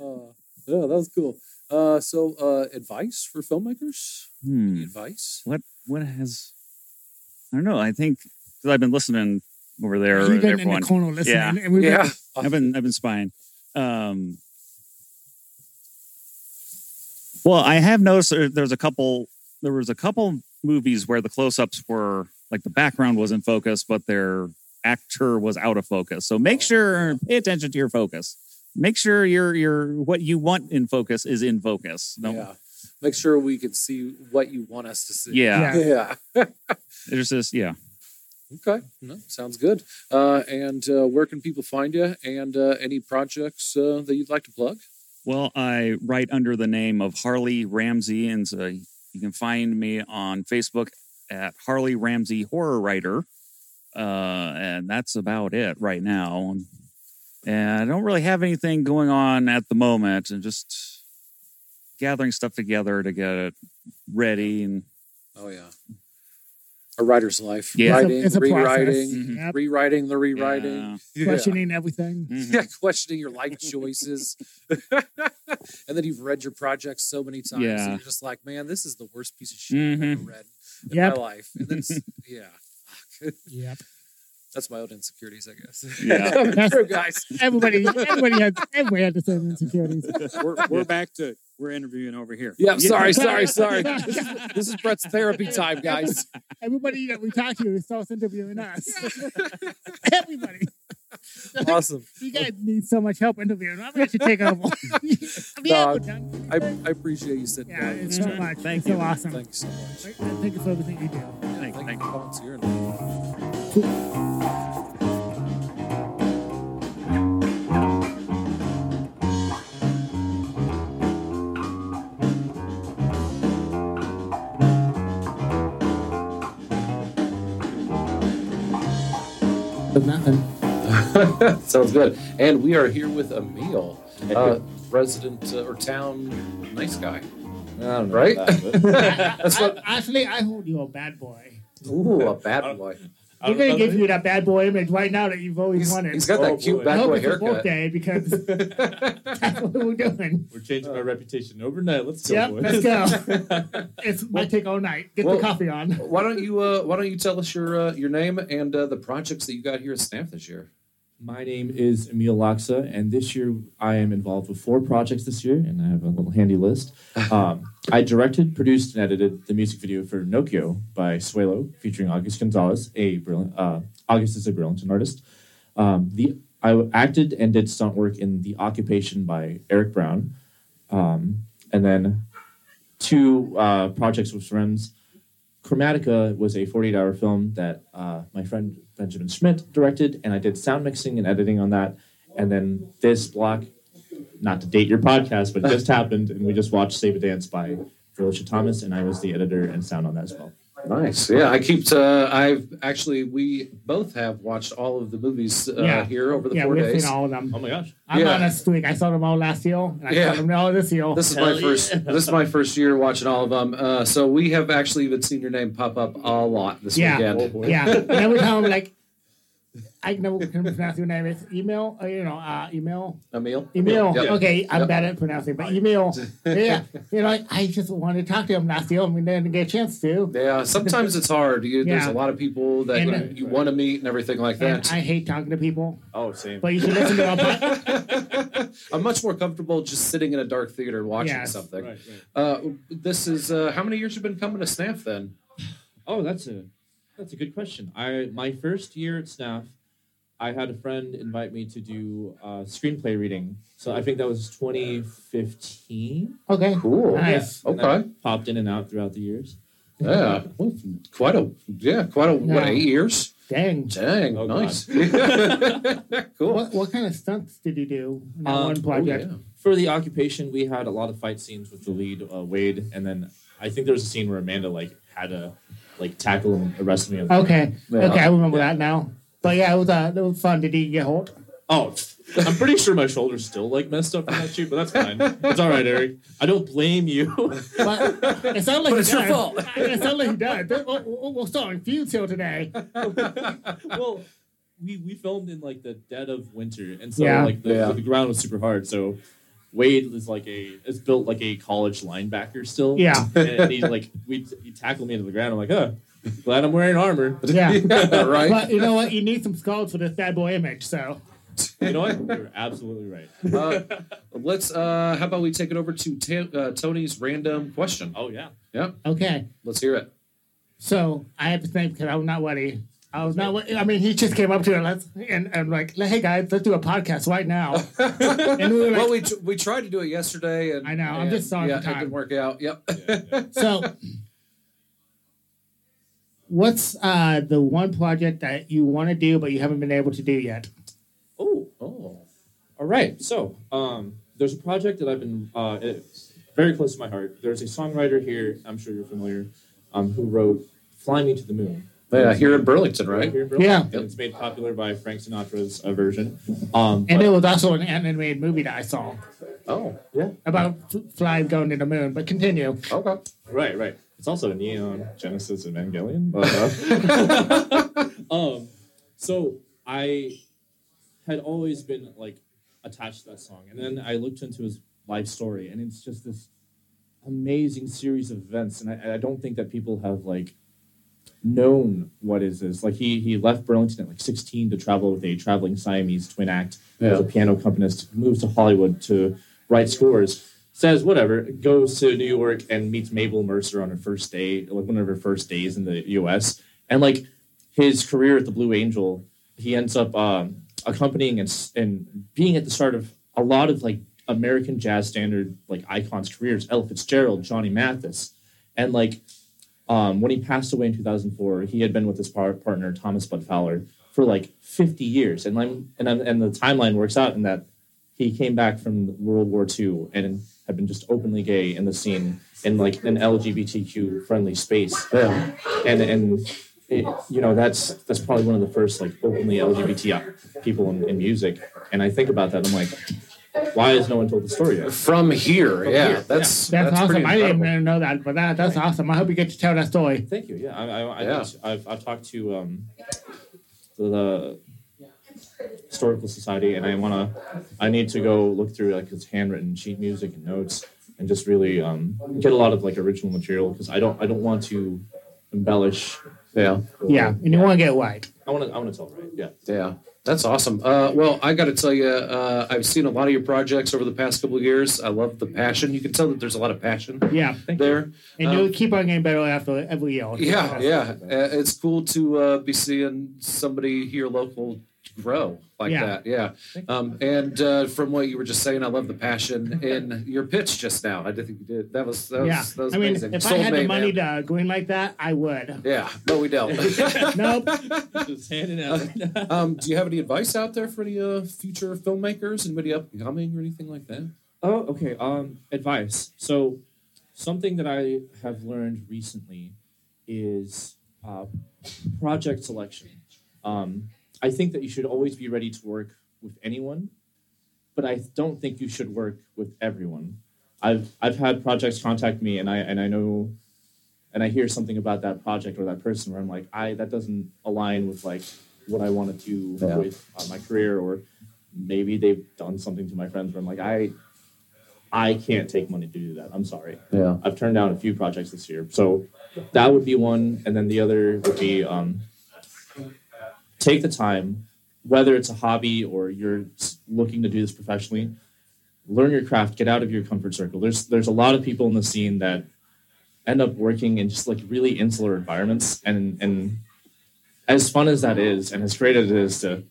Speaker 1: Uh, yeah, that was cool. Uh, so, uh, advice for filmmakers? Any
Speaker 9: Hmm.
Speaker 1: advice?
Speaker 9: What what has I don't know. I think because I've been listening over there.
Speaker 2: You've been in
Speaker 9: everyone.
Speaker 2: the corner listening.
Speaker 9: Yeah.
Speaker 2: And we've been-
Speaker 9: I've been I've been spying. Um, well, I have noticed there, there's a couple. There was a couple movies where the close-ups were like the background was in focus, but their actor was out of focus. So
Speaker 2: Oh.
Speaker 9: make sure pay attention to your focus. Make sure your your what you want in focus is in focus. No, yeah.
Speaker 1: Yeah. Make sure we can see what you want us to see.
Speaker 9: yeah.
Speaker 2: Yeah.
Speaker 1: Yeah.
Speaker 9: There's this. Yeah.
Speaker 1: Okay. No, sounds good. Uh, and uh, where can people find you? And uh, any projects uh, that you'd like to plug?
Speaker 9: Well, I write under the name of Harley Ramsey, and so you can find me on Facebook at Harley Ramsey Horror Writer, uh, and that's about it right now. And I don't really have anything going on at the moment, and just gathering stuff together to get it ready. And
Speaker 1: Oh yeah. A writer's life.
Speaker 2: It's
Speaker 9: Yeah.
Speaker 2: a-
Speaker 1: Writing,
Speaker 2: it's a process.
Speaker 1: rewriting,
Speaker 9: Mhm.
Speaker 2: Yep.
Speaker 1: rewriting the rewriting. Yeah.
Speaker 2: Questioning everything.
Speaker 3: Mm-hmm.
Speaker 9: Mhm.
Speaker 1: Yeah, questioning your life choices. and then you've read your project so many times.
Speaker 9: Yeah.
Speaker 1: And you're just like, man, this is the worst piece of shit I've ever
Speaker 9: Mhm.
Speaker 1: read in
Speaker 2: Yep.
Speaker 1: my life. And then, s- yeah.
Speaker 2: Yep.
Speaker 1: That's my old insecurities, I guess.
Speaker 9: Yeah.
Speaker 1: That's true, guys.
Speaker 2: Everybody, everybody had everybody had the same insecurities.
Speaker 3: We're, we're back to we're interviewing over here.
Speaker 1: Yeah, I'm sorry, sorry, sorry. This is, this is Brett's therapy time, guys.
Speaker 2: Everybody that we talked to is us interviewing us. everybody.
Speaker 1: Awesome.
Speaker 2: You guys need so much help interviewing. I'm going to take over. I'm
Speaker 1: Dog.
Speaker 2: done.
Speaker 1: I, I appreciate you sitting
Speaker 2: Yeah,
Speaker 1: down.
Speaker 2: it's so much.
Speaker 9: Thank
Speaker 2: it's
Speaker 9: you.
Speaker 2: so awesome.
Speaker 1: Thank you so much.
Speaker 2: Thank you. Thank you for everything you do.
Speaker 1: Thank,
Speaker 9: Thank-
Speaker 1: you
Speaker 9: thank
Speaker 1: for volunteering. Sounds good. And we are here with Emil, uh, resident uh, or town nice guy. I don't know right?
Speaker 10: about that,
Speaker 1: That's what.
Speaker 2: I- actually, I hold you a bad boy.
Speaker 1: Ooh, a
Speaker 10: Uh,
Speaker 1: bad boy.
Speaker 2: We're gonna give you that bad boy image right now that you've always
Speaker 1: He's-
Speaker 2: wanted.
Speaker 1: he's got that cute
Speaker 2: I
Speaker 1: bad
Speaker 2: hope
Speaker 1: boy
Speaker 2: it's your
Speaker 1: haircut.
Speaker 2: birthday because that's what we're doing.
Speaker 10: We're changing my reputation overnight. Let's go.
Speaker 2: Yep,
Speaker 10: boys.
Speaker 2: let's go. It's my take all night. Get
Speaker 1: Well-
Speaker 2: the coffee on.
Speaker 1: Why don't you uh, Why don't you tell us your uh, your name and uh, the projects that you got here at Snap this year?
Speaker 10: My name is Emil Loxa, and this year I am involved with four projects this year, and I have a little handy list. Um, I directed, produced, and edited the music video for Nokia by Suelo, featuring August Gonzalez, a brilliant. Uh, August is a brilliant artist. Um, the I acted and did stunt work in The Occupation by Eric Brown, um, and then two uh, projects with friends. Chromatica was a 48 hour film that uh, my friend Benjamin Schmidt directed, and I did sound mixing and editing on that. And then this block, not to date your podcast, but it just happened, and we just watched Save a Dance by Felicia Thomas, and I was the editor and sound on that as well.
Speaker 1: Nice. Yeah, I keep. Uh, I've actually we both have watched all of the movies uh,
Speaker 2: Yeah.
Speaker 1: here over the
Speaker 2: Yeah,
Speaker 1: four
Speaker 2: we've
Speaker 1: days.
Speaker 2: seen all of them.
Speaker 10: Oh my gosh.
Speaker 2: I'm
Speaker 1: Yeah.
Speaker 2: honest this week. I saw them all last year, and I
Speaker 1: Yeah.
Speaker 2: saw them all this year.
Speaker 1: This is
Speaker 10: Hell
Speaker 1: my
Speaker 10: yeah.
Speaker 1: first. This is my first year watching all of them. Uh, so we have actually even seen your name pop up a lot this
Speaker 2: Yeah.
Speaker 1: weekend.
Speaker 10: Oh, boy.
Speaker 2: yeah, and every time I'm like, I never can pronounce your name. It's email, uh, you know, uh, email,
Speaker 1: Emil.
Speaker 2: email.
Speaker 1: Yeah.
Speaker 2: Okay, I'm
Speaker 1: Yeah.
Speaker 2: bad at pronouncing, but email. yeah, you know, like, I just wanted to talk to him last year, and we didn't get a chance to.
Speaker 1: Yeah. Sometimes it's hard. You, There's
Speaker 2: Yeah.
Speaker 1: a lot of people that
Speaker 2: And,
Speaker 1: you,
Speaker 2: uh,
Speaker 1: want to meet and everything like
Speaker 2: And
Speaker 1: that.
Speaker 2: I hate talking to people,
Speaker 10: Oh, same.
Speaker 2: but you should listen to our podcast.
Speaker 1: I'm much more comfortable just sitting in a dark theater watching
Speaker 2: Yes.
Speaker 1: something.
Speaker 10: Right, right.
Speaker 1: Uh, this is uh, how many years you've been coming to Snap then?
Speaker 10: Oh, that's a that's a good question. I my first year at SNAF, I had a friend invite me to do uh, screenplay reading. So I think that was 2015.
Speaker 2: Okay,
Speaker 1: Cool.
Speaker 2: nice.
Speaker 10: And I
Speaker 1: Okay.
Speaker 10: popped in and out throughout the years.
Speaker 1: Yeah. Well, quite a yeah, quite a what
Speaker 2: Yeah.
Speaker 1: eight years?
Speaker 2: Dang.
Speaker 1: Dang,
Speaker 10: Oh, God.
Speaker 1: nice. cool.
Speaker 2: What, what kind of stunts did you do in that
Speaker 10: Um,
Speaker 2: one
Speaker 1: Oh,
Speaker 2: project?
Speaker 1: yeah.
Speaker 10: For the occupation, we had a lot of fight scenes with the lead uh, Wade, and then I think there was a scene where Amanda like had to like tackle and arrest me.
Speaker 2: Okay,
Speaker 1: Yeah.
Speaker 2: okay, I remember that now. But yeah, it was uh, it was fun. Did you get hold?
Speaker 10: Oh, I'm pretty sure my shoulder's still like messed up from that shoot, but that's fine. It's all right, Eric. I don't blame you.
Speaker 2: Well, it sounds like
Speaker 1: But
Speaker 2: he
Speaker 1: it's your
Speaker 2: does.
Speaker 1: fault.
Speaker 2: It sounds like he does. We're, we're, we're starting feuds here today.
Speaker 10: well, we we filmed in like the dead of winter, and so
Speaker 2: Yeah.
Speaker 10: like the,
Speaker 1: Yeah.
Speaker 10: the ground was super hard. So Wade is like a is built like a college linebacker still.
Speaker 2: Yeah.
Speaker 10: and he like we he tackled me into the ground. I'm like, huh, glad I'm wearing armor.
Speaker 2: Yeah.
Speaker 1: Yeah, right.
Speaker 2: But you know what? You need some skulls for this bad boy image. So
Speaker 10: You know what? You're absolutely right.
Speaker 1: Uh, let's. Uh, how about we take it over to Ta- uh, Tony's random question?
Speaker 10: Oh yeah.
Speaker 2: okay.
Speaker 1: Let's hear it.
Speaker 2: So I have to think because I'm not ready. I was not. ready. I mean, he just came up to us and and like, hey guys, let's do a podcast right now. and we were like,
Speaker 1: well, we tr- we tried to do it yesterday, and
Speaker 2: I know, I'm
Speaker 1: and,
Speaker 2: just sorry
Speaker 1: Yeah,
Speaker 2: for time.
Speaker 1: it didn't work out. Yep.
Speaker 2: so what's uh the one project that you want to do but you haven't been able to do yet?
Speaker 10: Oh,
Speaker 1: Oh,
Speaker 10: All right. So um, there's a project that I've been uh, it's very close to my heart. There's a songwriter here. I'm sure you're familiar, um, who wrote "Fly Me to the Moon."
Speaker 1: yeah, here in Burlington, right?
Speaker 10: Here in Berlin.
Speaker 2: Yeah.
Speaker 10: And it's made popular by Frank Sinatra's uh, version. Um,
Speaker 2: And
Speaker 10: but-
Speaker 2: there was also an animated movie that I saw
Speaker 1: Oh,
Speaker 2: about f- flies going to the moon. But continue.
Speaker 1: okay.
Speaker 10: right, right. It's also Neon Genesis Evangelion. But, uh, um, so I had always been like attached to that song, and then I looked into his life story, and it's just this amazing series of events, and I, I don't think that people have like known what is this. Like he he left Burlington at like 16 to travel with a traveling Siamese twin act as a piano accompanist, moves to Hollywood to write scores, says whatever, goes to New York and meets Mabel Mercer on her first day, like one of her first days in the US. And like his career at the Blue Angel, he ends up um, accompanying and, s- and being at the start of a lot of like American jazz standard like icons careers, Ella Fitzgerald, Johnny Mathis. And like um, when he passed away in 2004, he had been with his par- partner Thomas Bud Fowler for like 50 years, and I'm, and I'm, and the timeline works out in that he came back from World War II and had been just openly gay in the scene in like an LGBTQ friendly space, and and it, you know that's that's probably one of the first like openly LGBT people in, in music, and I think about that, I'm like, why has no one told the story yet?
Speaker 11: From here,
Speaker 10: From
Speaker 11: yeah,
Speaker 10: here,
Speaker 11: that's
Speaker 2: That's, awesome.
Speaker 11: pretty
Speaker 2: I didn't
Speaker 11: incredible.
Speaker 2: even know that, but that, that's awesome. I hope you get to tell that story.
Speaker 10: Thank you. Yeah, I, I, I
Speaker 11: Yeah.
Speaker 10: think I've, I've talked to um, the historical society, and I wanna, I need to go look through like his handwritten sheet music and notes, and just really um, get a lot of like original material because I don't, I don't want to embellish.
Speaker 11: Yeah,
Speaker 2: Yeah, and you want to get it right.
Speaker 10: I want to, I want to tell right. Yeah.
Speaker 11: yeah, that's awesome. Uh, well, I got to tell you, uh, I've seen a lot of your projects over the past couple of years. I love the passion. You can tell that there's a lot of passion
Speaker 2: Yeah,
Speaker 11: there.
Speaker 2: and
Speaker 11: Um,
Speaker 2: you'll keep on getting better after every year.
Speaker 11: Yeah, yeah. Uh, It's cool to uh, be seeing somebody here local grow like
Speaker 2: Yeah.
Speaker 11: that. Yeah. Um, and uh, from what you were just saying, I love the passion in your pitch just now. I did think you did. That was that was,
Speaker 2: yeah.
Speaker 11: that was
Speaker 2: I mean,
Speaker 11: amazing.
Speaker 2: if I
Speaker 11: Sold
Speaker 2: had
Speaker 11: me,
Speaker 2: the money
Speaker 11: man.
Speaker 2: to green like that, I would.
Speaker 11: Yeah, no, we don't.
Speaker 2: nope.
Speaker 10: Just handing out.
Speaker 11: um, do you have any advice out there for any uh, future filmmakers, anybody upcoming or anything like that?
Speaker 10: Oh, okay. Um, advice. So, something that I have learned recently is uh, project selection. Um, I think that you should always be ready to work with anyone, but I don't think you should work with everyone. I've I've had projects contact me, and I and I know, and I hear something about that project or that person where I'm like, I that doesn't align with like what I want to do
Speaker 11: Yeah.
Speaker 10: with uh, my career, or maybe they've done something to my friends where I'm like, I I can't take money to do that. I'm sorry.
Speaker 11: Yeah.
Speaker 10: I've turned down a few projects this year. So that would be one. And then the other would be um, take the time, whether it's a hobby or you're s- looking to do this professionally, learn your craft, get out of your comfort circle. There's, there's a lot of people in the scene that end up working in just like really insular environments. And, and as fun as that is, and as great as it is to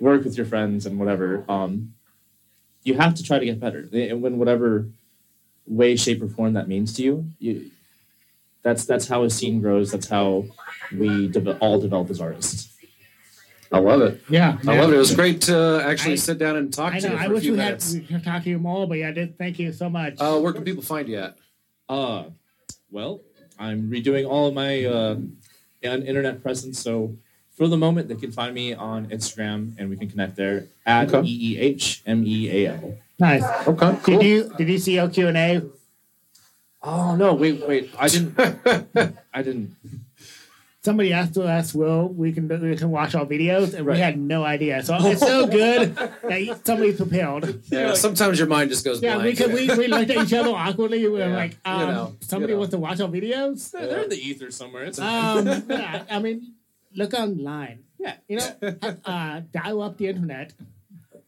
Speaker 10: work with your friends and whatever, um, you have to try to get better. And when whatever way, shape, or form that means to you. you that's that's how a scene grows. That's how we deve- all develop as artists.
Speaker 11: I love it.
Speaker 2: Yeah,
Speaker 11: I love it. It was great to actually
Speaker 2: I-
Speaker 11: sit down and talk
Speaker 2: I
Speaker 11: to
Speaker 2: know.
Speaker 11: you for
Speaker 2: I
Speaker 11: a
Speaker 2: wish
Speaker 11: few
Speaker 2: we had
Speaker 11: minutes.
Speaker 2: we could talk to you more, but yeah, did, thank you so much.
Speaker 11: Uh, where can people find you at?
Speaker 10: Uh, well, I'm redoing all of my uh, in- internet presence. So for the moment, they can find me on Instagram and we can connect there at
Speaker 11: Okay.
Speaker 10: E E H M E A L.
Speaker 2: nice.
Speaker 11: Okay,
Speaker 2: Did you did you see our Q and A?
Speaker 10: Oh no! Wait, wait! I didn't. I didn't.
Speaker 2: Somebody asked us, "Will we can we can watch our videos?" And
Speaker 10: Right.
Speaker 2: we had no idea. So it's so good that you- somebody prepared.
Speaker 11: Yeah, sometimes your mind just goes
Speaker 2: Yeah,
Speaker 11: blank.
Speaker 2: we could, we, we looked at each other awkwardly. We were
Speaker 11: Yeah,
Speaker 2: like,
Speaker 11: you
Speaker 2: um,
Speaker 11: know,
Speaker 2: "Somebody
Speaker 11: you know.
Speaker 2: wants to watch our videos."
Speaker 10: They're, they're in the ether somewhere. It's
Speaker 2: Um, yeah, I mean, look online.
Speaker 10: Yeah.
Speaker 2: you know, uh, dial up the internet.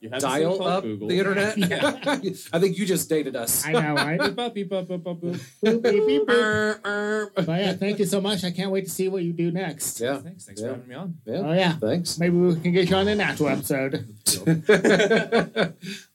Speaker 10: you have this thing
Speaker 11: dial
Speaker 10: called
Speaker 11: up
Speaker 10: Google.
Speaker 11: the internet. I think you just dated us.
Speaker 2: I know, right?
Speaker 10: Beep, up, beep, up, up, up, up.
Speaker 2: Boop, beep, beep, boop. But yeah, thank you so much. I can't wait to see what you do next.
Speaker 11: yeah,
Speaker 10: Thanks. Thanks
Speaker 11: Yeah.
Speaker 10: for having me on.
Speaker 11: yeah.
Speaker 2: Oh yeah,
Speaker 11: Thanks.
Speaker 2: maybe we can get you on an actual episode.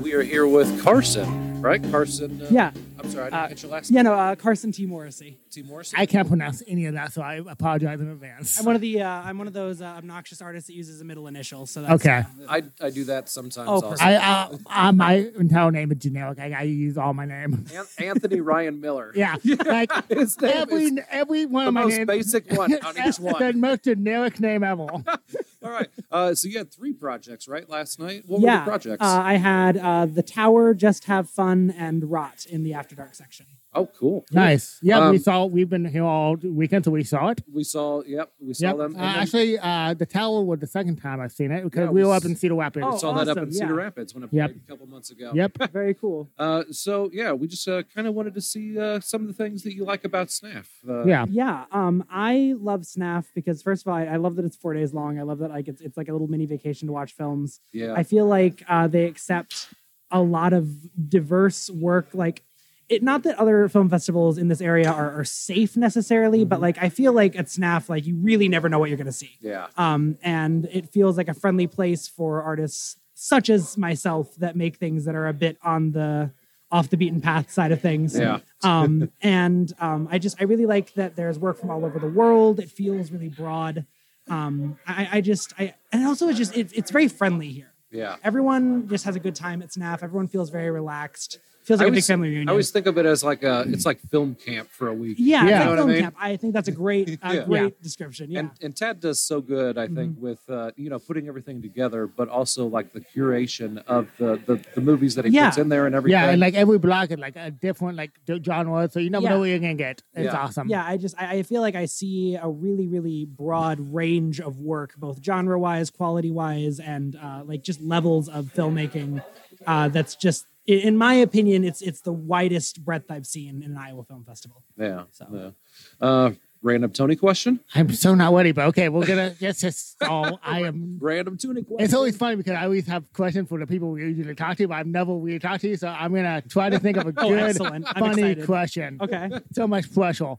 Speaker 1: We are here with Carson, right? Carson. Uh,
Speaker 12: Yeah.
Speaker 1: I'm sorry, I didn't
Speaker 12: Uh,
Speaker 1: catch your last
Speaker 12: Yeah, no, uh, Carson T. Morrissey.
Speaker 1: name. T. Morrison.
Speaker 2: I can't pronounce any of that, so I apologize in advance.
Speaker 12: I'm one of the uh, I'm one of those uh, obnoxious artists that uses a middle initial. So that's, uh,
Speaker 2: Okay.
Speaker 1: I, I do that sometimes.
Speaker 12: Oh,
Speaker 1: also.
Speaker 12: perfect.
Speaker 2: I, uh, uh, my entire name is generic. I, I use all my name.
Speaker 1: An- Anthony Ryan Miller.
Speaker 2: Yeah, like
Speaker 1: His name
Speaker 2: every
Speaker 1: is
Speaker 2: every one
Speaker 1: the
Speaker 2: of my
Speaker 1: most
Speaker 2: names.
Speaker 1: basic one on each
Speaker 2: the
Speaker 1: one.
Speaker 2: most generic name ever.
Speaker 1: All right. Uh, so you had three projects, right, last night? What were
Speaker 12: yeah.
Speaker 1: the projects?
Speaker 12: Uh, I had uh, the Tower, Just Have Fun, and Rot in the After Dark section.
Speaker 1: oh, cool.
Speaker 2: Nice. Yeah,
Speaker 1: Um,
Speaker 2: we saw. We've been here all weekend, so we saw it.
Speaker 1: We saw, yep, we saw
Speaker 2: Yep.
Speaker 1: them. and
Speaker 2: Uh,
Speaker 1: then
Speaker 2: actually, uh, the tower was the second time I've seen it because
Speaker 1: Yeah,
Speaker 2: we
Speaker 1: we
Speaker 2: were
Speaker 1: s-
Speaker 2: up in Cedar Rapids.
Speaker 12: Oh,
Speaker 1: we saw that up
Speaker 12: awesome,
Speaker 1: in Cedar
Speaker 12: yeah.
Speaker 1: Rapids when I played
Speaker 2: Yep.
Speaker 1: a couple months ago.
Speaker 2: Yep.
Speaker 12: Very cool.
Speaker 1: Uh, so yeah, we just uh, kind of wanted to see uh, some of the things that you like about Snaf. Uh,
Speaker 2: Yeah.
Speaker 12: Yeah, um, I love SNAF because first of all, I, I love that it's four days long. I love that like it's it's like a little mini vacation to watch films.
Speaker 1: yeah.
Speaker 12: I feel like uh, they accept a lot of diverse work. Like, it not that other film festivals in this area are, are safe necessarily,
Speaker 1: Mm-hmm.
Speaker 12: but like I feel like at SNAF, like you really never know what you're going to see.
Speaker 1: yeah.
Speaker 12: Um, and it feels like a friendly place for artists such as myself that make things that are a bit on the off the beaten path side of things
Speaker 1: Yeah.
Speaker 12: um, and um, I just I really like that there's work from all over the world. It feels really broad. Um, I, I just I and also it's just it, it's very friendly here.
Speaker 1: Yeah.
Speaker 12: Everyone just has a good time at SNAF. Everyone feels very relaxed. Feels
Speaker 1: I
Speaker 12: like a big
Speaker 1: always-
Speaker 12: family reunion.
Speaker 1: I always think of it as like a, it's like film camp for a week.
Speaker 12: yeah,
Speaker 1: You
Speaker 12: yeah.
Speaker 1: know what I
Speaker 12: film
Speaker 1: mean?
Speaker 12: camp. I think that's a great, uh,
Speaker 1: Yeah.
Speaker 12: great
Speaker 1: Yeah.
Speaker 12: description. Yeah. Mm-hmm.
Speaker 1: And, and Tad does so good, I think, with uh, you know putting everything together, but also like the curation of the the, the movies that he
Speaker 2: yeah.
Speaker 1: puts in there and everything.
Speaker 2: Yeah, and like every blog is like a different like d- genre, so you never
Speaker 12: Yeah.
Speaker 2: know what you're gonna get. It's
Speaker 1: Yeah.
Speaker 2: awesome.
Speaker 12: Yeah, I just I, I feel like I see a really really broad range of work, both genre wise, quality wise, and uh, like just levels of filmmaking. Uh, that's just, i- in my opinion, it's it's the widest breadth I've seen in an Iowa Film Festival.
Speaker 1: yeah. yeah. Uh, random Tony question.
Speaker 2: I'm so not ready, but okay, we're gonna. That's just all I am.
Speaker 1: Random tuning question.
Speaker 2: It's always funny because I always have questions for the people we usually talk to, but I've never really talked to you. So I'm gonna try to think of a
Speaker 12: Oh,
Speaker 2: good,
Speaker 12: excellent. I'm
Speaker 2: funny
Speaker 12: excited.
Speaker 2: question.
Speaker 12: Okay.
Speaker 2: So much pressure.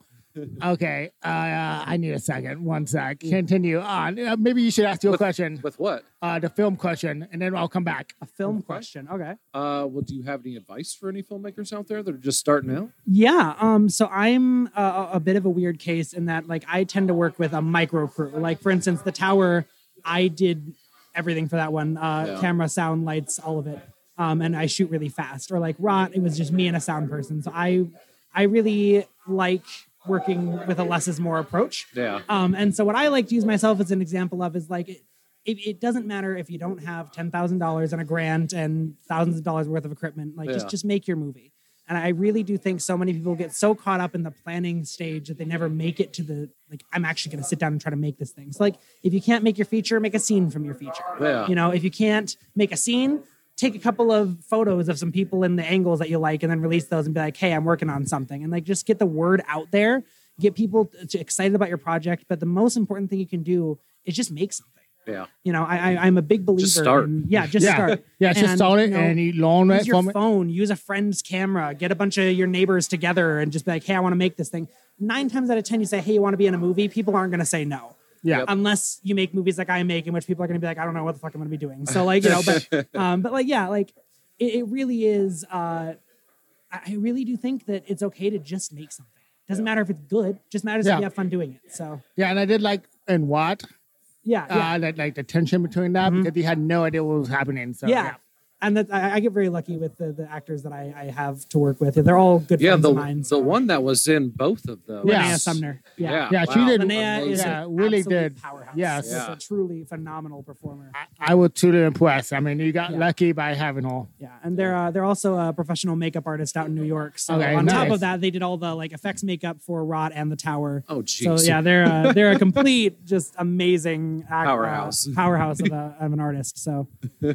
Speaker 2: Okay, uh, I need a second. One sec.
Speaker 12: Mm.
Speaker 2: Continue on. Uh, maybe you should ask your question.
Speaker 1: With what?
Speaker 2: Uh, the film question, and then I'll come back.
Speaker 12: A film question. Okay.
Speaker 1: Uh, well, do you have any advice for any filmmakers out there that are just starting out?
Speaker 12: Yeah. Um. So I'm a- a, a bit of a weird case in that, like, I tend to work with a micro crew. Like, for instance, the tower, I did everything for that one: uh,
Speaker 13: Yeah.
Speaker 12: camera, sound, lights, all of it. Um, and I shoot really fast. Or like Rot, it was just me and a sound person. So I, I really like working with a less is more approach.
Speaker 1: Yeah.
Speaker 12: Um, and so what I like to use myself as an example of is like it, it, it doesn't matter if you don't have ten thousand dollars and a grant and thousands of dollars worth of equipment. Like
Speaker 13: Yeah.
Speaker 12: just just make your movie. And I really do think so many people get so caught up in the planning stage that they never make it to the like I'm actually going to sit down and try to make this thing. So like if you can't make your feature, make a scene from your feature.
Speaker 13: Yeah.
Speaker 12: You know, if you can't make a scene, take a couple of photos of some people in the angles that you like and then release those and be like, "Hey, I'm working on something." And like just get the word out there, get people t- to excited about your project, but the most important thing you can do is just make something.
Speaker 1: Yeah.
Speaker 12: You know, I, I I'm a big believer.
Speaker 2: start.
Speaker 12: in- yeah, just
Speaker 2: Yeah.
Speaker 12: start.
Speaker 2: Yeah, just start it and you learn
Speaker 12: use
Speaker 2: it
Speaker 12: your
Speaker 2: from it.
Speaker 12: phone. Use a friend's camera. Get a bunch of your neighbors together and just be like, hey, I want to make this thing. Nine times out of ten, you say, hey, you want to be in a movie? People aren't going to say no.
Speaker 2: Yeah.
Speaker 12: Unless you make movies like I make, in which people are going to be like, I don't know what the fuck I'm going to be doing. So like, you know, but um, but like, yeah, like it, it really is. Uh, I I really do think that it's okay to just make something. Doesn't matter if it's good. Just matters
Speaker 2: Yeah.
Speaker 12: if you have fun doing it. So
Speaker 2: Yeah, and I did like and what?
Speaker 12: yeah, yeah. Mm-hmm.
Speaker 2: Uh, that like the tension between that because he had no idea what was happening. So
Speaker 12: yeah. And that I, I get very lucky with the, the actors that I, I have to work with. They're all good
Speaker 1: Yeah,
Speaker 12: friends
Speaker 1: the
Speaker 12: of mine.
Speaker 1: the one that was in both of those.
Speaker 12: Linnea Sumner. Yeah.
Speaker 1: Yeah,
Speaker 2: Yeah, she
Speaker 1: wow.
Speaker 2: did.
Speaker 12: Linnea is
Speaker 2: yeah,
Speaker 12: an
Speaker 2: really
Speaker 12: absolute
Speaker 2: did.
Speaker 12: powerhouse.
Speaker 2: Yes.
Speaker 12: She's a truly phenomenal performer.
Speaker 2: I was truly impressed. I mean, you got lucky by having her.
Speaker 12: Yeah, and they're uh, they're also a professional makeup artist out in New York. So
Speaker 2: Okay,
Speaker 12: on top
Speaker 2: nice.
Speaker 12: of that, they did all the like effects makeup for Rot and the Tower.
Speaker 1: Oh,
Speaker 12: So
Speaker 1: jeez.
Speaker 12: yeah, they're uh, they're a complete just amazing act, uh,
Speaker 1: Powerhouse.
Speaker 12: powerhouse of, a, of an artist. So, yeah.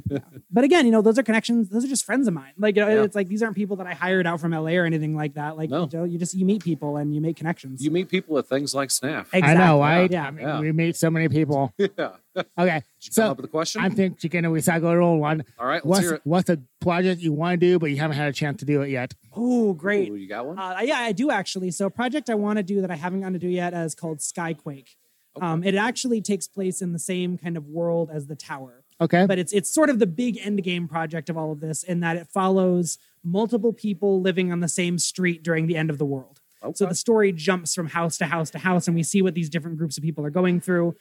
Speaker 12: but again, you know, those are connections. Those are just friends of mine. Like you know,
Speaker 1: Yeah.
Speaker 12: it's like these aren't people that I hired out from LA or anything like that. Like you, know, you just you meet people and you make connections.
Speaker 1: You meet people at things like Snap.
Speaker 2: I know, right?
Speaker 12: Yeah.
Speaker 2: I mean, We meet so many people.
Speaker 1: Yeah.
Speaker 2: Okay.
Speaker 1: come
Speaker 2: So
Speaker 1: up with a question?
Speaker 2: I think you're going to recycle it all one.
Speaker 1: All right, let's
Speaker 2: What's,
Speaker 1: hear it.
Speaker 2: what's a project you want to do, but you haven't had a chance to do it yet?
Speaker 12: Oh, great.
Speaker 1: you got one?
Speaker 12: Uh, yeah, I do actually. So, a project I want to do that I haven't gotten to do yet is called Skyquake. Um, it actually takes place in the same kind of world as the tower.
Speaker 2: Okay.
Speaker 12: But it's it's sort of the big end game project of all of this in that it follows multiple people living on the same street during the end of the world. So the story jumps from house to house to house, and we see what these different groups of people are going through.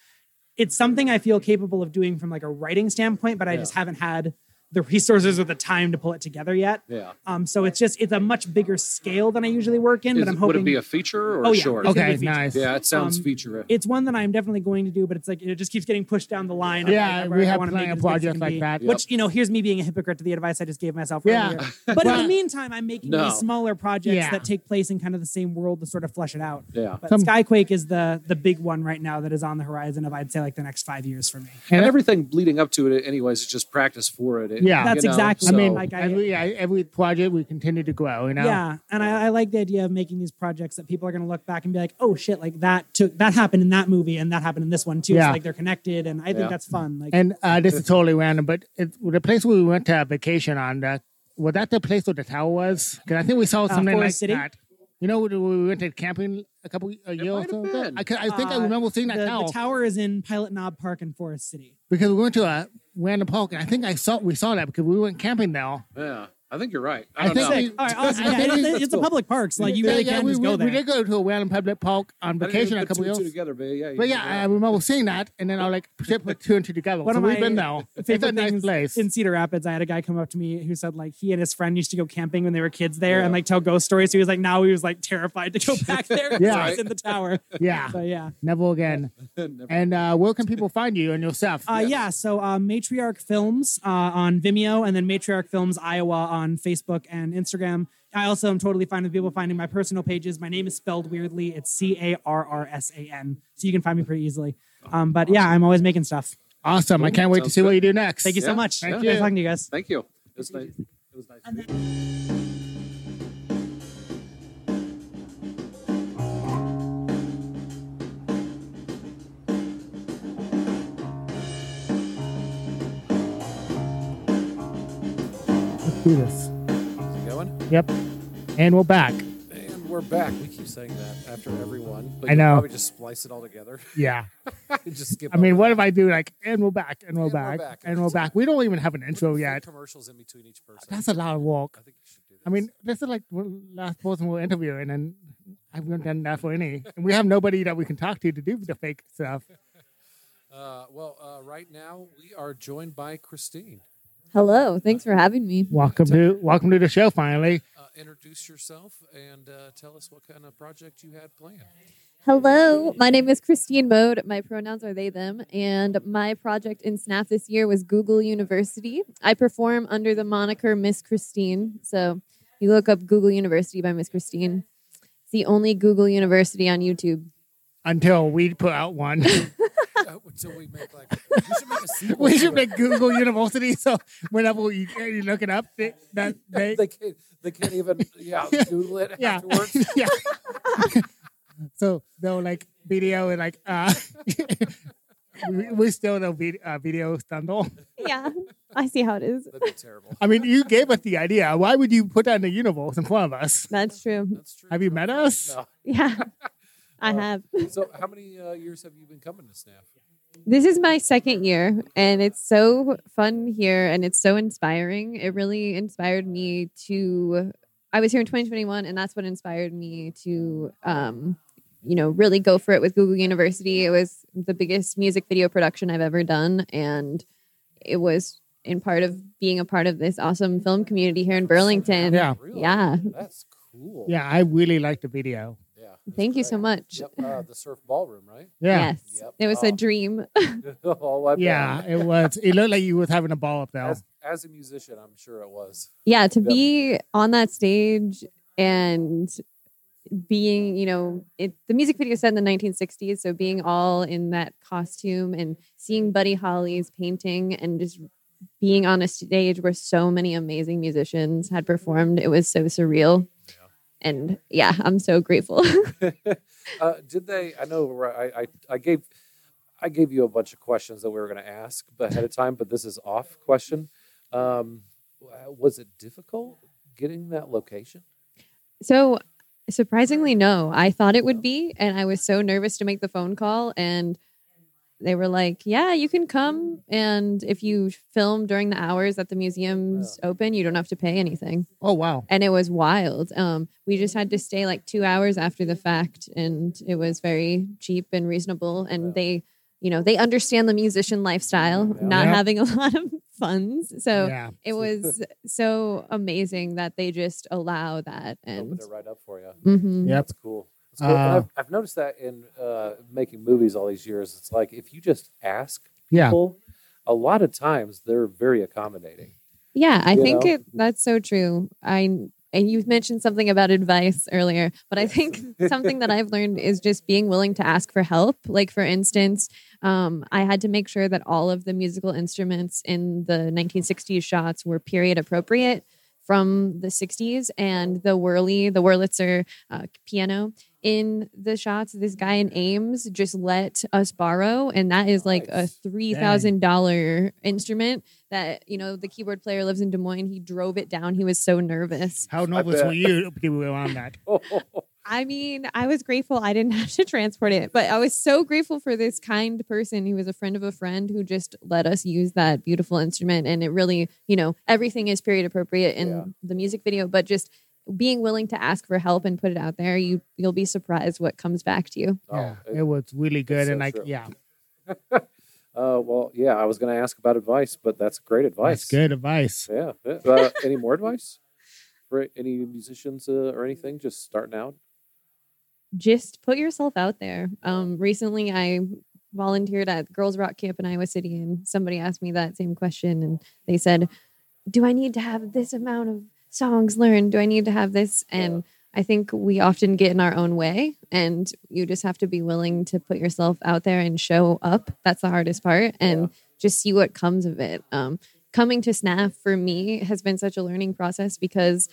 Speaker 12: It's something I feel capable of doing from like a writing standpoint, but I just haven't had the resources or the time to pull it together yet.
Speaker 1: Yeah.
Speaker 12: Um, so it's just it's a much bigger scale than I usually work in,
Speaker 1: Is
Speaker 12: but I'm
Speaker 1: it-
Speaker 12: hoping
Speaker 1: would it be a feature or
Speaker 12: Oh,
Speaker 1: a
Speaker 12: yeah,
Speaker 1: short?
Speaker 12: it's gonna be a Okay, feature. nice.
Speaker 1: Yeah, it sounds
Speaker 12: Um,
Speaker 1: feature.
Speaker 12: it's one that I'm definitely going to do, but it's like it just keeps getting pushed down the line.
Speaker 2: Yeah,
Speaker 12: like,
Speaker 2: we have
Speaker 12: wanna
Speaker 2: plenty of
Speaker 12: make it as big as it
Speaker 2: projects
Speaker 12: can
Speaker 2: like
Speaker 12: be.
Speaker 2: that. Yep.
Speaker 12: Which you know, here's me being a hypocrite to the advice I just gave myself.
Speaker 2: Yeah.
Speaker 12: earlier. but in
Speaker 2: Well-
Speaker 12: the meantime, I'm making
Speaker 2: No.
Speaker 12: these smaller projects
Speaker 2: Yeah.
Speaker 12: that take place in kind of the same world to sort of flesh it out.
Speaker 1: Yeah.
Speaker 12: But Skyquake is the the big one right now that is on the horizon of I'd say like the next five years for me.
Speaker 1: And everything leading up to it, anyways, is just practice for it. it-
Speaker 2: Yeah.
Speaker 1: you know,
Speaker 2: I mean,
Speaker 1: so-
Speaker 12: like I-
Speaker 2: every, yeah, every project we continue to grow, you know?
Speaker 12: Yeah, and I, I like the idea of making these projects that people are going to look back and be like, "Oh shit! Like that took that happened in that movie, and that happened in this one too."
Speaker 2: Yeah.
Speaker 12: So like they're connected, and I think
Speaker 2: Yeah.
Speaker 12: that's fun. Like,
Speaker 2: and uh, this is totally random, but it, the place we went to vacation on, that was that the place where the tower was? Because I think we saw
Speaker 12: Uh,
Speaker 2: something like
Speaker 12: Forest City?
Speaker 2: that. You know, we- we went to camping a couple a year or so. ago? I, could- I think I
Speaker 12: Uh,
Speaker 2: remember seeing that
Speaker 12: the,
Speaker 2: tower
Speaker 12: The tower is in Pilot Knob Park in Forest City.
Speaker 2: because we went to a random park, and I think I saw we saw that because we went camping there.
Speaker 1: Yeah. I think you're right. I
Speaker 2: I
Speaker 1: don't
Speaker 2: think
Speaker 1: know.
Speaker 2: we-
Speaker 12: All right, awesome.
Speaker 2: I
Speaker 12: Yeah,
Speaker 2: think
Speaker 12: it's-
Speaker 2: we-
Speaker 12: it's a
Speaker 2: let's go.
Speaker 12: public parks, like, you
Speaker 2: Yeah,
Speaker 12: really
Speaker 2: yeah,
Speaker 12: can
Speaker 2: we,
Speaker 12: just go
Speaker 2: we-
Speaker 12: there.
Speaker 2: We did go to a random public park on
Speaker 1: I didn't
Speaker 2: vacation
Speaker 1: even
Speaker 2: a
Speaker 1: put
Speaker 2: couple
Speaker 1: two and
Speaker 2: years.
Speaker 1: two together, but yeah, you
Speaker 2: But
Speaker 1: did
Speaker 2: yeah, I
Speaker 1: right.
Speaker 2: remember seeing that, and then I like put two and two together.
Speaker 12: One
Speaker 2: so
Speaker 12: of
Speaker 2: we've
Speaker 12: my
Speaker 2: been now. It's
Speaker 12: favorite
Speaker 2: a nice
Speaker 12: things
Speaker 2: place.
Speaker 12: in Cedar Rapids, I had a guy come up to me who said like he and his friend used to go camping when they were kids there and like tell ghost stories. So he was like, now he was like terrified to go back there. because
Speaker 2: Yeah.
Speaker 12: I was in the tower.
Speaker 2: Yeah.
Speaker 12: so yeah.
Speaker 2: Never again. and uh, where can people find you and yourself?
Speaker 12: Uh, yeah. So uh, Matriarch Films uh, on Vimeo and then Matriarch Films Iowa on Facebook and Instagram. I also am totally fine with people finding my personal pages. My name is spelled weirdly. It's C A R R S A N. So you can find me pretty easily. Um, but yeah, I'm always making stuff.
Speaker 2: Awesome. I can't wait to
Speaker 12: Sounds
Speaker 2: see what
Speaker 12: good.
Speaker 2: you do next.
Speaker 12: Thank you so
Speaker 2: Yeah.
Speaker 12: much.
Speaker 2: Thank
Speaker 12: Nice
Speaker 2: you.
Speaker 12: talking to you guys.
Speaker 1: Thank you. It was nice. It was nice. to meet you.
Speaker 2: Let's do this.
Speaker 1: Is it going?
Speaker 2: Yep. And we're back.
Speaker 1: And we're back. We keep saying that after everyone. But
Speaker 2: I
Speaker 1: you
Speaker 2: know.
Speaker 1: Probably just splice it all together.
Speaker 2: Yeah.
Speaker 1: just skip.
Speaker 2: I mean,
Speaker 1: over
Speaker 2: what
Speaker 1: that.
Speaker 2: if I do like, and we're back, and we're, back,
Speaker 1: back,
Speaker 2: and we're back? We don't even have an intro yet.
Speaker 1: commercials in between each person?
Speaker 2: That's a lot of work. I, mean, this is like the last person we'll interview, and then I haven't done that for any. And we have nobody that we can talk to to do the fake stuff.
Speaker 1: Uh, well, uh, right now we are joined by Christine.
Speaker 13: Hello, thanks for having me.
Speaker 2: Welcome to welcome to the show. Finally,
Speaker 1: Uh, introduce yourself and uh, tell us what kind of project you had planned.
Speaker 13: Hello, my name is Christine Mode. My pronouns are they, them, and my project in SNAP this year was Google University. I perform under the moniker Miss Christine. So you look up Google University by Miss Christine. It's the only Google University on YouTube.
Speaker 2: until we put out one,
Speaker 1: Until we make like we should make a sequel.
Speaker 2: we
Speaker 1: to
Speaker 2: should
Speaker 1: it.
Speaker 2: make Google University. So whenever you, you look it up, they, that they
Speaker 1: they can't. They can't even. Yeah, Google it
Speaker 2: yeah
Speaker 1: afterwards.
Speaker 2: yeah. so they'll like video and like uh, we, we still know video, uh, video stumble.
Speaker 13: Yeah, I see how it is.
Speaker 1: That'd be terrible.
Speaker 2: I mean, you gave us the idea. Why would you put that in the universe in front of us?
Speaker 13: That's true. That's
Speaker 2: true. Have you met us?
Speaker 1: No.
Speaker 13: Yeah, I
Speaker 1: Uh,
Speaker 13: have.
Speaker 1: So, how many uh, years have you been coming to Snap?
Speaker 13: This is my second year, and it's so fun here and it's so inspiring. It really inspired me to. I was here in 2021, and that's what inspired me to, um, you know, really go for it with Google University. It was the biggest music video production I've ever done, and it was in part of being a part of this awesome film community here in Burlington.
Speaker 2: Yeah.
Speaker 13: yeah.
Speaker 1: That's cool.
Speaker 2: Yeah, I really liked the video.
Speaker 1: Yeah.
Speaker 13: Thank you so much.
Speaker 1: Yep. Uh, the Surf Ballroom, right?
Speaker 2: Yeah.
Speaker 13: Yes, it was a dream.
Speaker 1: oh, I bet.
Speaker 2: Yeah, it was. It looked like you was having a ball up there.
Speaker 1: As, as a musician, I'm sure it was.
Speaker 13: yeah to
Speaker 1: Yep.
Speaker 13: be on that stage and being you know it the music video set in the 1960s so being all in that costume and seeing buddy holly's painting and just being on a stage where so many amazing musicians had performed it was so surreal and yeah i'm so grateful
Speaker 1: Uh, did they? I know. right, I, I I gave I gave you a bunch of questions that we were going to ask but ahead of time, but this is off question. Um, w- was it difficult getting that location?
Speaker 13: So surprisingly, no. I thought it would be, and I was so nervous to make the phone call, and they were like, "Yeah, you can come, and if you film during the hours that the museum's open, you don't have to pay anything."
Speaker 2: Oh wow!
Speaker 13: And it was wild. Um, we just had to stay like two hours after the fact, and it was very cheap and reasonable, and they. You know, they understand the musician lifestyle, not
Speaker 2: Yeah.
Speaker 13: having a lot of funds. So
Speaker 2: Yeah.
Speaker 13: it was so amazing that they just allow that. And
Speaker 1: Opened it right up for you.
Speaker 13: Mhm.
Speaker 2: Yep.
Speaker 1: that's cool. That's cool. And
Speaker 2: Uh,
Speaker 1: I've, I've noticed that in uh, making movies all these years, it's like if you just ask
Speaker 2: Yeah.
Speaker 1: people, a lot of times they're very accommodating.
Speaker 13: Yeah, I
Speaker 1: You
Speaker 13: think
Speaker 1: know?
Speaker 13: it, that's so true. I and you mentioned something about advice earlier, but I think something that I've learned is just being willing to ask for help. Like for instance, um, I had to make sure that all of the musical instruments in the 1960s shots were period appropriate from the 60s, and the whirly, the Wurlitzer uh, piano in the shots. This guy in Ames just let us borrow, and that is like a three thousand dollar instrument that you know the keyboard player lives in Des Moines. He drove it down. He was so nervous.
Speaker 2: How nervous were you? People were on that.
Speaker 13: I mean, I was grateful I didn't have to transport it, but I was so grateful for this kind person who was a friend of a friend who just let us use that beautiful instrument. And it really, you know, everything is period appropriate in the music video, but just being willing to ask for help and put it out there, you you'll be surprised what comes back to you.
Speaker 2: yeah, it, was really good,
Speaker 1: Oh, so
Speaker 2: and like,
Speaker 1: true.
Speaker 2: yeah,
Speaker 1: Uh, well, yeah, I was going to ask about advice, but that's great advice.
Speaker 2: that's good advice.
Speaker 1: Yeah. yeah. Uh, any more advice for any musicians uh, or anything just starting out?
Speaker 13: just put yourself out there. Um, recently, I volunteered at Girls Rock Camp in Iowa City, and somebody asked me that same question, and they said, "Do I need to have this amount of songs learned? Do I need to have this?" And I think we often get in our own way, and you just have to be willing to put yourself out there and show up. That's the hardest part, and just see what comes of it. Um, coming to SNAF for me has been such a learning process because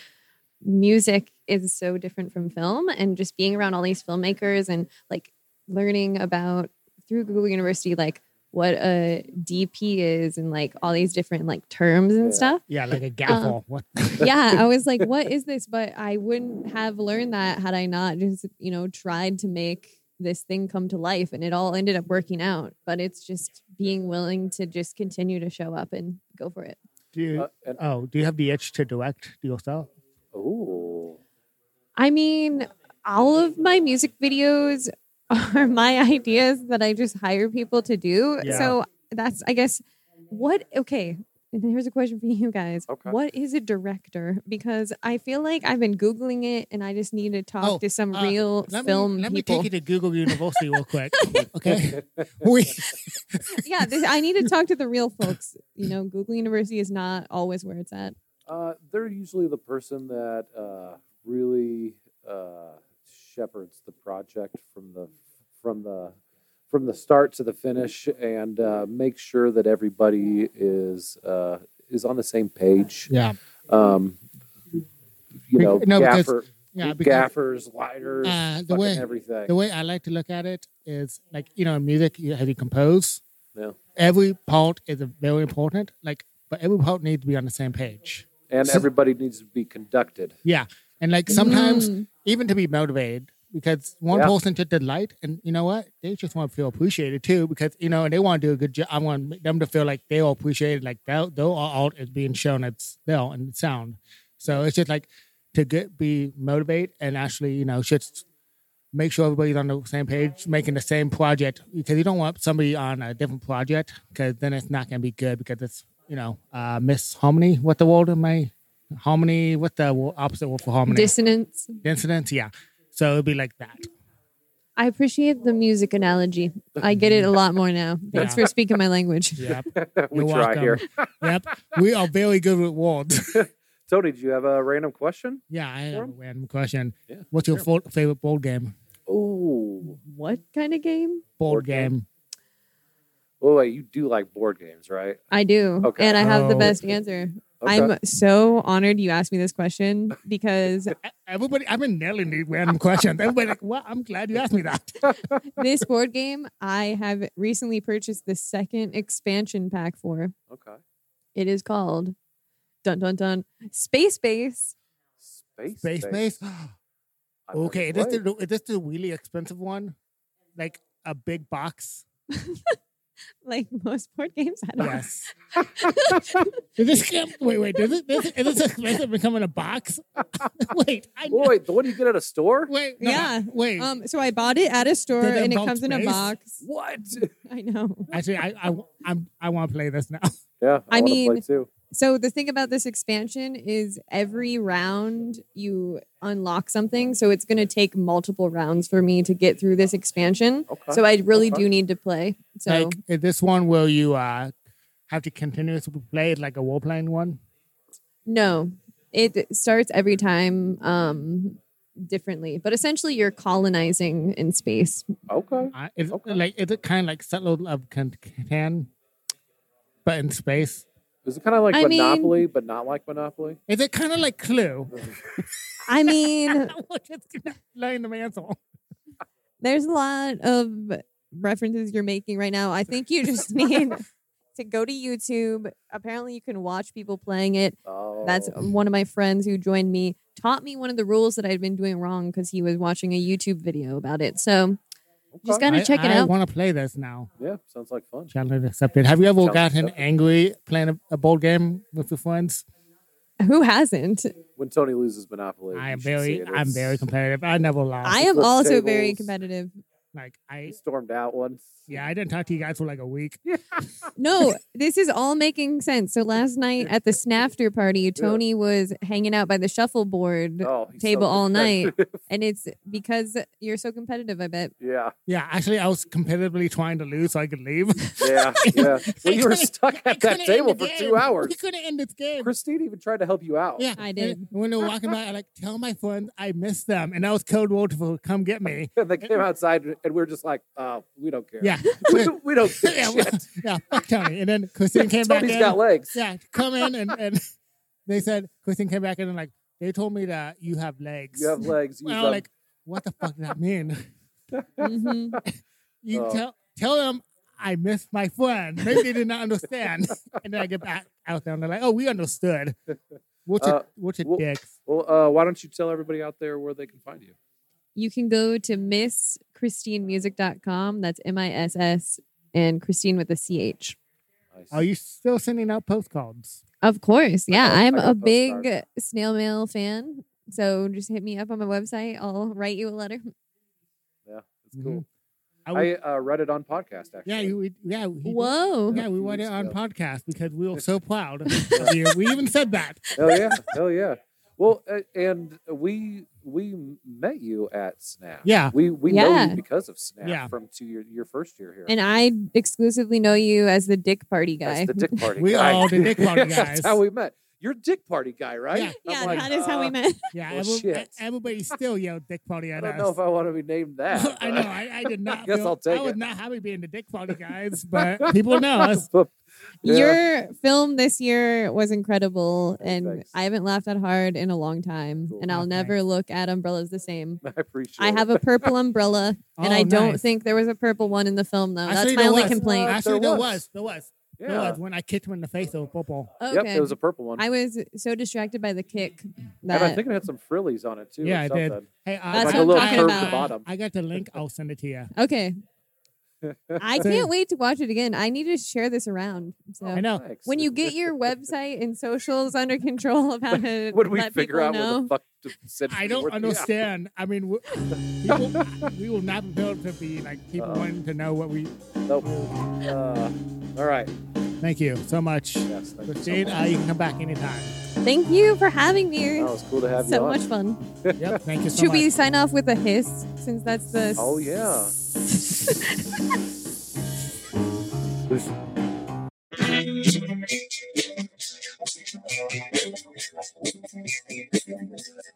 Speaker 13: music is so different from film and just being around all these filmmakers and like learning about through Google University like what a DP is and like all these different like terms and stuff. Um,
Speaker 2: Yeah, like a
Speaker 13: Uh-huh.
Speaker 2: gavel. what?
Speaker 13: yeah, I was like what is this but I wouldn't have learned that had I not just you know tried to make this thing come to life and it all ended up working out but it's just being willing to just continue to show up and go for it.
Speaker 2: Do
Speaker 1: Uh,
Speaker 2: you? oh, do you have the itch to direct yourself?
Speaker 1: Oh,
Speaker 13: I mean, all of my music videos are my ideas that I just hire people to do.
Speaker 14: Yeah.
Speaker 13: So that's, I guess, what, okay. And here's a question for you guys. What is a director? Because I feel like I've been Googling it and I just need to talk to some
Speaker 2: uh,
Speaker 13: real
Speaker 2: let
Speaker 13: film
Speaker 2: Me, let
Speaker 13: people.
Speaker 2: me take you to Google University real quick. okay, we
Speaker 13: yeah, this, I need to talk to the real folks. You know, Google University is not always where it's at.
Speaker 1: Uh, they're usually the person that uh, really uh, shepherds the project from the from the from the start to the finish, and uh, makes sure that everybody is uh, is on the same page.
Speaker 2: Yeah.
Speaker 1: Um, you
Speaker 2: Be-
Speaker 1: know,
Speaker 2: no, because-
Speaker 1: gaffer,
Speaker 2: yeah, because-
Speaker 1: gaffers, lighters,
Speaker 2: uh, the
Speaker 1: fucking
Speaker 2: way
Speaker 1: everything.
Speaker 2: the way I like to look at it is like you know, in music you have you compose.
Speaker 1: Yeah.
Speaker 2: Every part is a very important. Like, but every part needs to be on the same page.
Speaker 1: and
Speaker 2: So-
Speaker 1: everybody needs to be conducted.
Speaker 2: Yeah. And like sometimes
Speaker 1: Mm.
Speaker 2: even to be motivated because one
Speaker 1: Yeah.
Speaker 2: person took the light and you know what? They just want to feel appreciated too because you know, and they want to do a good job. I want them to feel like they are appreciated, like their their art is being shown as well and sound. So it's just like to get be motivated and actually, you know, just make sure everybody's on the same page, making the same project because you don't want somebody on a different project because then it's not going to be good because it's you know uh, miss harmony. What the word am I? Harmony. What the wo- opposite word for harmony?
Speaker 13: Dissonance.
Speaker 2: Dissonance. Yeah. So it'd be like that.
Speaker 13: I appreciate the music analogy. I get it a lot more now. Thanks
Speaker 2: Yeah.
Speaker 13: for speaking my language.
Speaker 2: Yep.
Speaker 1: we
Speaker 2: You're
Speaker 1: try
Speaker 2: welcome.
Speaker 1: here.
Speaker 2: yep. We are very good with words.
Speaker 1: Tony, do you have a random question?
Speaker 2: Yeah,
Speaker 1: for
Speaker 2: I have a
Speaker 1: him?
Speaker 2: random question. What's your fo- favorite board game?
Speaker 1: Oh,
Speaker 13: What kind of game?
Speaker 2: Board game.
Speaker 1: oh, wait, you do like board games, right?
Speaker 13: I do.
Speaker 1: Okay.
Speaker 13: And I have the
Speaker 1: Oh.
Speaker 13: best answer.
Speaker 1: Okay.
Speaker 13: I'm so honored you asked me this question because
Speaker 2: E, Everybody, I've been nailing these random questions. Everybody, like, well, I'm glad you asked me that.
Speaker 13: this board game I have recently purchased the second expansion pack for.
Speaker 1: Okay.
Speaker 13: It is called Dun Dun Dun Space Base.
Speaker 1: Space
Speaker 2: Space Base. okay, is this, the, is this the really expensive one? Like a big box?
Speaker 13: Like most board games, I don't
Speaker 2: Yes. Did this come, wait, wait, does it, this, is this expensive to come in a box? wait, I
Speaker 1: Oh, wait, the one you get at a store?
Speaker 2: Wait, no,
Speaker 13: yeah.
Speaker 2: wait.
Speaker 13: Um, so I bought it at a store
Speaker 2: Did it
Speaker 13: and it
Speaker 2: involve
Speaker 13: comes in a
Speaker 2: space?
Speaker 13: box.
Speaker 1: What?
Speaker 13: I know.
Speaker 2: Actually, I I I'm, I want to play this now.
Speaker 1: Yeah,
Speaker 13: I
Speaker 1: I, want
Speaker 13: mean-
Speaker 1: to play too.
Speaker 13: So the thing about this expansion is every round you unlock something. So it's going to take multiple rounds for me to get through this expansion.
Speaker 2: Okay.
Speaker 13: So I really
Speaker 2: Okay.
Speaker 13: do need to play. So
Speaker 2: Like is this one where you uh have to continuously play it like a role playing one?
Speaker 13: no, it starts every time um, differently, but essentially you're colonizing in space.
Speaker 1: Okay.
Speaker 2: Uh, is it like is it kind of like Settlers of Catan, but in space?
Speaker 1: Is it kind of like
Speaker 13: I mean-
Speaker 1: Monopoly, but not like Monopoly?
Speaker 2: Is it kind of like Clue?
Speaker 13: I mean,
Speaker 2: Laying the mantle.
Speaker 13: there's a lot of references you're making right now. I think you just need to go to YouTube. Apparently, you can watch people playing it.
Speaker 1: Oh.
Speaker 13: That's one of my friends who joined me taught me one of the rules that I'd been doing wrong because he was watching a YouTube video about it. So just gotta
Speaker 2: I-
Speaker 13: check it
Speaker 2: I
Speaker 13: out.
Speaker 2: want to play this now.
Speaker 1: Yeah, sounds like fun.
Speaker 2: Challenge accepted. Have you ever
Speaker 1: Challenge
Speaker 2: gotten
Speaker 1: accepted.
Speaker 2: angry playing a, a board game with your friends?
Speaker 13: Who hasn't?
Speaker 1: When Tony loses Monopoly,
Speaker 2: I
Speaker 1: you
Speaker 2: am
Speaker 1: should see
Speaker 2: very,
Speaker 1: it.
Speaker 2: I'm
Speaker 1: It's-
Speaker 2: very competitive. I never lost.
Speaker 13: I am also very
Speaker 1: tables.
Speaker 13: competitive.
Speaker 2: Like I
Speaker 1: stormed out once.
Speaker 2: Yeah, I didn't talk to you guys for like a week.
Speaker 13: No, this is all making sense. So last night at the snafter party, Tony was hanging out by the shuffleboard
Speaker 1: Oh,
Speaker 13: table all night, and it's because you're so competitive. I bet.
Speaker 1: Yeah.
Speaker 2: Yeah, actually, I was competitively trying to lose so I could leave.
Speaker 1: Yeah, yeah. Well, you were stuck at that
Speaker 2: couldn't
Speaker 1: table
Speaker 2: end the
Speaker 1: for
Speaker 2: game.
Speaker 1: two hours.
Speaker 2: We couldn't end this game.
Speaker 1: Christine even tried to help you out.
Speaker 2: Yeah,
Speaker 13: I
Speaker 2: and
Speaker 13: did.
Speaker 2: When they were walking by, I like tell my friends I miss them, and that was code word for "come get me."
Speaker 1: And they came outside, and we were just like, "Oh, we don't care.
Speaker 2: Yeah.
Speaker 1: we, we don't care."
Speaker 2: yeah, well, yeah, fuck Tony. And then Christine came back
Speaker 1: Tony's
Speaker 2: in.
Speaker 1: got legs.
Speaker 2: Yeah, come in and, and they said Christine came back in and like they told me that you have legs.
Speaker 1: You have legs. Use
Speaker 2: Well,
Speaker 1: them.
Speaker 2: like what the fuck does that mean?
Speaker 13: Mm-hmm.
Speaker 2: you
Speaker 1: Oh.
Speaker 2: tell tell them I miss my friend. Maybe they did not understand, and then I get back out there and they're like, "Oh, we understood." What's a
Speaker 1: Uh,
Speaker 2: what's a
Speaker 1: well-
Speaker 2: dick?
Speaker 1: Well, uh, why don't you tell everybody out there where they can find you?
Speaker 13: You can go to MissChristineMusic.com. That's M I S S and Christine with a C H.
Speaker 2: Are you still sending out postcards?
Speaker 13: Of course, yeah.
Speaker 2: got- I
Speaker 13: I'm
Speaker 2: got
Speaker 13: a
Speaker 2: postcards.
Speaker 13: big snail mail fan, so just hit me up on my website. I'll write you a letter.
Speaker 1: Yeah, it's cool.
Speaker 2: Mm-hmm. I would-
Speaker 1: I uh, read it on podcast actually.
Speaker 2: Yeah, you, we, yeah. he did.
Speaker 13: Whoa.
Speaker 2: Yeah, we
Speaker 1: few
Speaker 2: went it
Speaker 1: weeks
Speaker 2: on
Speaker 1: ago.
Speaker 2: podcast because we were so proud of you. We even said that.
Speaker 1: Hell Oh, yeah! Hell yeah! Well, uh, and we we met you at Snap.
Speaker 2: Yeah.
Speaker 1: we we know
Speaker 13: Yeah.
Speaker 1: you because of Snap
Speaker 2: Yeah.
Speaker 1: from two your your first year here.
Speaker 13: And I exclusively know you as the dick party guy.
Speaker 1: That's the dick party.
Speaker 2: We
Speaker 1: guy.
Speaker 2: all the dick party guys.
Speaker 1: That's how we met. You're dick party guy, right?
Speaker 2: Yeah.
Speaker 1: I'm
Speaker 13: yeah,
Speaker 1: like,
Speaker 13: that is how we
Speaker 1: uh,
Speaker 13: met.
Speaker 2: Yeah,
Speaker 1: Well,
Speaker 2: every- e,
Speaker 1: shit.
Speaker 2: everybody still yelled dick party
Speaker 1: I
Speaker 2: at
Speaker 1: don't
Speaker 2: us.
Speaker 1: know if I want to be named that.
Speaker 2: I know. I, I did not.
Speaker 1: guess
Speaker 2: feel-
Speaker 1: I'll take
Speaker 2: I was
Speaker 1: it.
Speaker 2: not happy being the dick party guys, but people know us.
Speaker 1: Yeah.
Speaker 13: Your film this year was incredible, and I haven't laughed that hard in a long time. And I'll never look at umbrellas the same.
Speaker 1: I appreciate.
Speaker 13: I
Speaker 1: it.
Speaker 13: have a purple umbrella, and
Speaker 2: Oh,
Speaker 13: I don't
Speaker 2: nice.
Speaker 13: think there was a purple one in the film though. That's
Speaker 2: Actually,
Speaker 13: my
Speaker 2: there
Speaker 13: only
Speaker 2: was.
Speaker 13: complaint.
Speaker 2: Actually,
Speaker 1: there
Speaker 2: there
Speaker 1: was.
Speaker 2: was. There was. There
Speaker 1: Yeah.
Speaker 2: was when I kicked him in the face with a football.
Speaker 13: Oh, Okay.
Speaker 1: Yep, it was a purple one.
Speaker 13: I was so distracted by the kick that
Speaker 1: and I think it had some frillies on it too.
Speaker 2: Yeah,
Speaker 1: or
Speaker 2: I
Speaker 1: something.
Speaker 2: did. Hey, uh,
Speaker 13: That's what
Speaker 1: like a
Speaker 13: I'm
Speaker 1: little
Speaker 13: talking
Speaker 1: curved
Speaker 13: about.
Speaker 1: bottom.
Speaker 2: I got the link. I'll send it to you.
Speaker 13: Okay. I
Speaker 2: So-
Speaker 13: can't wait to watch it again. I need to share this around. So
Speaker 2: I know.
Speaker 13: when you get your website and socials under control about it,
Speaker 1: Would we
Speaker 13: let
Speaker 1: figure
Speaker 13: people
Speaker 1: out
Speaker 13: know.
Speaker 1: where the fuck to send
Speaker 2: I
Speaker 1: it?
Speaker 2: don't
Speaker 1: Where- yeah.
Speaker 2: understand. I mean, we, people, we will not be built to be like people wanting to know what we.
Speaker 1: Nope. Uh, all right.
Speaker 2: Thank you so much,
Speaker 1: Yes, thank you so
Speaker 2: Christine.
Speaker 1: much.
Speaker 2: uh, you can come back anytime.
Speaker 13: Thank you for having me.
Speaker 1: That was Oh, cool to have you
Speaker 13: so
Speaker 1: on.
Speaker 13: much fun.
Speaker 2: Yep. Thank you so
Speaker 13: Should
Speaker 2: much.
Speaker 13: we uh, sign off with a hiss since that's the
Speaker 1: Oh yeah.